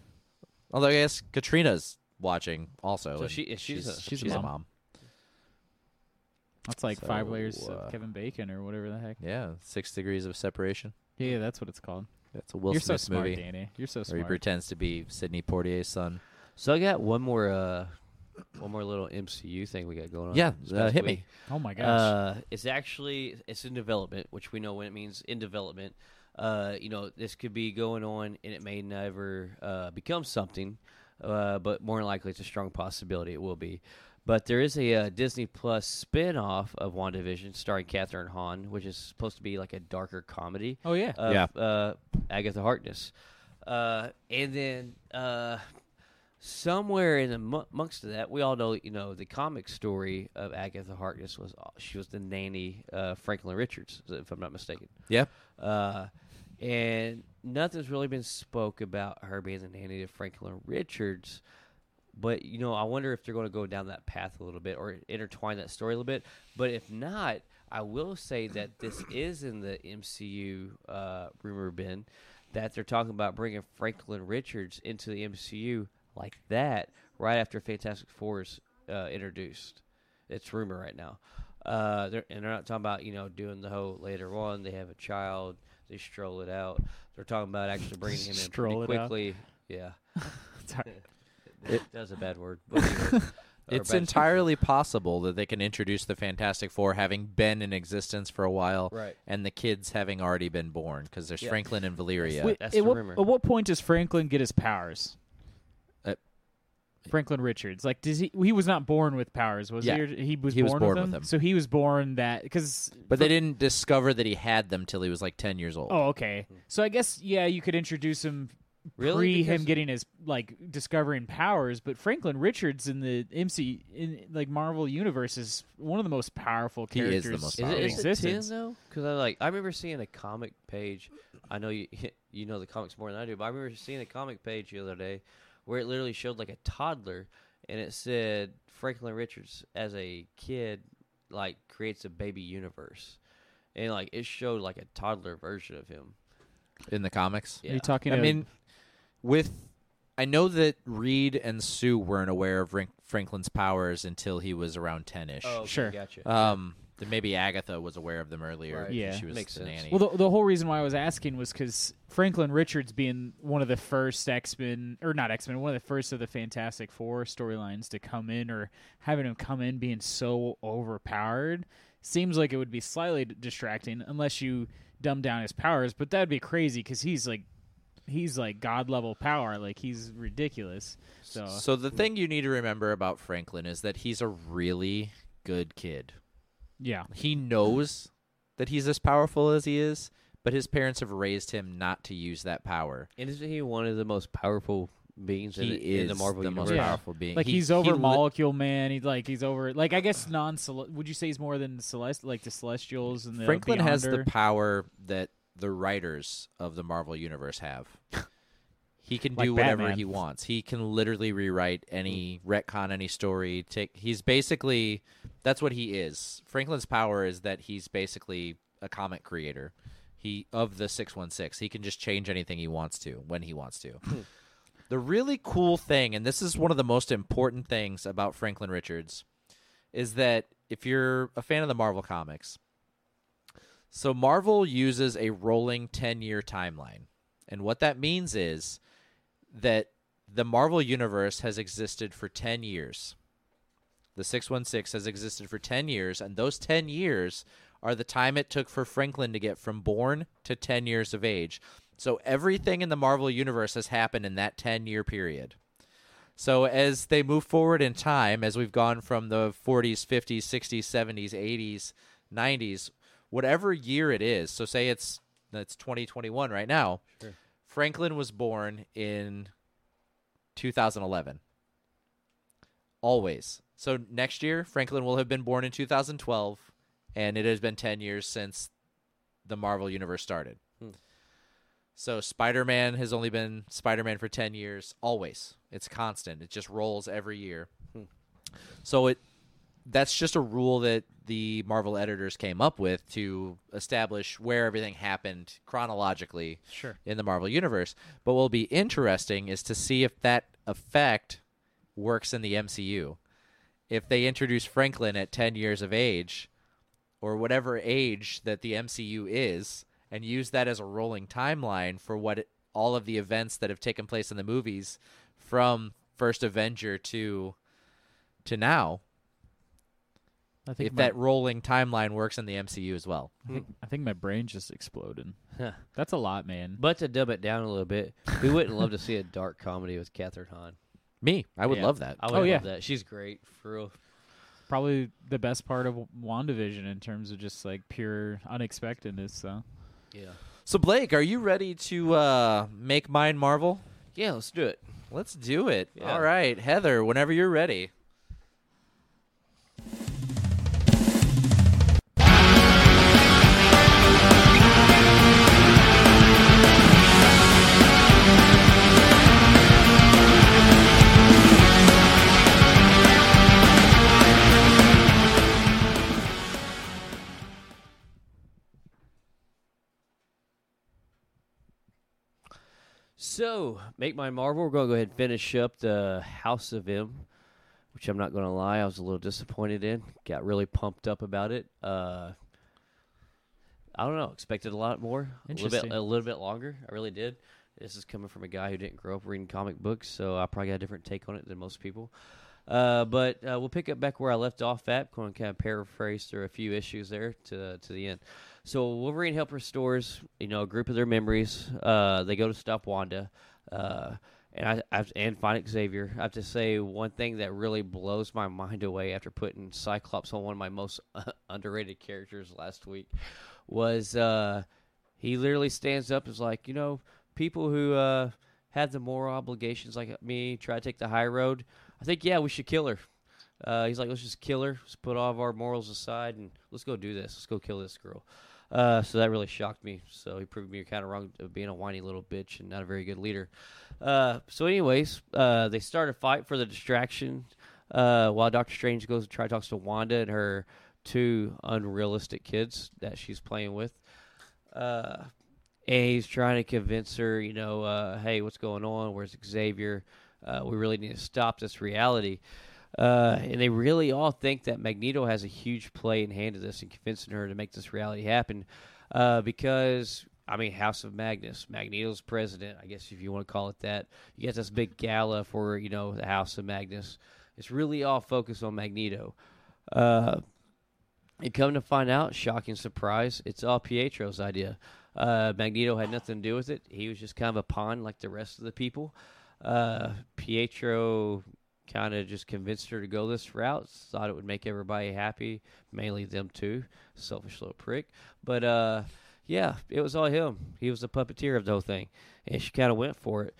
A: Although I guess Katrina's watching also.
B: So
A: and
B: she- she's a-
C: she's a mom. That's like five
A: So,
C: layers
A: uh,
C: of Kevin Bacon or whatever the heck.
A: Yeah, Six Degrees of Separation.
C: Yeah, that's what it's called.
A: That's a Will
C: You're so
A: Smith
C: smart,
A: movie
C: Danny. You're so
A: where he
C: smart.
A: pretends to be Sidney Poitier's son.
B: So I got one more, uh, one more little MCU thing we got going on.
A: Yeah,
B: this
A: uh,
B: past
A: hit
B: week.
A: me.
C: oh my gosh.
B: Uh, it's actually it's in development, which we know when it means in development. Uh, you know, this could be going on, and it may never uh, become something, uh, but more than likely, it's a strong possibility it will be. But there is a uh, Disney Plus spin-off of WandaVision starring Catherine Hahn, which is supposed to be like a darker comedy
C: oh yeah.
B: of
A: Yeah.
B: uh, Agatha Harkness. Uh, and then uh, somewhere in the mo- amongst that, we all know you know the comic story of Agatha Harkness was she was the nanny uh, Franklin Richards, if I'm not mistaken.
A: Yeah.
B: Uh, and nothing's really been spoke about her being the nanny to Franklin Richards. But you know, I wonder if they're going to go down that path a little bit or intertwine that story a little bit. But if not, I will say that this is in the MCU uh, rumor bin that they're talking about bringing Franklin Richards into the MCU like that right after Fantastic Four is uh, introduced. It's rumor right now. Uh, they're, and they're not talking about you know doing the whole later on. They have a child. They stroll it out. They're talking about actually bringing him in
C: Stroll it
B: pretty
C: out.
B: quickly. Yeah,
C: [LAUGHS] Sorry.
B: [LAUGHS] that was a bad word. But
A: [LAUGHS]
B: anyway, or
A: It's
B: bad
A: entirely possible that they can introduce the Fantastic Four having been in existence for a while,
B: Right.
A: And the kids having already been born because there's
B: Yeah.
A: Franklin and Valeria.
C: Wait,
B: that's
C: at
B: the
C: what,
B: rumor.
C: At what point does Franklin get his powers?
A: Uh,
C: Franklin Richards, like, does he? He was not born with powers, was
A: Yeah.
C: he? Or he was
A: He was
C: born, with, them? So he was born that because.
A: but they didn't discover that he had them till he was like ten years old.
C: Oh, okay. So I guess yeah, you could introduce him
B: Really?
C: pre him
B: Because-
C: getting his like discovering powers, but Franklin Richards in the MC in like Marvel universe is one of the most powerful
A: He is
C: characters
A: the most
B: Is
C: in
A: powerful.
B: it, is it ten
C: existence.
B: though? Because I like I remember seeing a comic page. I know you [LAUGHS] you know the comics more than I do, but I remember seeing a comic page the other day where it literally showed like a toddler, and it said Franklin Richards as a kid like creates a baby universe, and like it showed like a toddler version of him.
A: In the comics,
B: Yeah.
C: Are you talking?
A: I
C: to-
A: mean, with I know that Reed and Sue weren't aware of Rink- Franklin's powers until he was around ten ish.
B: Oh, okay,
C: Sure.
B: Gotcha.
A: Um, then maybe Agatha was aware of them earlier.
B: Right.
A: 'cause
C: Yeah.
A: she was
B: Makes
A: the
B: sense.
A: nanny.
C: Well, the, the whole reason why I was asking was because Franklin Richards being one of the first X Men, or not X Men, one of the first of the Fantastic Four storylines to come in, or having him come in being so overpowered, seems like it would be slightly d- distracting unless you dumb down his powers. But that'd be crazy because he's like, he's like god level power, like he's ridiculous. So
A: so the thing you need to remember about Franklin is that he's a really good kid.
C: yeah,
A: he knows that he's as powerful as he is, but his parents have raised him not to use that power.
B: And isn't he one of the most powerful beings in,
A: He
B: the,
A: is
B: in the Marvel universe?
A: most
C: Yeah.
A: powerful being.
C: like
A: He-
C: he's over
A: he li-
C: Molecule Man. He's like he's over like I guess non. Would you say he's more than Celest like the Celestials and the
A: Franklin has the
C: Beyonder?
A: power that the writers of the Marvel universe have. He can
C: Like
A: do whatever
C: Batman. Mm.
A: he wants. He can literally rewrite any retcon any story. Take he's basically that's what he is. Franklin's power is that he's basically a comic creator. He of the 616. He can just change anything he wants to when he wants to.
C: Hmm.
A: the really cool thing and this is one of the most important things about Franklin Richards is that if you're a fan of the Marvel comics, so Marvel uses a rolling 10-year timeline. And what that means is that the Marvel universe has existed for 10 years. The 616 has existed for 10 years and those 10 years are the time it took for Franklin to get from born to 10 years of age. So everything in the Marvel universe has happened in that 10-year period. So as they move forward in time, as we've gone from the 40s, 50s, 60s, 70s, 80s, 90s, whatever year it is. So say it's it's 2021 right now. Franklin was born in 2011. Always. So next year, Franklin will have been born in 2012, and it has been 10 years since the Marvel universe started. So Spider Man has only been Spider Man for 10 years, always. It's constant, it just rolls every year. So it that's just a rule that the Marvel editors came up with to establish where everything happened chronologically
C: Sure.
A: in the Marvel universe. But what will be interesting is to see if that effect works in the MCU. If they introduce Franklin at 10 years of age or whatever age that the MCU is and use that as a rolling timeline for what it- all of the events that have taken place in the movies from first Avenger to to now.
C: I think
A: If
C: my,
A: that rolling timeline works in the MCU as well.
C: I think my brain just exploded.
B: Huh.
C: That's a lot, man.
B: But to dumb it down a little bit, who wouldn't love to see a dark comedy with Catherine Hahn?
A: Me, I would
B: Yeah.
A: love that.
B: I would
C: Oh,
B: love
C: yeah.
B: that. She's great for real.
C: Probably the best part of WandaVision in terms of just like pure unexpectedness. So
B: Yeah.
A: So Blake, are you ready to uh, make mine Marvel?
B: Yeah, let's do it.
A: Let's do it.
B: Yeah.
A: All right, Heather, whenever you're ready.
B: So, make my Marvel. We're going to go ahead and finish up the House of M, which I'm not going to lie, I was a little disappointed in. Got really pumped up about it. Uh, I don't know. Expected a lot more. A little bit,
C: Interesting.
B: a little bit longer. I really did. This is coming from a guy who didn't grow up reading comic books, so I probably got a different take on it than most people. Uh, but uh, we'll pick up back where I left off at, going to kind of paraphrase through a few issues there to to the end. So Wolverine help restores, you know, a group of their memories. Uh, they go to stop Wanda, uh, and I, I and find Xavier. I have to say one thing that really blows my mind away after putting Cyclops on one of my most [LAUGHS] underrated characters last week was uh, he literally stands up and is like, you know, people who uh, have the moral obligations like me try to take the high road. I think yeah, we should kill her. Uh, he's like, let's just kill her. Let's put all of our morals aside and let's go do this. Let's go kill this girl. Uh, so that really shocked me. So he proved me kind of wrong of being a whiny little bitch and not a very good leader. Uh, so, anyways, uh, they start a fight for the distraction uh, while Doctor Strange goes and try talks to Wanda and her two unrealistic kids that she's playing with. Uh, and he's trying to convince her, you know, uh, hey, what's going on? Where's Xavier? Uh, we really need to stop this reality. Uh, and they really all think that Magneto has a huge play in hand of this and convincing her to make this reality happen. Uh, because, I mean, House of Magnus, Magneto's president, I guess if you want to call it that. You got this big gala for, you know, the House of Magnus. It's really all focused on Magneto. Uh, and come to find out, shocking surprise, it's all Pietro's idea. Uh, Magneto had nothing to do with it. He was just kind of a pawn like the rest of the people. Uh, Pietro kind of just convinced her to go this route, thought it would make everybody happy, mainly them too. Selfish little prick. But uh, yeah, it was all him. He was the puppeteer of the whole thing. And she kind of went for it.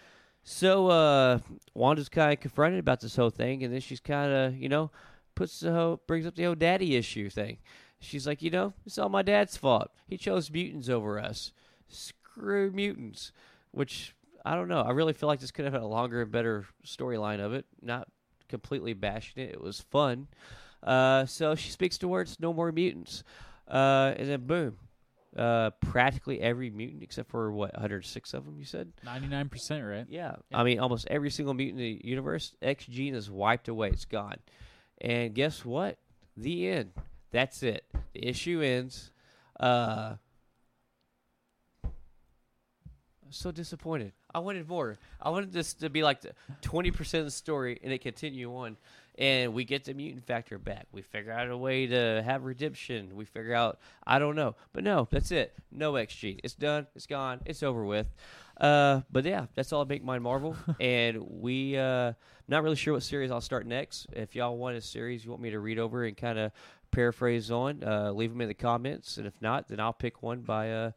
B: So uh, Wanda's kind of confronted about this whole thing, and then she's kind of, you know, puts the whole brings up the old daddy issue thing. She's like, you know, it's all my dad's fault. He chose mutants over us. Screw mutants. Which I don't know. I really feel like this could have had a longer and better storyline of it. Not completely bashing it. It was fun. Uh, so she speaks to words, no more mutants. Uh, and then boom. Uh, practically every mutant except for what 106 of them you said
C: ninety nine percent, right?
B: yeah.
C: Yeah.
B: I mean, almost every single mutant in the universe, X gene is wiped away. It's gone. And guess what? The end. That's it. The issue ends. Uh, I'm so disappointed. I wanted more. I wanted this to be like the 20% of the story and it continue on. And we get the mutant factor back. We figure out a way to have redemption. We figure out, I don't know. But no, that's it. No XG. It's done. It's gone. It's over with. Uh, but yeah, that's all I make mine Marvel. and we, uh, not really sure what series I'll start next. If y'all want a series you want me to read over and kind of paraphrase on, uh, leave them in the comments. And if not, then I'll pick one by uh,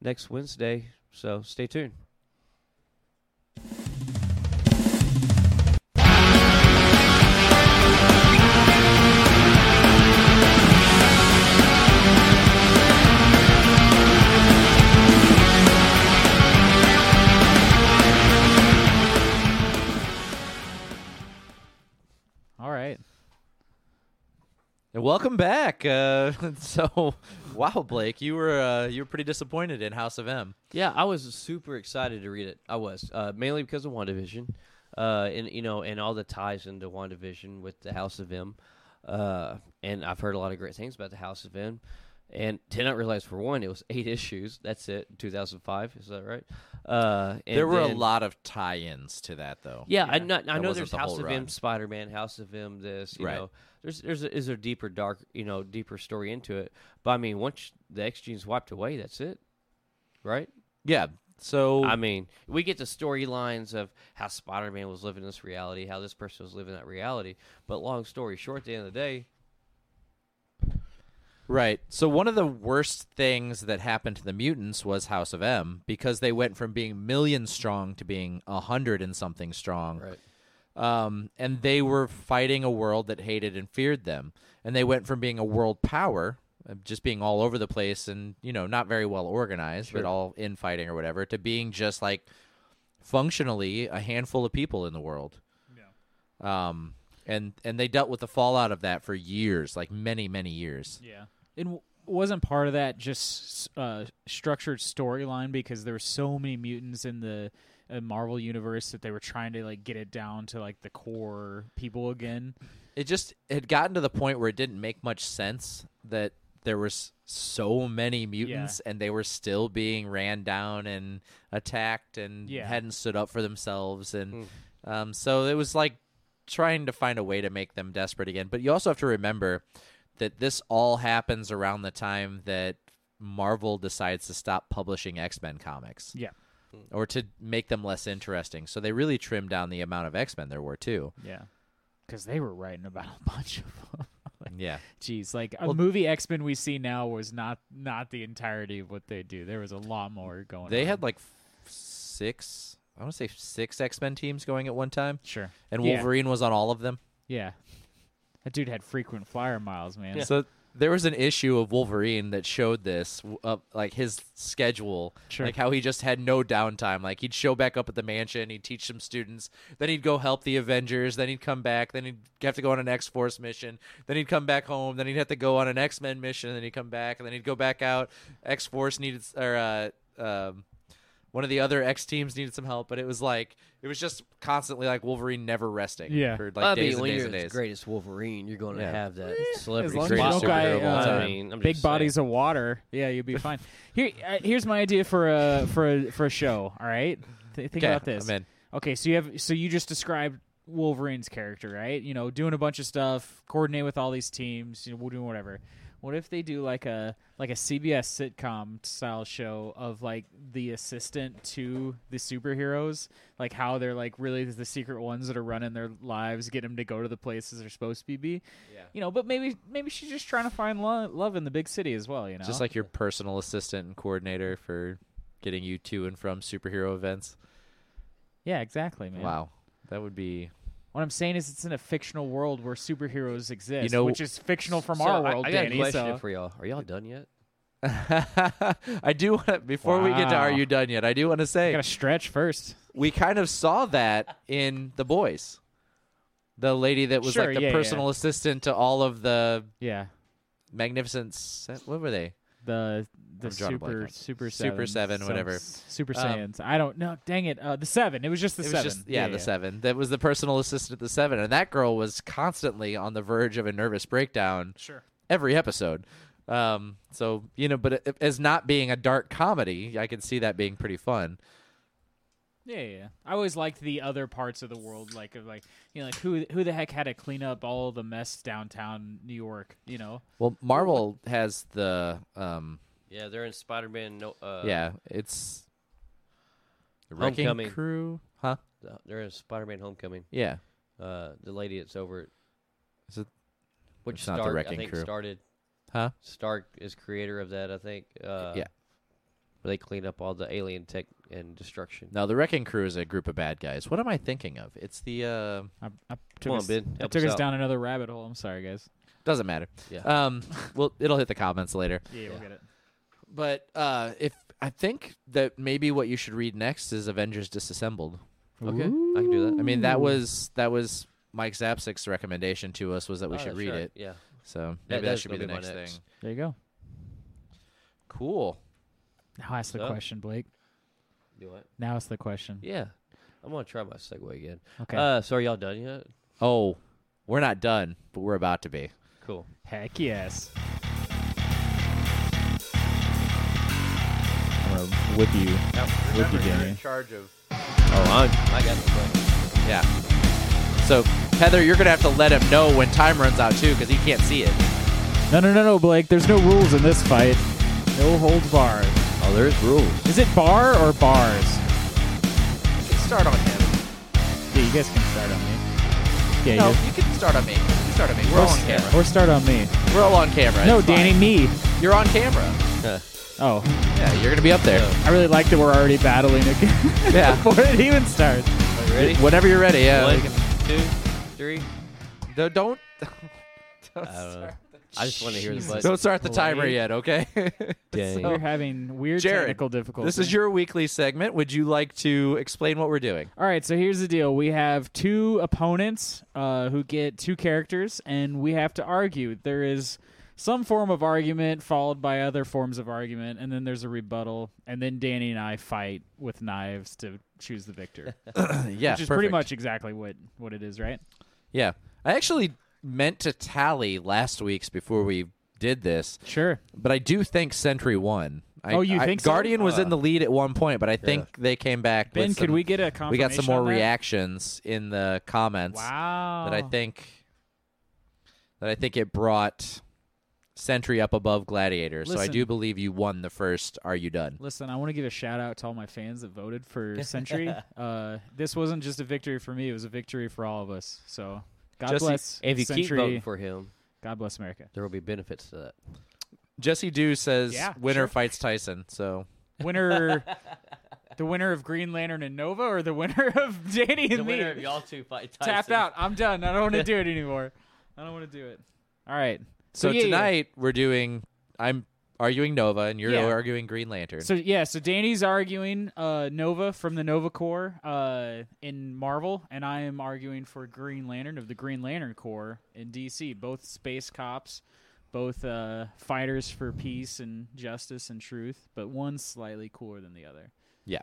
B: next Wednesday. So stay tuned.
C: All right.
A: And welcome back. Uh, [LAUGHS] so, wow, Blake, you were uh, you were pretty disappointed in House of M.
B: Yeah, I was super excited to read it. I was uh, mainly because of WandaVision, uh, and you know, and all the ties into WandaVision with the House of M. Uh, and I've heard a lot of great things about the House of M. and did not realize for one it was eight [LAUGHS] issues. That's it. 2005, is that right? Uh, and
A: there were a
B: then-
A: lot of tie-ins to that, though.
B: Yeah, I not, I
A: That
B: know
A: wasn't
B: there's
A: the
B: House
A: whole
B: of
A: run.
B: M, Spider Man, House of M, this. You
A: Right.
B: know, there's there's a, is there deeper dark, you know, deeper story into it. But I mean, once the X gene's wiped away, that's it, right?
A: Yeah. So
B: I mean, we get the storylines of how Spider Man was living this reality, how this person was living that reality. But long story short, at the end of the day,
A: Right. So one of the worst things that happened to the mutants was House of M because they went from being million strong to being a hundred and something strong.
B: Right.
A: Um, and they were fighting a world that hated and feared them. And they went from being a world power, uh, just being all over the place and, you know, not very well organized, but all infighting or whatever, to being just like functionally a handful of people in the world. Yeah. Um, and, and they dealt with the fallout of that for years, like many, many years.
C: Yeah. And w- wasn't part of that just uh, structured storyline because there were so many mutants in the uh, Marvel universe that they were trying to like get it down to like the core people again.
A: it just had gotten to the point where it didn't make much sense that there was so many mutants and they were still being ran down and attacked and
C: Yeah. Hmm.
A: hadn't stood up for themselves and um, so it was like trying to find a way to make them desperate again but you also have to remember that this all happens around the time that marvel decides to stop publishing x-men comics
C: Yeah.
A: or to make them less interesting so they really trimmed down the amount of x-men there were too
C: Yeah. Because they were writing about a bunch of them. Like,
A: yeah
C: Jeez, like a
A: Well-
C: movie X Men we see now was not not the entirety of what they do. There was a lot more going.
A: They
C: on.
A: had like f- six, I want to say six X Men teams going at one time,
C: sure,
A: and
C: Yeah.
A: Wolverine was on all of them.
C: yeah. That dude had frequent flyer miles, man.
A: So there was an issue of Wolverine that showed this, w- uh, like his schedule,
C: Sure.
A: like how he just had no downtime. Like he'd show back up at the mansion, he'd teach some students, then he'd go help the Avengers, then he'd come back, then he'd have to go on an X Force mission, then he'd come back home, then he'd have to go on an X Men mission, then he'd come back, and then he'd go back out. X Force needed s- or uh, um, one of the other X teams needed some help, but it was like it was just constantly like Wolverine never resting.
C: Yeah.
A: for like
B: I
A: days
B: mean,
A: and
B: when
A: days
B: you're
A: and
B: the
A: days.
B: greatest Wolverine, you're going to
A: Yeah.
B: have that celebrity.
C: Eh, As long as you
A: great
C: don't
B: crossover.
C: got
A: superhero all the
C: uh,
B: I mean, I'm
C: big
B: just saying.
C: bodies of water, yeah, you'll be fine. Here, uh, here's my idea for a for a for a show. All right, Th- think
A: Okay,
C: about this.
A: I'm in.
C: Okay, so you have so you just described Wolverine's character, right? You know, doing a bunch of stuff, coordinate with all these teams, you know, we're doing whatever. What if they do like a like a CBS sitcom style show of like the assistant to the superheroes, like how they're like really the secret ones that are running their lives, get them to go to the places they're supposed to be. be.
A: Yeah.
C: You know, but maybe maybe she's just trying to find lo- love in the big city as well. You know,
A: Just like your personal assistant and coordinator for getting you to and from superhero events.
C: yeah, exactly, man.
A: Wow. That would be [LAUGHS]
C: What I'm saying is, it's in a fictional world where superheroes exist,
A: know-
C: which is fictional from
B: So,
C: our
B: I-
C: world,
B: I, got
C: Danny.
B: a question
C: so
B: for y'all. Are y'all done yet?
A: I do want to before we get to are
C: Wow.
A: you done yet? I do want to
C: I
A: say
C: gotta stretch first.
A: we kind of saw that in The Boys. The lady that was
C: Sure,
A: like the
C: yeah, yeah.
A: personal assistant to all of the
C: Yeah,
A: magnificent se- what were they?
C: the the
A: I'm drawing a blank
C: super
A: on it.
C: super seven,
A: Super Seven,
C: some
A: whatever.
C: s- super
A: Um,
C: saiyans. I don't know. Dang it, uh, the seven. It was just the
A: it was
C: seven.
A: just yeah, the seven. That was the personal assistant to the seven, and that girl was constantly on the verge of a nervous breakdown.
C: Sure.
A: every episode. Um, so you know, but it, as not being a dark comedy, I can see that being pretty fun.
C: Yeah, yeah, yeah. I always liked the other parts of the world, like of like you know, like who who the heck had to clean up all the mess downtown New York? You know,
A: Well, Marvel has the um,
B: Yeah, they're in Spider Man. No, uh,
A: yeah, it's the Wrecking
B: Homecoming.
A: Crew, huh?
B: the- They're in Spider Man Homecoming.
A: Yeah,
B: Uh, the lady that's over it.
A: Is it-
B: Which
A: It's not the
B: Stark, I
A: Wrecking
B: think
A: Crew.
B: started.
A: Huh?
B: Stark is creator of that, I think. Uh,
A: Yeah.
B: Where they clean up all the alien tech and destruction.
A: No, the Wrecking Crew is a group of bad guys. What am I thinking of? It's the uh,
C: I, I took
B: Come on,
C: us,
B: Ben,
C: I
B: help
C: took
B: us
C: us
B: out.
C: down another rabbit hole. I'm sorry, guys.
A: doesn't matter.
B: Yeah.
A: Um, well, it'll hit the comments later.
B: we'll
C: Yeah, we'll
B: Yeah.
C: get it.
A: But uh, if I think that maybe what you should read next is Avengers Disassembled.
B: okay, I can do that.
A: I mean, that was that was Mike Zapsik's recommendation to us was that we
B: Oh,
A: should
B: that's
A: read
B: right.
A: it.
B: Yeah.
A: So
B: That-
A: maybe that,
B: that's
A: should be the
B: gonna be my
A: next,
B: next.
A: thing.
C: There you go.
A: Cool.
C: Now ask the
B: So?
C: question, Blake.
B: Do what?
C: Now ask the question.
B: Yeah. I'm gonna try my segue again.
C: Okay.
B: Uh, so are y'all done yet?
A: Oh, we're not done, but we're about to be.
B: Cool.
C: Heck yes. uh, with you. With you, Danny.
A: charge of.
B: Oh, I'm, I got the
A: Yeah. So Heather, you're gonna have to let him know when time runs out too, because he can't see it.
C: No, no, no, no, Blake. There's no rules in this fight. No holds barred.
B: Oh, there's rules.
C: Is it bar or bars?
A: You can start on him.
C: Yeah, you guys can start on me. Yeah,
A: No,
C: you
A: you can start on me. You can start on me. We're all on camera.
C: Or start on me.
A: We're all on camera.
C: no,
A: It's fine.
C: Danny, me.
A: You're on camera.
C: Oh,
A: Yeah, you're gonna be up there.
C: I really like that we're already battling [LAUGHS] again
A: Yeah.
C: before it even starts.
B: You ready?
A: Whenever you're ready. Yeah.
B: One,
A: we can-
B: two, three.
A: No, don't. [LAUGHS] Don't
B: I don't know.
A: start,
B: I just want to hear the
C: Jesus.
B: button.
A: don't start the timer
C: Blake.
A: yet, okay? [LAUGHS]
B: Dang.
C: We're having weird
A: Oh. Jared,
C: technical difficulties.
A: this is your weekly segment. Would you like to explain what we're doing?
C: All right, so here's the deal. We have two opponents uh, who get two characters, and we have to argue. There is some form of argument followed by other forms of argument, and then there's a rebuttal, and then Danny and I fight with knives to choose
A: [LAUGHS]
C: the victor,
A: yeah,
C: which is pretty
A: perfect.
C: much exactly what, what it is, right?
A: Yeah, I actually meant to tally last week's before we did this,
C: Sure.
A: but I do think Sentry won. I,
C: Oh, you
A: I-
C: think so?
A: Guardian was in
B: Uh,
A: the lead at one point, but I think they came back.
C: Ben,
A: with
C: could
A: some-
C: we get a confirmation?
A: we got some more
C: on that?
A: reactions in the comments
C: Wow.
A: that I think that I think it brought Sentry up above Gladiator. so I
C: Listen.
A: do believe you won the first. Are you done?
C: Listen, I want to give a shout out to all my fans that
B: [LAUGHS]
C: voted for Century. uh, this wasn't just a victory for me; it was a victory for all of us. So, God
A: Jesse,
C: bless.
B: And if you keep
C: Century.
B: voting for him,
C: God bless America.
B: there will be benefits to that.
A: Jesse Do says
C: Yeah,
A: winner
C: sure.
A: fights Tyson. So
B: [LAUGHS]
C: Winner, the winner of Green Lantern and Nova, or the winner of [LAUGHS] Danny and me.
B: y'all two
C: [LAUGHS]
B: fight
C: Tapped out. I'm done. I don't want
B: [LAUGHS]
C: to do it anymore. I don't want to do it. All right.
A: so,
C: yeah, yeah.
A: tonight we're doing. I'm arguing Nova, and you're
C: Yeah.
A: arguing Green Lantern.
C: So yeah, so Danny's arguing uh, Nova from the Nova Corps uh, in Marvel, and I am arguing for Green Lantern of the Green Lantern Corps in DC. Both space cops, both uh, fighters for peace and justice and truth, but one slightly cooler than the other.
A: yeah.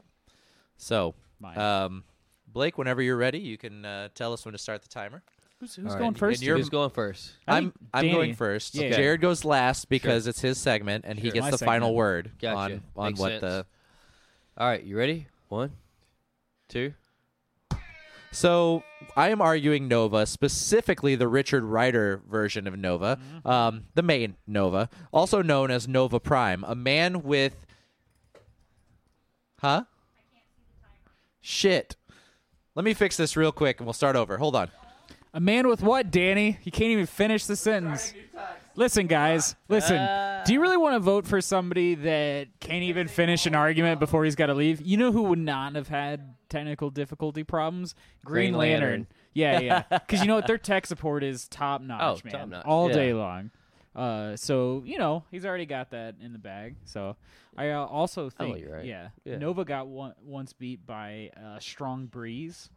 A: So,
C: Mine.
A: um, Blake, whenever you're ready, you can uh, tell us when to start the timer.
C: who's who's
B: All right,
C: going first?
A: you're-
B: Who's going first?
C: I
A: I'm
C: think
A: I'm
C: Danny-
A: going first.
C: Yeah. Okay.
A: Jared goes last because it's his segment, and he
C: Sure.
A: gets
C: My
A: the final
C: segment.
A: word
B: Gotcha.
A: on on
B: Makes
A: what
B: sense.
A: the.
B: All right, you ready? One, two.
A: So I am arguing Nova, specifically the Richard Rider version of Nova, um, the main Nova, also known as Nova Prime, a man with. Huh? Shit. Let me fix this real quick, and we'll start over. Hold on.
C: A man with what, Danny? You can't even finish the sentence. Listen, guys, listen. Do you really want to vote for somebody that can't even finish an argument before he's got to leave? You know who would not have had technical difficulty problems? Green,
B: Green
C: Lantern.
B: Lantern.
C: Yeah, yeah.
B: [LAUGHS]
C: Because you know what? Their tech support is top notch,
B: Oh,
C: man.
B: top notch,
C: All
B: yeah.
C: day long. Uh, so you know he's already got that in the bag. So I uh, also think,
B: Oh, you're right.
C: yeah,
B: Yeah.
C: Nova got one, once beat by a strong breeze.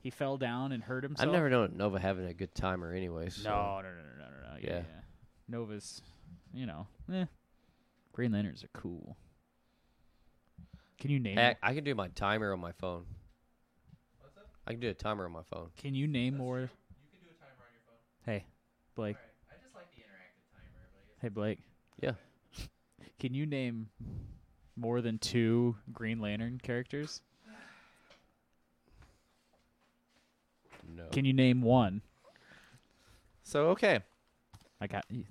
C: He fell down and hurt himself.
B: I've never known Nova having a good timer, anyways. so-
C: No, no, no, no, no, no, no. Yeah.
B: Yeah.
C: yeah. Novas, you know, eh. Green Lanterns are cool. Can you name?
B: Heck, I can do my timer on my phone. I can do a timer on my phone.
C: Can you name more? Hey, Blake. Hey, Blake.
B: Yeah.
C: [LAUGHS] Can you name more than two Green Lantern characters?
B: No.
A: Oh.
C: Can you name one?
A: So okay,
C: I got. You.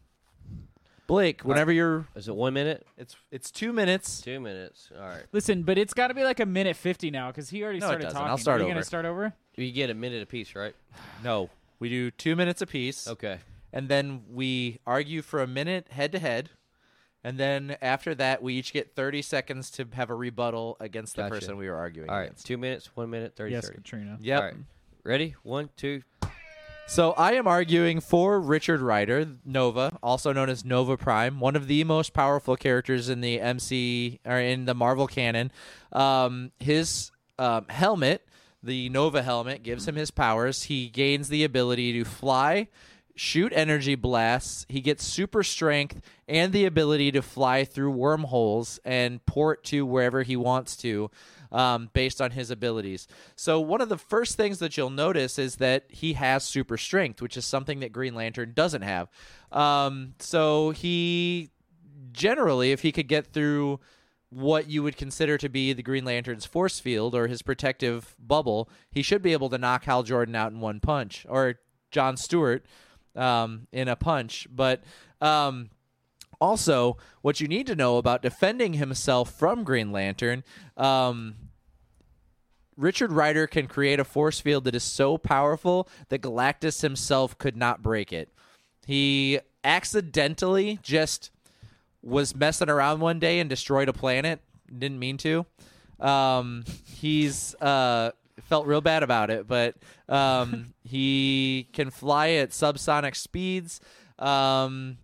A: Blake, whenever you're,
B: Is it one minute?
A: Uh, it's it's two minutes.
B: Two minutes. All right.
C: Listen, but it's got to be like a minute fifty now because he already
A: No, it
C: started
A: doesn't.
C: talking.
A: I'll start
C: Are you gonna
A: over.
C: start over?
B: You get a minute apiece, right?
A: No, we do two minutes apiece.
B: Okay.
A: and then we argue for a minute head to head and then after that we each get 30 seconds to have a rebuttal against the
B: Gotcha.
A: person we were arguing
B: All right.
A: against
B: Two minutes, one minute, 30,
C: Yes,
B: 30.
C: Katrina.
A: yep
B: All right. Ready? One, two.
A: so i am arguing for richard ryder nova also known as nova prime one of the most powerful characters in the mc or in the marvel canon um, his um, helmet the nova helmet gives him his powers he gains the ability to fly shoot energy blasts. He gets super strength and the ability to fly through wormholes and port to wherever he wants to um, based on his abilities. So, one of the first things that you'll notice is that he has super strength, which is something that Green Lantern doesn't have. Um, so, he generally, if he could get through what you would consider to be the Green Lantern's force field or his protective bubble, he should be able to knock Hal Jordan out in one punch or John Stewart um, in a punch. But um, also, what you need to know about defending himself from Green Lantern. Um, Richard Rider can create a force field that is so powerful that Galactus himself could not break it. He accidentally just was messing around one day and destroyed a planet. Didn't mean to. Um, he's uh, felt real bad about it, but um, [LAUGHS] he can fly at subsonic speeds. Um,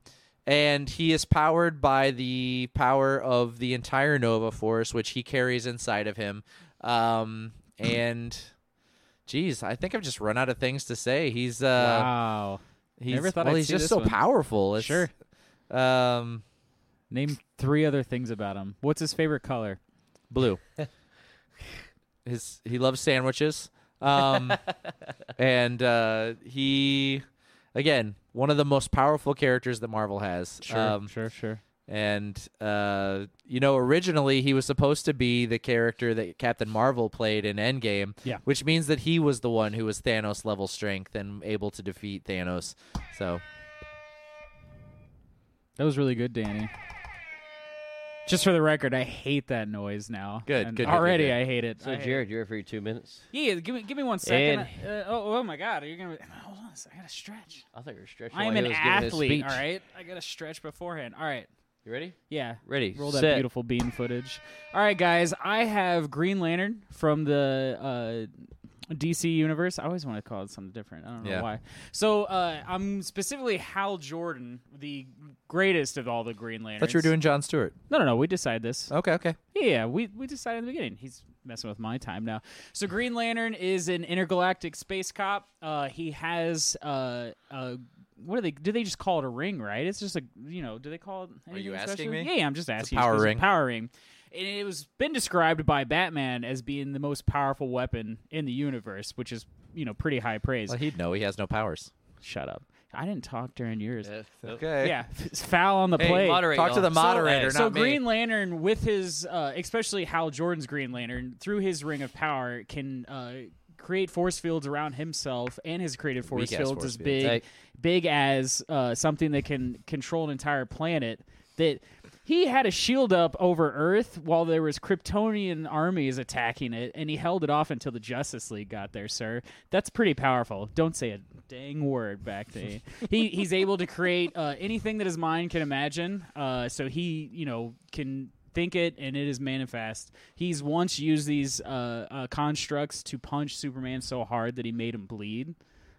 A: and he is powered by the power of the entire Nova Force, which he carries inside of him. Um, and, geez, I think I've just run out of things to say. He's uh,
C: wow.
A: he's
C: Never thought
A: well,
C: I'd
A: he's
C: see
A: just
C: this
A: so
C: one.
A: powerful. It's,
C: Sure.
A: Um,
C: Name three other things about him. What's his favorite color?
A: Blue. His he loves sandwiches.
C: [LAUGHS]
A: Um, and uh, he again one of the most powerful characters that Marvel has. um,
C: sure, sure.
A: And uh, you know, originally he was supposed to be the character that Captain Marvel played in Endgame.
C: Yeah.
A: Which means that he was the one who was Thanos level strength and able to defeat Thanos. So
C: That was really good, Danny. Just for the record, I hate that noise now.
A: Good,
C: And
A: good, good, good,
C: Already,
A: good.
C: I hate it. I
B: So
C: hate
B: Jared, you're up for your two minutes.
C: it. Yeah, yeah, give me give me one second. uh, oh, oh my God, you're gonna [SIGHS] hold on. a sec, I gotta stretch.
B: I thought you were stretching.
C: I am
B: while he
C: an
B: was giving his
C: athlete.
B: speech.
C: All right, I gotta stretch beforehand. All right,
B: You ready?
C: yeah.
B: Ready.
C: Roll that
B: set.
C: beautiful bean footage. All right, guys, I have Green Lantern from the uh, DC universe. I always want to call it something different. I don't know
A: Yeah.
C: why. So uh, I'm specifically Hal Jordan, the greatest of all the Green
A: I
C: Lanterns.
A: thought you were doing John Stewart.
C: No, no, no. We decide this.
A: Okay, okay.
C: Yeah, we, we decided in the beginning. He's messing with my time now. So Green Lantern is an intergalactic space cop. Uh, he has uh, a what do they do? They just call it a ring, right? It's just a you know. Do they call it? anything
A: you asking
C: special?
A: me?
C: Yeah, yeah, I'm just asking. you.
A: power
C: supposed to-
A: ring.
C: Power ring. And it was been described by Batman as being the most powerful weapon in the universe, which is you know pretty high praise.
A: Well, he'd know he has no powers.
C: Shut up! I didn't talk during yours.
B: Yeah, nope.
A: Okay.
C: Yeah, [LAUGHS] foul on the
B: Hey,
C: play.
B: moderate,
A: Talk to
B: y'all.
A: the moderator,
C: So
A: not me.
C: Green Lantern, with his, uh, especially Hal Jordan's Green Lantern, through his Ring of Power, can uh, create force fields around himself and his created force
A: Weak-ass
C: fields
A: force
C: as
A: fields.
C: big,
B: Hey.
C: big as uh, something that can control an entire planet. That he had a shield up over Earth while there was Kryptonian armies attacking it, and he held it off until the Justice League got there, sir. That's pretty powerful. Don't say a dang word back to
A: [LAUGHS]
C: you. he he's able to create uh, anything that his mind can imagine. Uh, so he you know can think it and it is manifest. He's once used these uh, uh, constructs to punch Superman so hard that he made him bleed.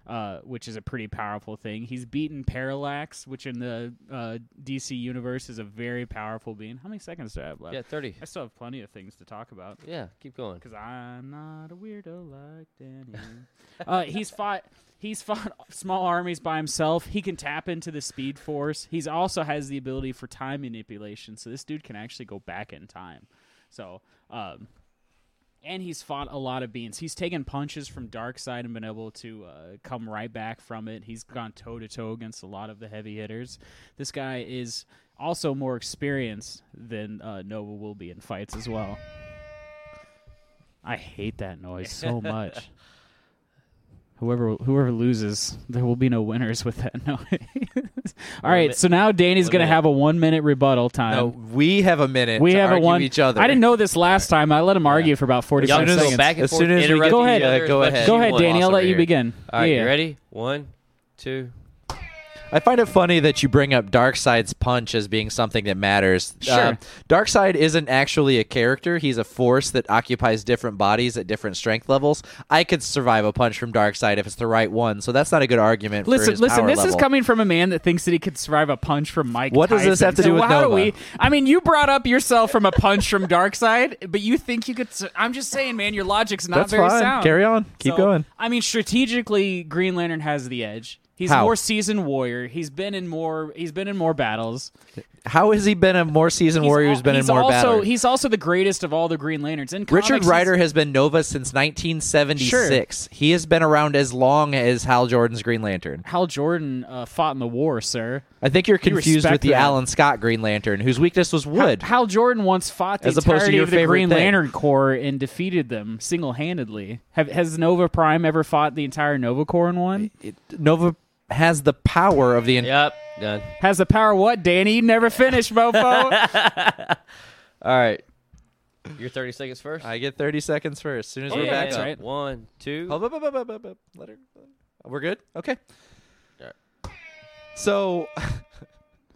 C: Uh, which is a pretty powerful thing. He's beaten Parallax, which in the uh, DC universe is a very powerful being. How many seconds do I have left?
B: Yeah, thirty.
C: I still have plenty of things to talk about.
B: Yeah, keep going.
C: Because I'm not a weirdo like Danny. [LAUGHS] uh, he's fought. He's fought small armies by himself. He can tap into the Speed Force. He's also has the ability for time manipulation. So this dude can actually go back in time. So, um, and he's fought a lot of beings. He's taken punches from Darkseid and been able to uh, come right back from it. He's gone toe to toe against a lot of the heavy hitters. This guy is also more experienced than uh, Nova will be in fights as well. I hate that noise
A: [LAUGHS]
C: so much. Whoever whoever loses, there will be no winners with that [LAUGHS] noise. All right,
B: mi-
C: so now Danny's
B: one
C: going to
B: minute.
C: have a one minute rebuttal time.
A: No, we have a minute.
C: we
A: to
C: have a
A: argue
C: one.
A: each other.
C: I didn't know this last time. I let him argue for about forty
B: Y'all
C: five
B: just
C: seconds.
B: go back and
A: As
B: forth.
A: soon as we
B: interrupt
C: Go
B: each
C: ahead.
B: other as
A: Go
B: much
A: ahead.
B: as
C: Go
B: you
C: ahead,
B: want.
C: Danny. I'll
A: Awesome
C: let you
A: here.
C: begin.
B: All right,
C: yeah.
B: you ready? One, two.
A: I find it funny that you bring up Darkseid's punch as being something that matters.
C: Sure.
A: Darkseid isn't actually a character. He's a force that occupies different bodies at different strength levels. I could survive a punch from Darkseid if it's the right one, so that's not a good argument. for
C: Listen,
A: his
C: listen.
A: power
C: This is
A: level.
C: coming from a man that thinks that he could survive a punch from Mike.
A: What does this
C: Tyson.
A: have to
C: So
A: do with
C: how
A: Nova?
C: Do we, I mean, you brought up yourself from a punch from Darkseid, but you think you could. sur- I'm just saying, man, your logic's not
A: That's
C: very
A: fine.
C: sound.
A: Carry on. Keep
C: So,
A: going.
C: I mean, strategically, Green Lantern has the edge. He's
A: How?
C: a more seasoned warrior. He's been in more. He's been in more battles.
A: How has he been a more seasoned warrior
C: al-
A: who's been in
C: he's
A: more
C: also,
A: battle?
C: He's also the greatest of all the Green Lanterns. In
A: Richard
C: comics,
A: Rider
C: he's-
A: has been Nova since 1976. He has been around as long as Hal Jordan's Green Lantern.
C: Hal Jordan uh, fought in the war, sir.
A: I think you're confused
C: respect
A: with the
C: that.
A: Alan Scott Green Lantern, whose weakness was wood.
C: Hal, Hal Jordan once fought the
A: As opposed to
C: entirety
A: your
C: of the
A: favorite
C: Green
A: thing.
C: Lantern Corps and defeated them single-handedly. Have, has Nova Prime ever fought the entire Nova Corps in one?
A: Nova has the power of the. en-
B: Yep. Done.
C: Has the power of what, Danny? You never
A: [LAUGHS]
C: finished, mofo.
B: All right. Your 30 seconds first.
A: I get 30 seconds first. As soon as
B: Oh, Yeah,
A: we're back
B: that's
A: up.
B: right. One, two.
A: Hold up, up, up, up, up, up. Let her. We're good. Okay.
B: All right.
A: So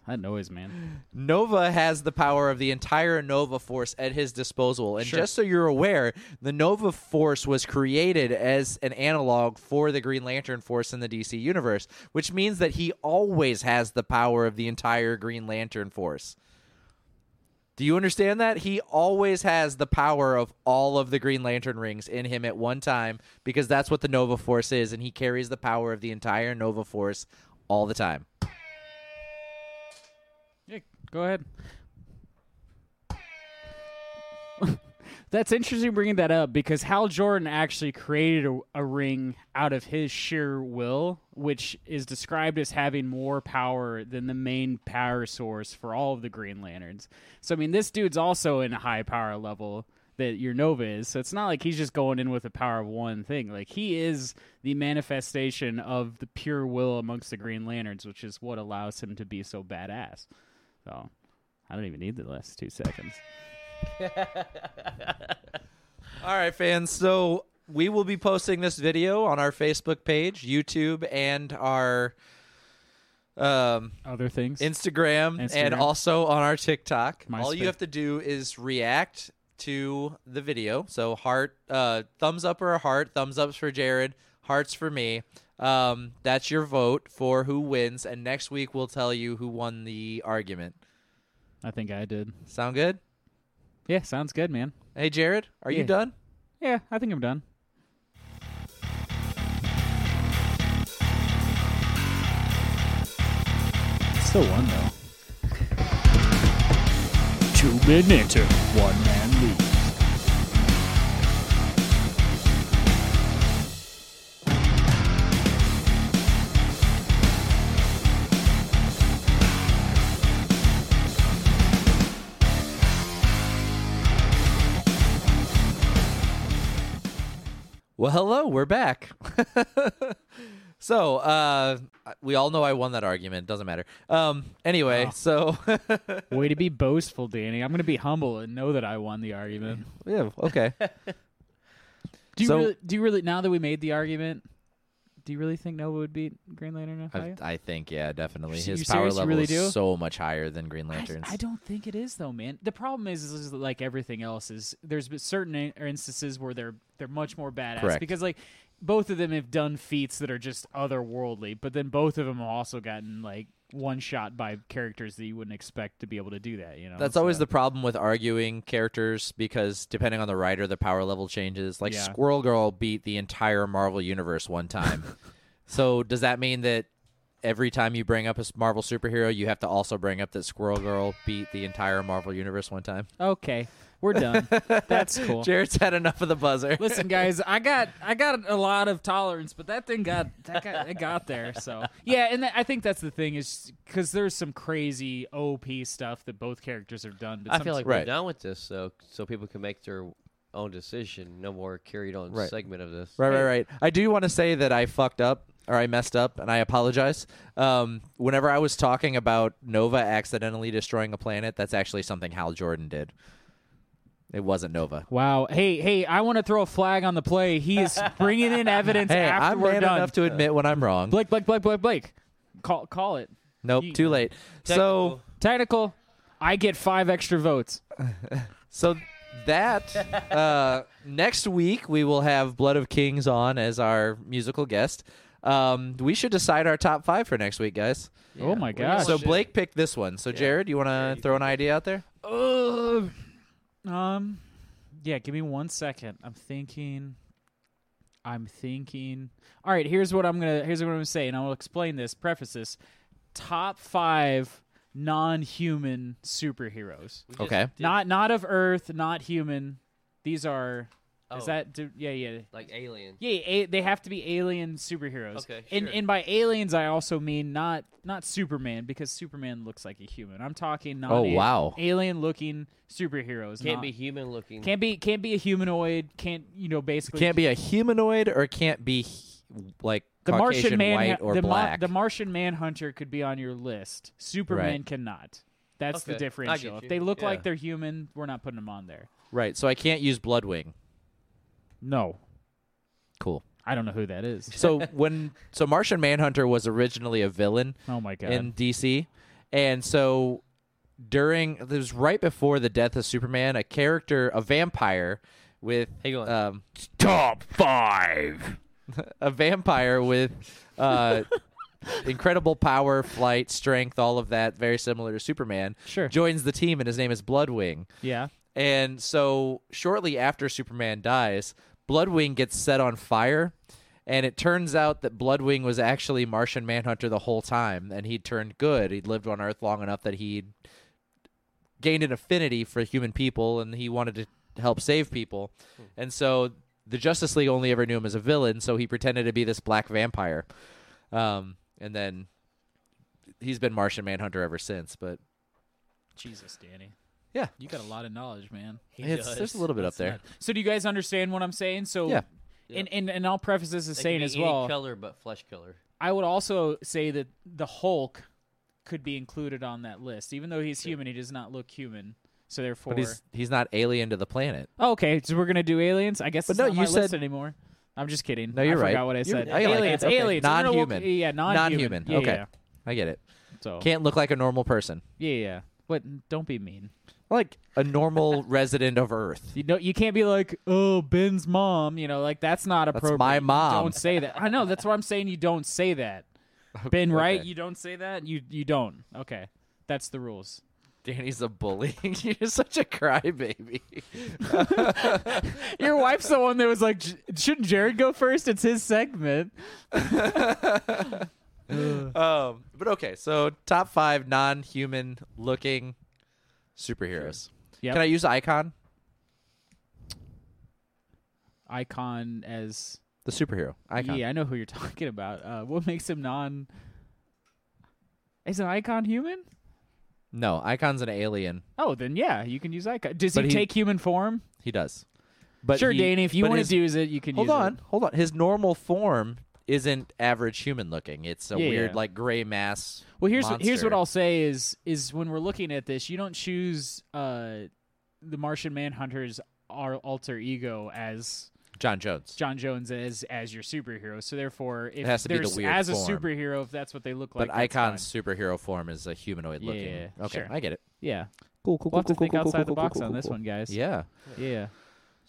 C: that noise, man.
A: Nova has the power of the entire Nova Force at his disposal. And just so you're aware, the Nova Force was created as an analog for the Green Lantern Force in the DC universe, which means that he always has the power of the entire Green Lantern Force. Do you understand that? He always has the power of all of the Green Lantern rings in him at one time because that's what the Nova Force is, and he carries the power of the entire Nova Force all the time.
C: Yeah, go ahead. [LAUGHS] That's interesting bringing that up because Hal Jordan actually created a, a ring out of his sheer will, which is described as having more power than the main power source for all of the Green Lanterns. So, I mean, this dude's also in a high power level that your Nova is. So, it's not like he's just going in with the power of one thing. Like, he is the manifestation of the pure will amongst the Green Lanterns, which is what allows him to be so badass. So, Oh, I don't even need the last two seconds.
A: All right, fans. So we will be posting this video on our Facebook page, YouTube, and our um,
C: Other things?
A: Instagram, and
C: Instagram.
A: also on our TikTok. All
C: MySpace.
A: you have to do is react to the video. So heart, uh, thumbs up or a heart. Thumbs ups for Jared. Hearts for me. Um, that's your vote for who wins, and next week we'll tell you who won the argument.
C: I think I did.
A: Sound good?
C: Yeah, sounds good, man.
A: Hey, Jared, are you
C: Yeah.
A: done?
C: Yeah, I think I'm done. Still one though. Two men enter, one man leaves.
A: Well, hello, we're back. [LAUGHS] so, uh, we all know I won that argument. Doesn't matter. Um, anyway,
C: Oh.
A: so [LAUGHS]
C: Way to be boastful, Danny. I'm gonna be humble and know that I won the argument.
A: yeah, okay.
C: Do you
A: So-
C: really, do you really now that we made the argument? Do you really think Nova would beat Green Lantern? in a
A: [LAUGHS] I,
C: fight?
A: I think yeah, definitely.
C: You're se-
A: His
C: you
A: power
C: serious? You
A: level
C: really
A: is
C: do?
A: so much higher than Green
C: I-
A: Lantern's.
C: I, don't think it is though, man. The problem is, is like everything else is there's been certain in- instances where they're they're much more badass
A: Correct.
C: because like both of them have done feats that are just otherworldly, but then both of them have also gotten like one shot by characters that you wouldn't expect to be able to do that. You know,
A: That's
C: So-
A: always the problem with arguing characters because depending on the writer, the power level changes. Like
C: Yeah.
A: Squirrel Girl beat the entire Marvel universe one
C: [LAUGHS]
A: time. so does that mean that every time you bring up a s- Marvel superhero, you have to also bring up that Squirrel Girl beat the entire Marvel universe one time?
C: okay.
A: [LAUGHS]
C: We're done. That's cool.
A: Jared's had enough of the buzzer. [LAUGHS]
C: Listen, guys, I got I got a lot of tolerance, but that thing got that got it got there. So yeah, and I think that's the thing is because there's some crazy OP stuff that both characters have done. But
B: I
C: some-
B: feel like
A: Right.
B: we're done with this, so so people can make their own decision. No more carried on
A: Right.
B: segment of this.
A: Right, right, right. I do want to say that I fucked up or I messed up and I apologize. Um, whenever I was talking about Nova accidentally destroying a planet, that's actually something Hal Jordan did. It wasn't Nova.
C: Wow. Hey, hey, I want to throw a flag on the play. He is
A: [LAUGHS]
C: bringing in evidence
A: Hey,
C: after
A: I'm
C: we're
A: man
C: done.
A: enough to admit when I'm wrong.
C: Blake, Blake, Blake, Blake, Blake. Call call it.
A: nope,
C: you-
A: too late. So,
B: Technical.
C: Technical. I get five extra votes.
A: so
C: [LAUGHS]
A: that uh, next week we will have Blood of Kings on as our musical guest. Um, we should decide our top five for next week, guys.
C: oh my gosh.
A: so Blake picked this one. So Jared, you want to throw an idea out there?
C: Ugh. um, yeah. Give me one second. I'm thinking. I'm thinking. All right. Here's what I'm gonna. Here's what I'm gonna say, and I will explain this. Preface this. Top five non-human superheroes.
A: Okay.
C: Not not of Earth. Not human. These are Is
B: Oh.
C: that do, yeah yeah
B: like Alien.
C: yeah? A, they have to be alien superheroes.
B: Okay,
C: And
B: sure.
C: and by aliens I also mean not not Superman because Superman looks like a human. I'm talking not
A: Oh, wow.
C: alien looking superheroes.
B: Can't
C: not-
B: be human looking.
C: can't be can't be a humanoid. Can't you know basically
A: Can't be a humanoid or can't be hu- like
C: the
A: Caucasian
C: Martian man
A: white
C: ha-
A: or
C: the, Mar-
A: black.
C: the Martian Manhunter could be on your list. Superman
A: Right.
C: cannot. That's the
B: Okay, I get
C: differential. If
B: you,
C: they look like
B: yeah.
C: they're human, we're not putting them on there.
A: right. So I can't use Bloodwing.
C: No,
A: Cool.
C: I don't know who that is. [LAUGHS]
A: So when so Martian Manhunter was originally a villain
C: Oh my god.
A: in DC, and so during it was right before the death of Superman, a character, a vampire with
B: Hang on.
A: um, top five, [LAUGHS] a vampire with
C: [LAUGHS]
A: uh, incredible power, flight, strength, all of that, very similar to Superman.
C: Sure.
A: joins the team, and his name is Bloodwing.
C: yeah.
A: And so shortly after Superman dies, Bloodwing gets set on fire. And it turns out that Bloodwing was actually Martian Manhunter the whole time, and he turned good. He'd lived on Earth long enough that he gained an affinity for human people, and he wanted to help save people. And so the Justice League only ever knew him as a villain, so he pretended to be this black vampire. Um, and then he's been Martian Manhunter ever since. But
C: Jesus, Danny.
A: Yeah.
C: You got a lot of knowledge, man.
A: it's, there's a little bit up there.
C: So do you guys understand what I'm saying? So
A: Yeah.
C: And, and and I'll preface this as saying as well.
B: color but flesh color.
C: I would also say that the Hulk could be included on that list, even though he's human. He does not look human, so therefore.
A: But he's he's not alien to the planet.
C: Oh, okay, so we're gonna do aliens. I guess.
A: But
C: it's
A: no,
C: not
A: you
C: my
A: said-
C: list anymore. I'm just kidding.
A: No, you're
C: I
A: right.
C: Forgot what I
A: You're-
C: said.
A: I like that.
C: aliens,
A: Okay.
C: aliens, We're gonna look-
A: Non-human.
C: yeah, non-human.
A: Non-human.
C: Yeah,
A: Okay.
C: yeah.
A: I get it.
C: So
A: Can't look like a normal person.
C: yeah, yeah. What? Don't be mean.
A: Like a normal [LAUGHS] resident of Earth.
C: You know, you can't be like, oh, Ben's mom. You know, like that's not
A: my
C: appropriate. You
A: mom.
C: don't say that. I know. That's why I'm saying you don't say [LAUGHS] that. Ben, right? You don't say that. You you don't. Okay, that's the rules.
A: Danny's a bully. [LAUGHS] You're such a
C: [SIGHS]
A: crybaby.
C: [LAUGHS]
A: [LAUGHS]
C: Your wife's the one that was like, "J- shouldn't Jared go first? It's his segment.
A: Um, but okay, so top five non-human looking superheroes.
C: Yep.
A: Can I use Icon,
C: Icon as
A: the superhero Icon?
C: yeah, I know who you're [LAUGHS] talking about. Uh, what makes him non? Is an icon human?
A: No, Icon's an alien.
C: Oh, then yeah, you can use icon. Does he,
A: But he-
C: take human form?
A: He does. But
C: sure,
A: he-
C: Danny. If you
A: but
C: want
A: his-
C: to use it, you can.
A: Hold
C: use
A: on,
C: It.
A: hold on. His normal form isn't average human looking. It's a
C: Yeah,
A: weird
C: yeah.
A: like gray mass.
C: Well, here's what, here's what
A: monster.
C: I'll say is is when we're looking at this, you don't choose uh, the Martian Manhunter's our alter ego as
A: John Jones.
C: John Jones as as your superhero. So therefore, if
A: has to be the
C: there's-
A: weird
C: as
A: form.
C: a superhero, if that's what they look like,
A: but
C: that's
A: Icon's
C: fine.
A: superhero form is a humanoid looking.
C: Yeah,
A: okay,
C: sure.
A: I get it.
C: yeah,
A: Cool, cool,
C: we'll have to think outside the box on this one, guys.
A: Yeah.
C: yeah.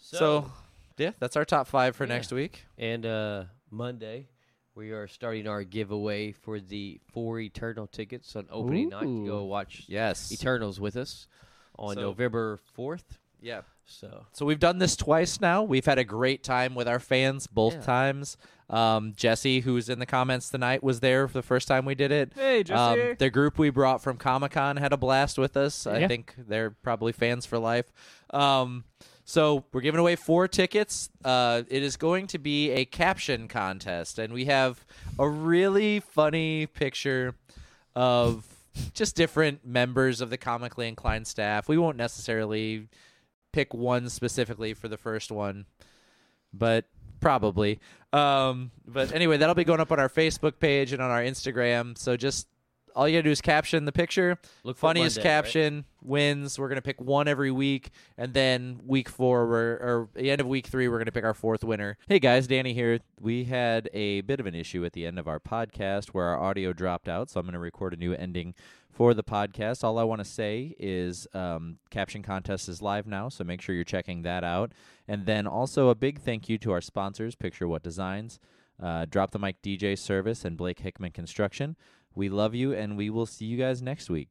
A: So, yeah, that's our top five for next week.
B: and uh, Monday we are starting our giveaway for the four Eternal tickets on opening night to go
C: Ooh.
B: watch
A: Yes.
B: Eternals with us on
A: So-
B: November fourth.
A: yeah.
B: So
A: So we've done this twice now. We've had a great time with our fans both
B: Yeah.
A: times. Um, Jesse, who's in the comments tonight, was there for the first time we did it.
C: Hey,
A: Um,
C: Jesse.
A: the group we brought from Comic Con had a blast with us. I
C: Yeah.
A: think they're probably fans for life. Um, so we're giving away four tickets. Uh, it is going to be a caption contest, and we have a really funny picture of just different members of the comically inclined staff. We won't necessarily pick one specifically for the first one, but probably. Um, but anyway, that'll be going up on our Facebook page and on our Instagram. So just all you gotta do is caption the picture.
B: Look for
A: Funniest
B: Monday, right?
A: caption wins. We're gonna pick one every week, and then week four, we're, or the end of week three, we're gonna pick our fourth winner. Hey guys, Danny here. We had a bit of an issue at the end of our podcast where our audio dropped out, so I'm gonna record a new ending for the podcast. All I want to say is um, caption contest is live now, so make sure you're checking that out. And then also a big thank you to our sponsors, Picture What Designs, uh, Drop the Mic DJ Service, and Blake Hickman Construction. We love you, and we will see you guys next week.